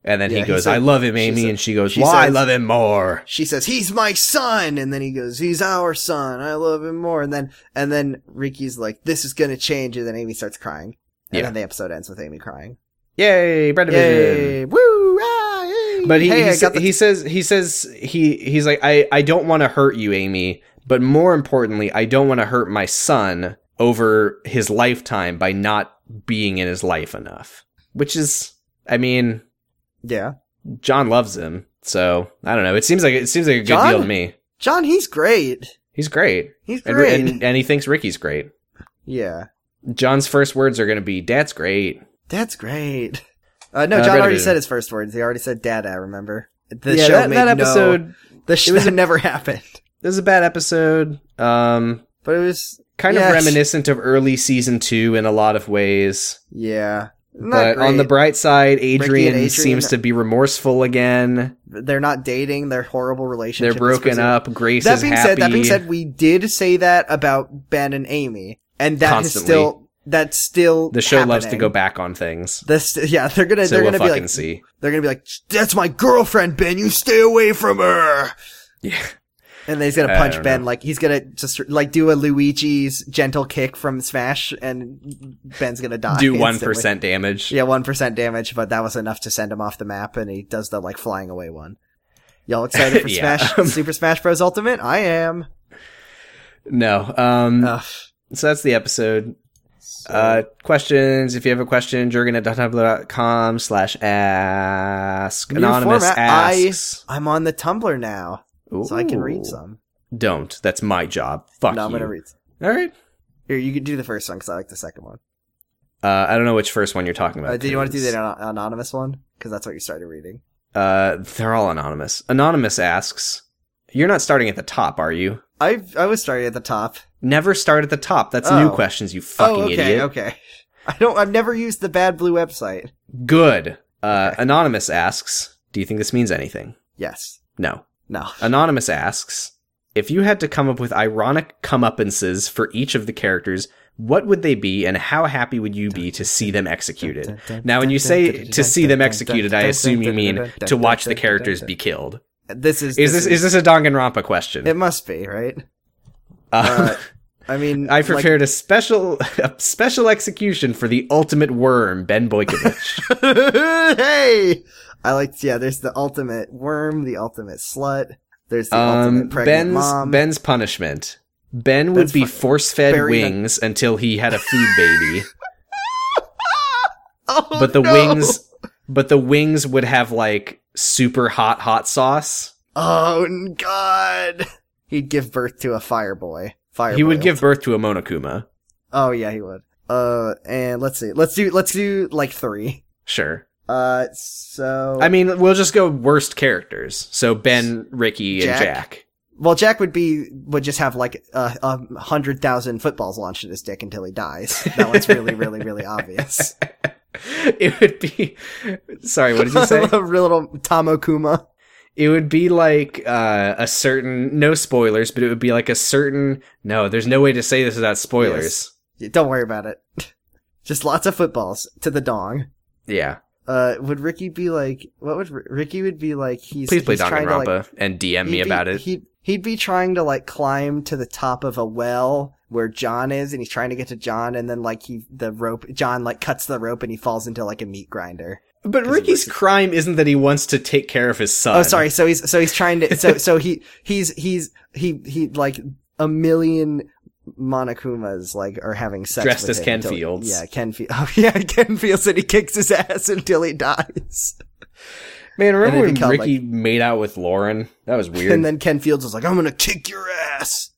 Speaker 2: And then
Speaker 3: Yeah,
Speaker 2: he
Speaker 3: he
Speaker 2: goes,
Speaker 3: said-
Speaker 2: "I love him,
Speaker 3: she
Speaker 2: Amy."
Speaker 3: said-
Speaker 2: and she goes,
Speaker 3: she
Speaker 2: "Why I
Speaker 3: says-
Speaker 2: love him more?"
Speaker 3: she says he's my son and then he goes he's our son i love him more and then and then ricky's like this is gonna change and then amy starts crying and
Speaker 2: Yeah.
Speaker 3: then the episode ends with amy crying
Speaker 2: Yay, Brenda Vision.
Speaker 3: yay woo ah, yay.
Speaker 2: But he
Speaker 3: hey,
Speaker 2: he,
Speaker 3: I
Speaker 2: sa-
Speaker 3: got the
Speaker 2: he says he says he he's like, "I I don't want to hurt you, Amy, but more importantly, I don't want to hurt my son over his lifetime by not being in his life enough." Which is I mean,
Speaker 3: yeah
Speaker 2: John loves him, so I don't know. It seems like it seems like a good
Speaker 3: John?
Speaker 2: deal to me.
Speaker 3: john he's great
Speaker 2: He's great.
Speaker 3: He's
Speaker 2: And-
Speaker 3: great.
Speaker 2: And, and he thinks Ricky's great.
Speaker 3: yeah.
Speaker 2: John's first words are going to be, Dad's great.
Speaker 3: That's great. Uh, no,
Speaker 2: Uh,
Speaker 3: John
Speaker 2: Reddit
Speaker 3: already
Speaker 2: is-
Speaker 3: said his first words. He already said dada, remember? The
Speaker 2: yeah,
Speaker 3: show
Speaker 2: that,
Speaker 3: made
Speaker 2: that
Speaker 3: no-
Speaker 2: episode,
Speaker 3: the show
Speaker 2: it was a-
Speaker 3: never happened.
Speaker 2: this is a bad episode. Um,
Speaker 3: But it was
Speaker 2: kind
Speaker 3: Yes.
Speaker 2: of reminiscent of early season two in a lot of ways.
Speaker 3: yeah. Not
Speaker 2: but on the
Speaker 3: great.
Speaker 2: bright side, Adrian,
Speaker 3: Adrian-
Speaker 2: seems to be remorseful again.
Speaker 3: they're not dating, their horrible
Speaker 2: They're
Speaker 3: relationship. is
Speaker 2: broken
Speaker 3: presumed-
Speaker 2: up. Grace
Speaker 3: That
Speaker 2: is
Speaker 3: being
Speaker 2: happy.
Speaker 3: said, that being said, we did say that about Ben and Amy, and that is
Speaker 2: Constantly.
Speaker 3: still that's still
Speaker 2: the show loves to go
Speaker 3: happening.
Speaker 2: back on things.
Speaker 3: This yeah, they're gonna
Speaker 2: So
Speaker 3: they're
Speaker 2: we'll
Speaker 3: gonna
Speaker 2: fucking
Speaker 3: be like
Speaker 2: see.
Speaker 3: they're gonna be like that's my girlfriend Ben, you stay away from her.
Speaker 2: Yeah.
Speaker 3: And then he's gonna
Speaker 2: I
Speaker 3: punch
Speaker 2: don't
Speaker 3: Ben
Speaker 2: know.
Speaker 3: like he's gonna just like do a Luigi's gentle kick from Smash, and Ben's gonna die.
Speaker 2: Do one
Speaker 3: instantly.
Speaker 2: percent damage.
Speaker 3: Yeah, one percent damage, but that was enough to send him off the map, and he does the like flying away one. Y'all excited for
Speaker 2: Yeah.
Speaker 3: Smash Super Smash Bros Ultimate? I am.
Speaker 2: No. Um.
Speaker 3: Ugh.
Speaker 2: so that's the episode. Uh, questions. If you have a question, jurgen.tumblr.com slash ask.
Speaker 3: New
Speaker 2: Anonymous
Speaker 3: format. I-
Speaker 2: asks.
Speaker 3: I'm on the Tumblr now, so I can
Speaker 2: Ooh.
Speaker 3: read some.
Speaker 2: Don't. That's my job. Fuck
Speaker 3: no, I'm
Speaker 2: you.
Speaker 3: gonna read.
Speaker 2: All right.
Speaker 3: Here, you can do the first one because I like the second one.
Speaker 2: Uh, I don't know which first one you're talking about.
Speaker 3: Uh, did you want to do
Speaker 2: 'cause-
Speaker 3: the anon- anonymous one? Because that's what you started reading.
Speaker 2: Uh, they're all anonymous. Anonymous asks, "You're not starting at the top, are you?
Speaker 3: I I was starting at the top.
Speaker 2: Never start at the top. That's
Speaker 3: Oh.
Speaker 2: new questions. You fucking
Speaker 3: oh, okay,
Speaker 2: idiot.
Speaker 3: okay. I don't. I've never used the Bad Blue website.
Speaker 2: Good. Uh, anonymous asks, "Do you think this means anything?
Speaker 3: Yes.
Speaker 2: No.
Speaker 3: No.
Speaker 2: Uh, Anonymous asks, if you had to come up with ironic comeuppances for each of the characters, what would they be, and how happy would you be to see them executed? Now, when you say to see them executed, I assume you mean to watch the characters be killed.
Speaker 3: This is.
Speaker 2: Is this is this a Danganronpa question?
Speaker 3: It must be right.
Speaker 2: Uh,
Speaker 3: I mean,
Speaker 2: I
Speaker 3: like,
Speaker 2: prepared a special a special execution for the ultimate worm, Ben Boykovich.
Speaker 3: hey, I liked. Yeah, there's the ultimate worm, the ultimate slut. There's the
Speaker 2: um,
Speaker 3: ultimate pregnant
Speaker 2: Ben's
Speaker 3: mom.
Speaker 2: Ben's punishment. Ben would
Speaker 3: Ben's
Speaker 2: be
Speaker 3: fucking
Speaker 2: force fed
Speaker 3: buried in-
Speaker 2: wings until he had a food baby.
Speaker 3: oh,
Speaker 2: but the
Speaker 3: no.
Speaker 2: wings but the wings would have like super hot hot sauce
Speaker 3: Oh n- God! He'd give birth to a fire boy. Fire.
Speaker 2: he would
Speaker 3: boy.
Speaker 2: give birth to a monokuma
Speaker 3: Oh yeah, he would. Uh, and let's see. Let's do. Let's do like three.
Speaker 2: sure
Speaker 3: Uh, so
Speaker 2: i mean we'll just go worst characters so ben ricky and
Speaker 3: Jack?
Speaker 2: jack
Speaker 3: well, Jack would be would just have like a, a hundred thousand footballs launched at his dick until he dies. That one's really, really, really obvious.
Speaker 2: it would be sorry what did you say
Speaker 3: a little Tamokuma.
Speaker 2: it would be like uh, a certain no spoilers but it would be like a certain no there's no way to say this without spoilers
Speaker 3: Yeah, Don't worry about it. Just lots of footballs to the dong.
Speaker 2: yeah
Speaker 3: Uh, would Ricky be like? What would R- Ricky would be like? He's
Speaker 2: please play
Speaker 3: he's trying
Speaker 2: danganronpa
Speaker 3: to like.
Speaker 2: and dm me
Speaker 3: he'd be-
Speaker 2: about it
Speaker 3: He'd he'd be trying to like climb to the top of a well where John is, and he's trying to get to John, and then like he the rope. John like cuts the rope, and he falls into like a meat grinder.
Speaker 2: but ricky's crime isn't that he wants to take care of his son
Speaker 3: Oh, sorry. So he's so he's trying to. So so he he's he's he he like a million Monokumas like are having sex
Speaker 2: Dressed
Speaker 3: with
Speaker 2: as
Speaker 3: him
Speaker 2: Ken
Speaker 3: until-
Speaker 2: Fields.
Speaker 3: Yeah, Ken Fields. Oh yeah, Ken Fields, and he kicks his ass until he dies.
Speaker 2: Man, remember
Speaker 3: it'd
Speaker 2: when
Speaker 3: be called,
Speaker 2: Ricky made out with Lauren? That was weird.
Speaker 3: And then Ken Fields was like, "I'm gonna kick your ass."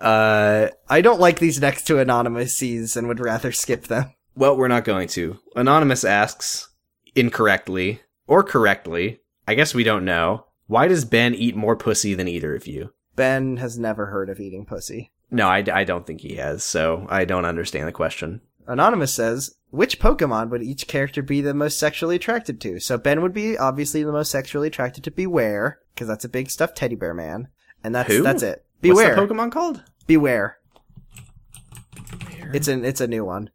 Speaker 2: uh,
Speaker 3: I don't like these next two anonymouses and would rather skip them.
Speaker 2: well, we're not going to. Anonymous asks incorrectly or correctly. I guess we don't know. Why does Ben eat more pussy than either of you?
Speaker 3: Ben has never heard of eating pussy.
Speaker 2: No, I, I don't think he has, so I don't understand the question.
Speaker 3: Anonymous says, which Pokemon would each character be the most sexually attracted to? So Ben would be obviously the most sexually attracted to Beware, because that's a big stuffed teddy bear man. And that's
Speaker 2: Who?
Speaker 3: that's it.
Speaker 2: What's
Speaker 3: Beware.
Speaker 2: the Pokemon called?
Speaker 3: Beware. It's an it's a new one.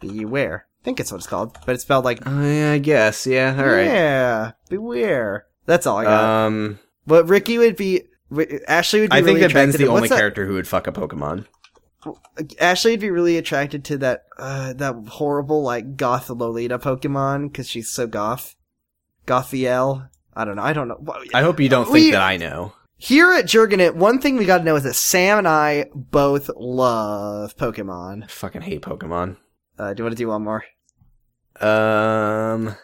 Speaker 3: Beware. I think it's what it's called, but it's spelled like
Speaker 2: Uh, yeah, I guess. Yeah. All right.
Speaker 3: Yeah. Beware. That's all I got.
Speaker 2: Um,
Speaker 3: but Ricky would be Ri- Ashley would be
Speaker 2: I think
Speaker 3: really
Speaker 2: that Ben's
Speaker 3: attracted
Speaker 2: the
Speaker 3: to-
Speaker 2: only
Speaker 3: what's that-
Speaker 2: character who would fuck a Pokemon.
Speaker 3: Ashley would be really attracted to that uh, that horrible like goth Lolita Pokemon because she's so goth. Gothiel. I don't know. I don't know. Wha-
Speaker 2: I hope you don't
Speaker 3: We-
Speaker 2: think that I know.
Speaker 3: Here at Jurgenit, one thing we got to know is that Sam and I both love Pokemon.
Speaker 2: I fucking hate Pokemon.
Speaker 3: Uh, do you want to do one more?
Speaker 2: Um,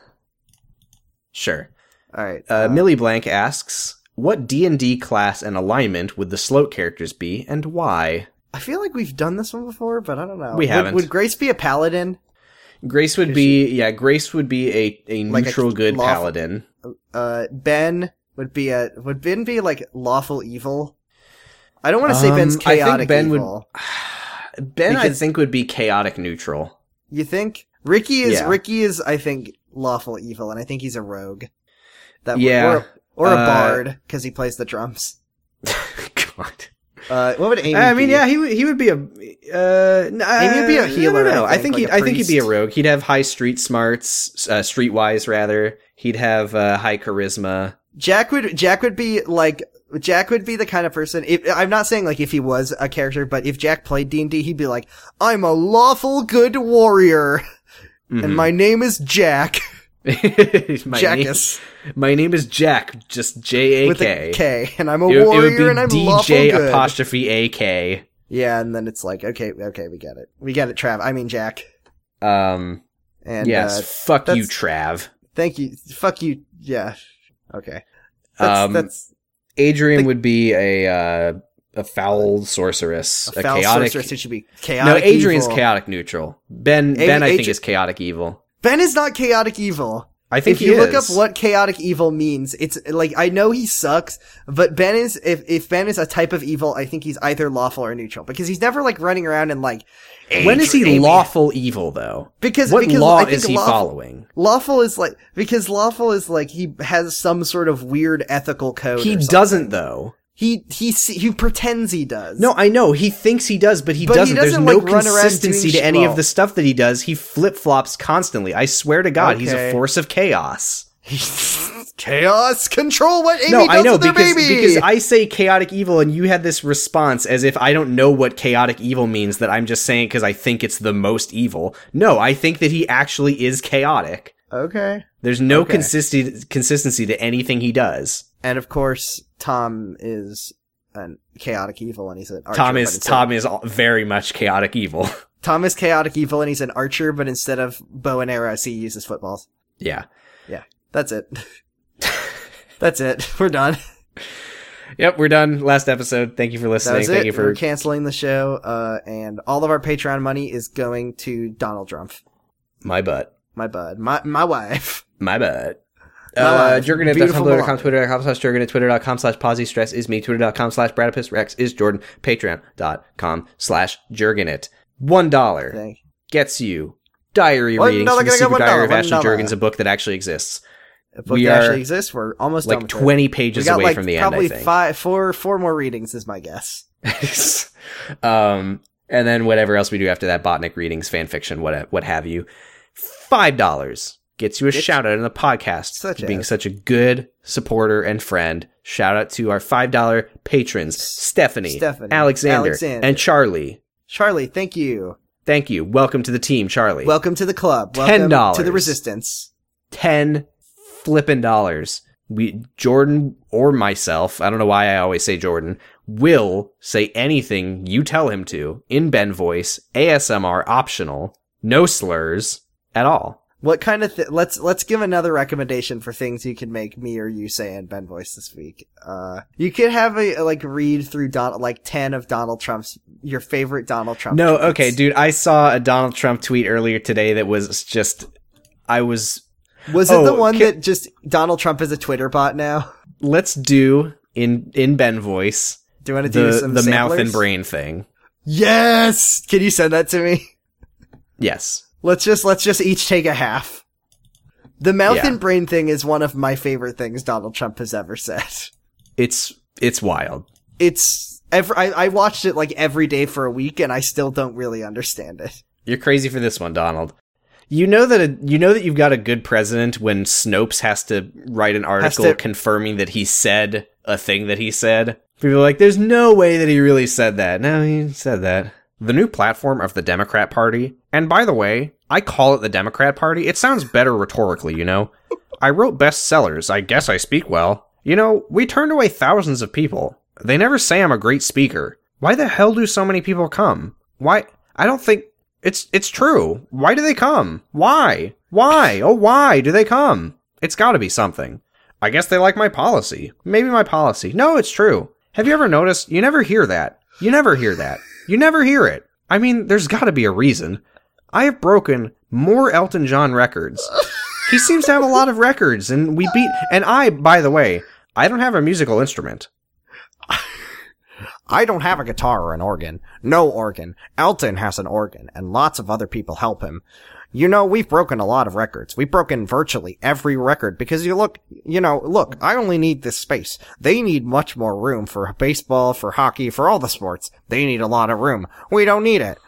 Speaker 2: sure.
Speaker 3: All right. Uh,
Speaker 2: Uh, Millie Blank Uh, asks, What D&D class and alignment would the Sloat characters be, and why?
Speaker 3: I feel like we've done this one before, but I don't know.
Speaker 2: We
Speaker 3: Would-
Speaker 2: haven't.
Speaker 3: Would, Grace be a paladin?
Speaker 2: Grace would be, yeah, Grace would be a, a
Speaker 3: Like a
Speaker 2: neutral good
Speaker 3: lawful-
Speaker 2: paladin.
Speaker 3: Uh, Ben would be a would Ben be like lawful evil? I don't want to say
Speaker 2: Um,
Speaker 3: Ben's
Speaker 2: I think
Speaker 3: chaotic
Speaker 2: Ben would-
Speaker 3: evil.
Speaker 2: Ben, I
Speaker 3: Because-
Speaker 2: think, would be chaotic neutral.
Speaker 3: You think Ricky is
Speaker 2: Yeah.
Speaker 3: Ricky is I think lawful evil, and I think he's a rogue. That
Speaker 2: Yeah.
Speaker 3: or, or a
Speaker 2: Uh,
Speaker 3: bard because he plays the drums.
Speaker 2: God.
Speaker 3: Uh, what would Amy?
Speaker 2: I mean,
Speaker 3: be?
Speaker 2: yeah, he would he would be a uh, n-
Speaker 3: he'd be a
Speaker 2: uh,
Speaker 3: healer,
Speaker 2: No, no,
Speaker 3: I
Speaker 2: I think
Speaker 3: think, like
Speaker 2: he
Speaker 3: a
Speaker 2: I think he'd be a
Speaker 3: priest.
Speaker 2: rogue. He'd have high street smarts, uh, streetwise rather. He'd have uh, high charisma.
Speaker 3: Jack would Jack would be like Jack would be the kind of person. If, I'm not saying like if he was a character, but if Jack played D and D, he'd be like, "I'm a lawful good warrior, and my name is Jack
Speaker 2: Mhm. Mm-hmm. my
Speaker 3: Jackus
Speaker 2: Name, my name is Jack, just J A
Speaker 3: with a
Speaker 2: K.
Speaker 3: K, and I'm a
Speaker 2: It, it would
Speaker 3: warrior,
Speaker 2: be
Speaker 3: and I'm lawful
Speaker 2: DJ
Speaker 3: good."
Speaker 2: apostrophe A K.
Speaker 3: yeah, and then it's like, okay, okay, we get it, we get it, Trav. I mean Jack.
Speaker 2: Um,
Speaker 3: And
Speaker 2: yes,
Speaker 3: uh,
Speaker 2: fuck you,
Speaker 3: that's-
Speaker 2: Trav.
Speaker 3: thank you, fuck you, yeah, okay. That's,
Speaker 2: Um,
Speaker 3: that's
Speaker 2: Adrian would be a uh, a foul sorceress,
Speaker 3: a
Speaker 2: a,
Speaker 3: foul
Speaker 2: chaotic.
Speaker 3: sorceress. It should be
Speaker 2: No,
Speaker 3: chaotic.
Speaker 2: Adrian's
Speaker 3: evil.
Speaker 2: chaotic neutral. Ben,
Speaker 3: A-
Speaker 2: Ben, I think
Speaker 3: Adri-
Speaker 2: is chaotic evil.
Speaker 3: Ben is not chaotic evil.
Speaker 2: I think
Speaker 3: if
Speaker 2: he
Speaker 3: you look up
Speaker 2: is.
Speaker 3: what chaotic evil means, it's like I know he sucks, but Ben is if if Ben is a type of evil, I think he's either lawful or neutral because he's never like running around and like
Speaker 2: when is he
Speaker 3: Adrian-
Speaker 2: lawful evil though?
Speaker 3: because
Speaker 2: What
Speaker 3: because I
Speaker 2: law
Speaker 3: think
Speaker 2: is he
Speaker 3: lawful,
Speaker 2: following?
Speaker 3: Lawful is like because lawful is like he has some sort of weird ethical code.
Speaker 2: He
Speaker 3: or something.
Speaker 2: doesn't though.
Speaker 3: He he se- he pretends he does.
Speaker 2: No, I know he thinks he does, but he
Speaker 3: But he
Speaker 2: doesn't.
Speaker 3: doesn't,
Speaker 2: There's
Speaker 3: like,
Speaker 2: no
Speaker 3: run around
Speaker 2: consistency
Speaker 3: doing
Speaker 2: to any
Speaker 3: schmo.
Speaker 2: of the stuff that he does. He flip flops constantly. I swear to God, he's
Speaker 3: Okay.
Speaker 2: a force of chaos.
Speaker 3: chaos control what Amy
Speaker 2: no,
Speaker 3: does
Speaker 2: I know
Speaker 3: with their
Speaker 2: because
Speaker 3: baby.
Speaker 2: because I say chaotic evil, and you had this response as if I don't know what chaotic evil means. That I'm just saying because I think it's the most evil. No, I think that he actually is chaotic.
Speaker 3: okay.
Speaker 2: There's no
Speaker 3: Okay.
Speaker 2: consistency consistency to anything he does.
Speaker 3: And of course, Tom is an chaotic evil, and he's an archer.
Speaker 2: Tom
Speaker 3: but
Speaker 2: is
Speaker 3: instead of-
Speaker 2: Tom is all- very much chaotic evil.
Speaker 3: Tom is chaotic evil, and he's an archer, but instead of bow and arrows, he uses footballs.
Speaker 2: yeah.
Speaker 3: That's it. That's it. We're done.
Speaker 2: Yep, we're done. Last episode. Thank you for
Speaker 3: That
Speaker 2: listening.
Speaker 3: was
Speaker 2: Thank
Speaker 3: it.
Speaker 2: you for
Speaker 3: We're canceling the show, uh, and all of our Patreon money is going to Donald Trump,
Speaker 2: my butt.
Speaker 3: my bud, my my wife.
Speaker 2: My butt.
Speaker 3: My
Speaker 2: Uh,
Speaker 3: life.
Speaker 2: Jurgenit.tumblr.com,
Speaker 3: Beautiful Melania.
Speaker 2: twitter.com slash jurgenit, twitter.com slash posy stress is me, twitter.com slash bradipus, rex is jordan, patreon.com slash jurgenit. One dollar
Speaker 3: Thank-
Speaker 2: gets you diary
Speaker 3: One
Speaker 2: readings
Speaker 3: dollar,
Speaker 2: from the
Speaker 3: gonna get
Speaker 2: Secret
Speaker 3: one
Speaker 2: Diary of
Speaker 3: dollar,
Speaker 2: Ashton
Speaker 3: one dollar.
Speaker 2: Jurgens, a book that actually exists.
Speaker 3: A book
Speaker 2: We are
Speaker 3: that actually exists. We're almost done
Speaker 2: Like
Speaker 3: with it.
Speaker 2: 20
Speaker 3: We
Speaker 2: pages
Speaker 3: got
Speaker 2: away
Speaker 3: like
Speaker 2: from the end,
Speaker 3: probably
Speaker 2: I think.
Speaker 3: five, four, four more readings is my guess.
Speaker 2: um, and then whatever else we do after that, botanic readings, fan fiction, what what have you. Five dollars gets you a shout out in the podcast
Speaker 3: Such
Speaker 2: for being
Speaker 3: as-
Speaker 2: such a good supporter and friend. Shout out to our five dollar patrons, Stephanie,
Speaker 3: Stephanie,
Speaker 2: Alexander,
Speaker 3: Alexander.
Speaker 2: and Charlie.
Speaker 3: Charlie, thank you.
Speaker 2: Thank you. Welcome to the team, Charlie.
Speaker 3: Welcome to the club.
Speaker 2: Ten
Speaker 3: Welcome
Speaker 2: dollars.
Speaker 3: to the resistance.
Speaker 2: ten flippin' dollars. We Jordan or myself, I don't know why I always say Jordan, will say anything you tell him to in Ben voice, ASMR optional, no slurs at all.
Speaker 3: What kind of th- let's let's give another recommendation for things you can make me or you say and Ben voice this week. Uh, you could have a like read through Donald like ten of Donald Trump's your favorite Donald Trump.
Speaker 2: No,
Speaker 3: tweets.
Speaker 2: okay, dude, I saw a Donald Trump tweet earlier today that was just I was
Speaker 3: Was it the
Speaker 2: oh,
Speaker 3: one
Speaker 2: can-
Speaker 3: that just Donald Trump is a Twitter bot now?
Speaker 2: let's do in in Ben voice
Speaker 3: Do you want to do
Speaker 2: the
Speaker 3: some
Speaker 2: the mouth and
Speaker 3: samplers?
Speaker 2: brain thing.
Speaker 3: Yes. Can you send that to me?
Speaker 2: Yes.
Speaker 3: Let's just let's just each take a half. The mouth
Speaker 2: Yeah.
Speaker 3: and brain thing is one of my favorite things Donald Trump has ever said.
Speaker 2: It's it's wild.
Speaker 3: it's every I, I watched it like every day for a week and I still don't really understand it.
Speaker 2: You're crazy for this one, Donald. You know that a, you know that you've got a good president when Snopes has to write an article
Speaker 3: to-
Speaker 2: confirming that he said a thing that he said. People are like, "There's no way that he really said that." No, he said that. The new platform of the Democrat Party, and by the way, I call it the Democrat Party. It sounds better rhetorically, you know. I wrote bestsellers. I guess I speak well. You know, we turned away thousands of people. They never say I'm a great speaker. Why the hell do so many people come? Why? I don't think it's it's true. Why do they come? Why? Why? Oh, why do they come? It's got to be something. I guess they like my policy. Maybe my policy. No, it's true. Have you ever noticed? You never hear that. You never hear that. You never hear it. I mean, there's got to be a reason. I have broken more Elton John records. He seems to have a lot of records, and we beat. And I, by the way, I don't have a musical instrument.
Speaker 5: I don't have a guitar or an organ. No organ. Elton has an organ, and lots of other people help him. You know, we've broken a lot of records. We've broken virtually every record because you look, you know, look, I only need this space. They need much more room for baseball, for hockey, for all the sports. They need a lot of room. We don't need it.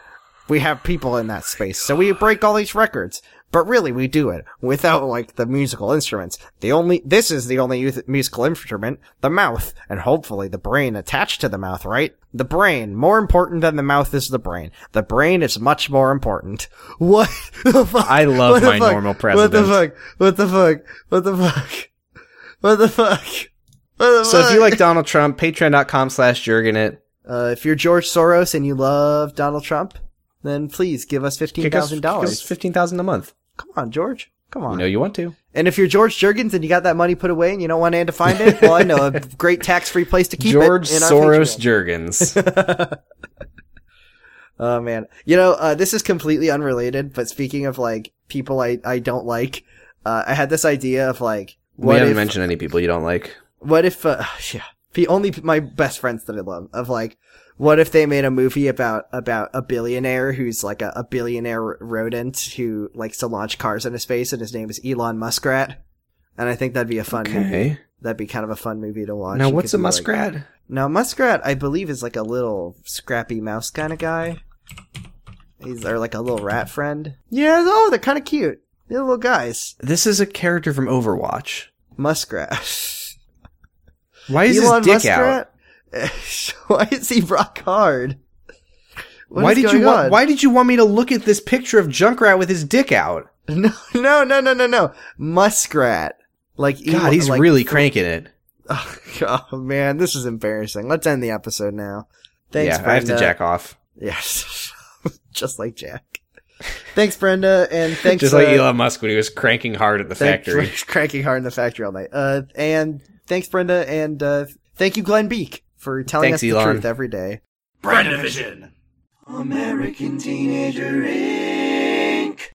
Speaker 5: We have people in that space, so we break all these records. But really, we do it without like the musical instruments. The only this is the only youth- musical instrument, the mouth, and hopefully the brain attached to the mouth, right? The brain, more important than the mouth is the brain. The brain is much more important.
Speaker 3: What the fuck?
Speaker 2: I love
Speaker 3: What the
Speaker 2: my
Speaker 3: fuck?
Speaker 2: normal
Speaker 3: What
Speaker 2: president.
Speaker 3: the fuck? What the fuck? What the fuck? What the fuck? What the
Speaker 2: So if
Speaker 3: fuck?
Speaker 2: you like Donald Trump, patreon.com slash jurgenit.
Speaker 3: uh, if you're George Soros and you love Donald Trump, then please give us fifteen
Speaker 2: Kick us-
Speaker 3: thousand
Speaker 2: kick us
Speaker 3: dollars.
Speaker 2: 15000 a month.
Speaker 3: Come on, George. Come
Speaker 2: You
Speaker 3: on.
Speaker 2: know you want to.
Speaker 3: and if you're George Jurgens and you got that money put away and you don't want Ann to find it, well, I know a great tax-free place to keep
Speaker 2: George
Speaker 3: it. in our
Speaker 2: Soros
Speaker 3: Patreon.
Speaker 2: Jurgens.
Speaker 3: Oh man, you know uh, this is completely unrelated. But speaking of like people I I don't like, uh, I had this idea of like
Speaker 2: we
Speaker 3: what
Speaker 2: haven't
Speaker 3: if
Speaker 2: mentioned any people you don't like.
Speaker 3: what if uh, yeah the only my best friends that I love of like what if they made a movie about about a billionaire who's like a, a billionaire rodent who likes to launch cars into space and his name is Elon Muskrat, and I think that'd be a fun movie.
Speaker 2: Okay.
Speaker 3: That'd be kind of a fun movie to watch.
Speaker 2: Now,
Speaker 3: It
Speaker 2: what's a
Speaker 3: could be, like-
Speaker 2: muskrat?
Speaker 3: now, Muskrat, I believe, is like a little scrappy mouse kind of guy. He's or like a little rat friend. Yeah, oh, they're kind of cute. They're little guys.
Speaker 2: This is a character from Overwatch.
Speaker 3: Muskrat.
Speaker 2: Why is his dick out?
Speaker 3: Why is he rock hard? What
Speaker 2: why
Speaker 3: is
Speaker 2: did
Speaker 3: going
Speaker 2: you want?
Speaker 3: on?
Speaker 2: Why did you want me to look at this picture of Junkrat with his dick out?
Speaker 3: No, no, no, no, no, no. Muskrat. Like
Speaker 2: God, he's
Speaker 3: like-
Speaker 2: really cranking it.
Speaker 3: Oh, man, this is embarrassing. Let's end the episode now. Thanks,
Speaker 2: yeah, I have to
Speaker 3: Brenda.
Speaker 2: jack off.
Speaker 3: Yes, just like Jack. Thanks, Brenda, and thanks.
Speaker 2: Just like
Speaker 3: uh,
Speaker 2: Elon Musk when he was cranking hard at the
Speaker 3: Thank-
Speaker 2: factory.
Speaker 3: cranking hard in the factory all night. Uh, and thanks, Brenda, and uh, thank you, Glenn Beek, for telling
Speaker 2: Thanks,
Speaker 3: us
Speaker 2: Elon.
Speaker 3: the truth every day.
Speaker 1: American teenager is.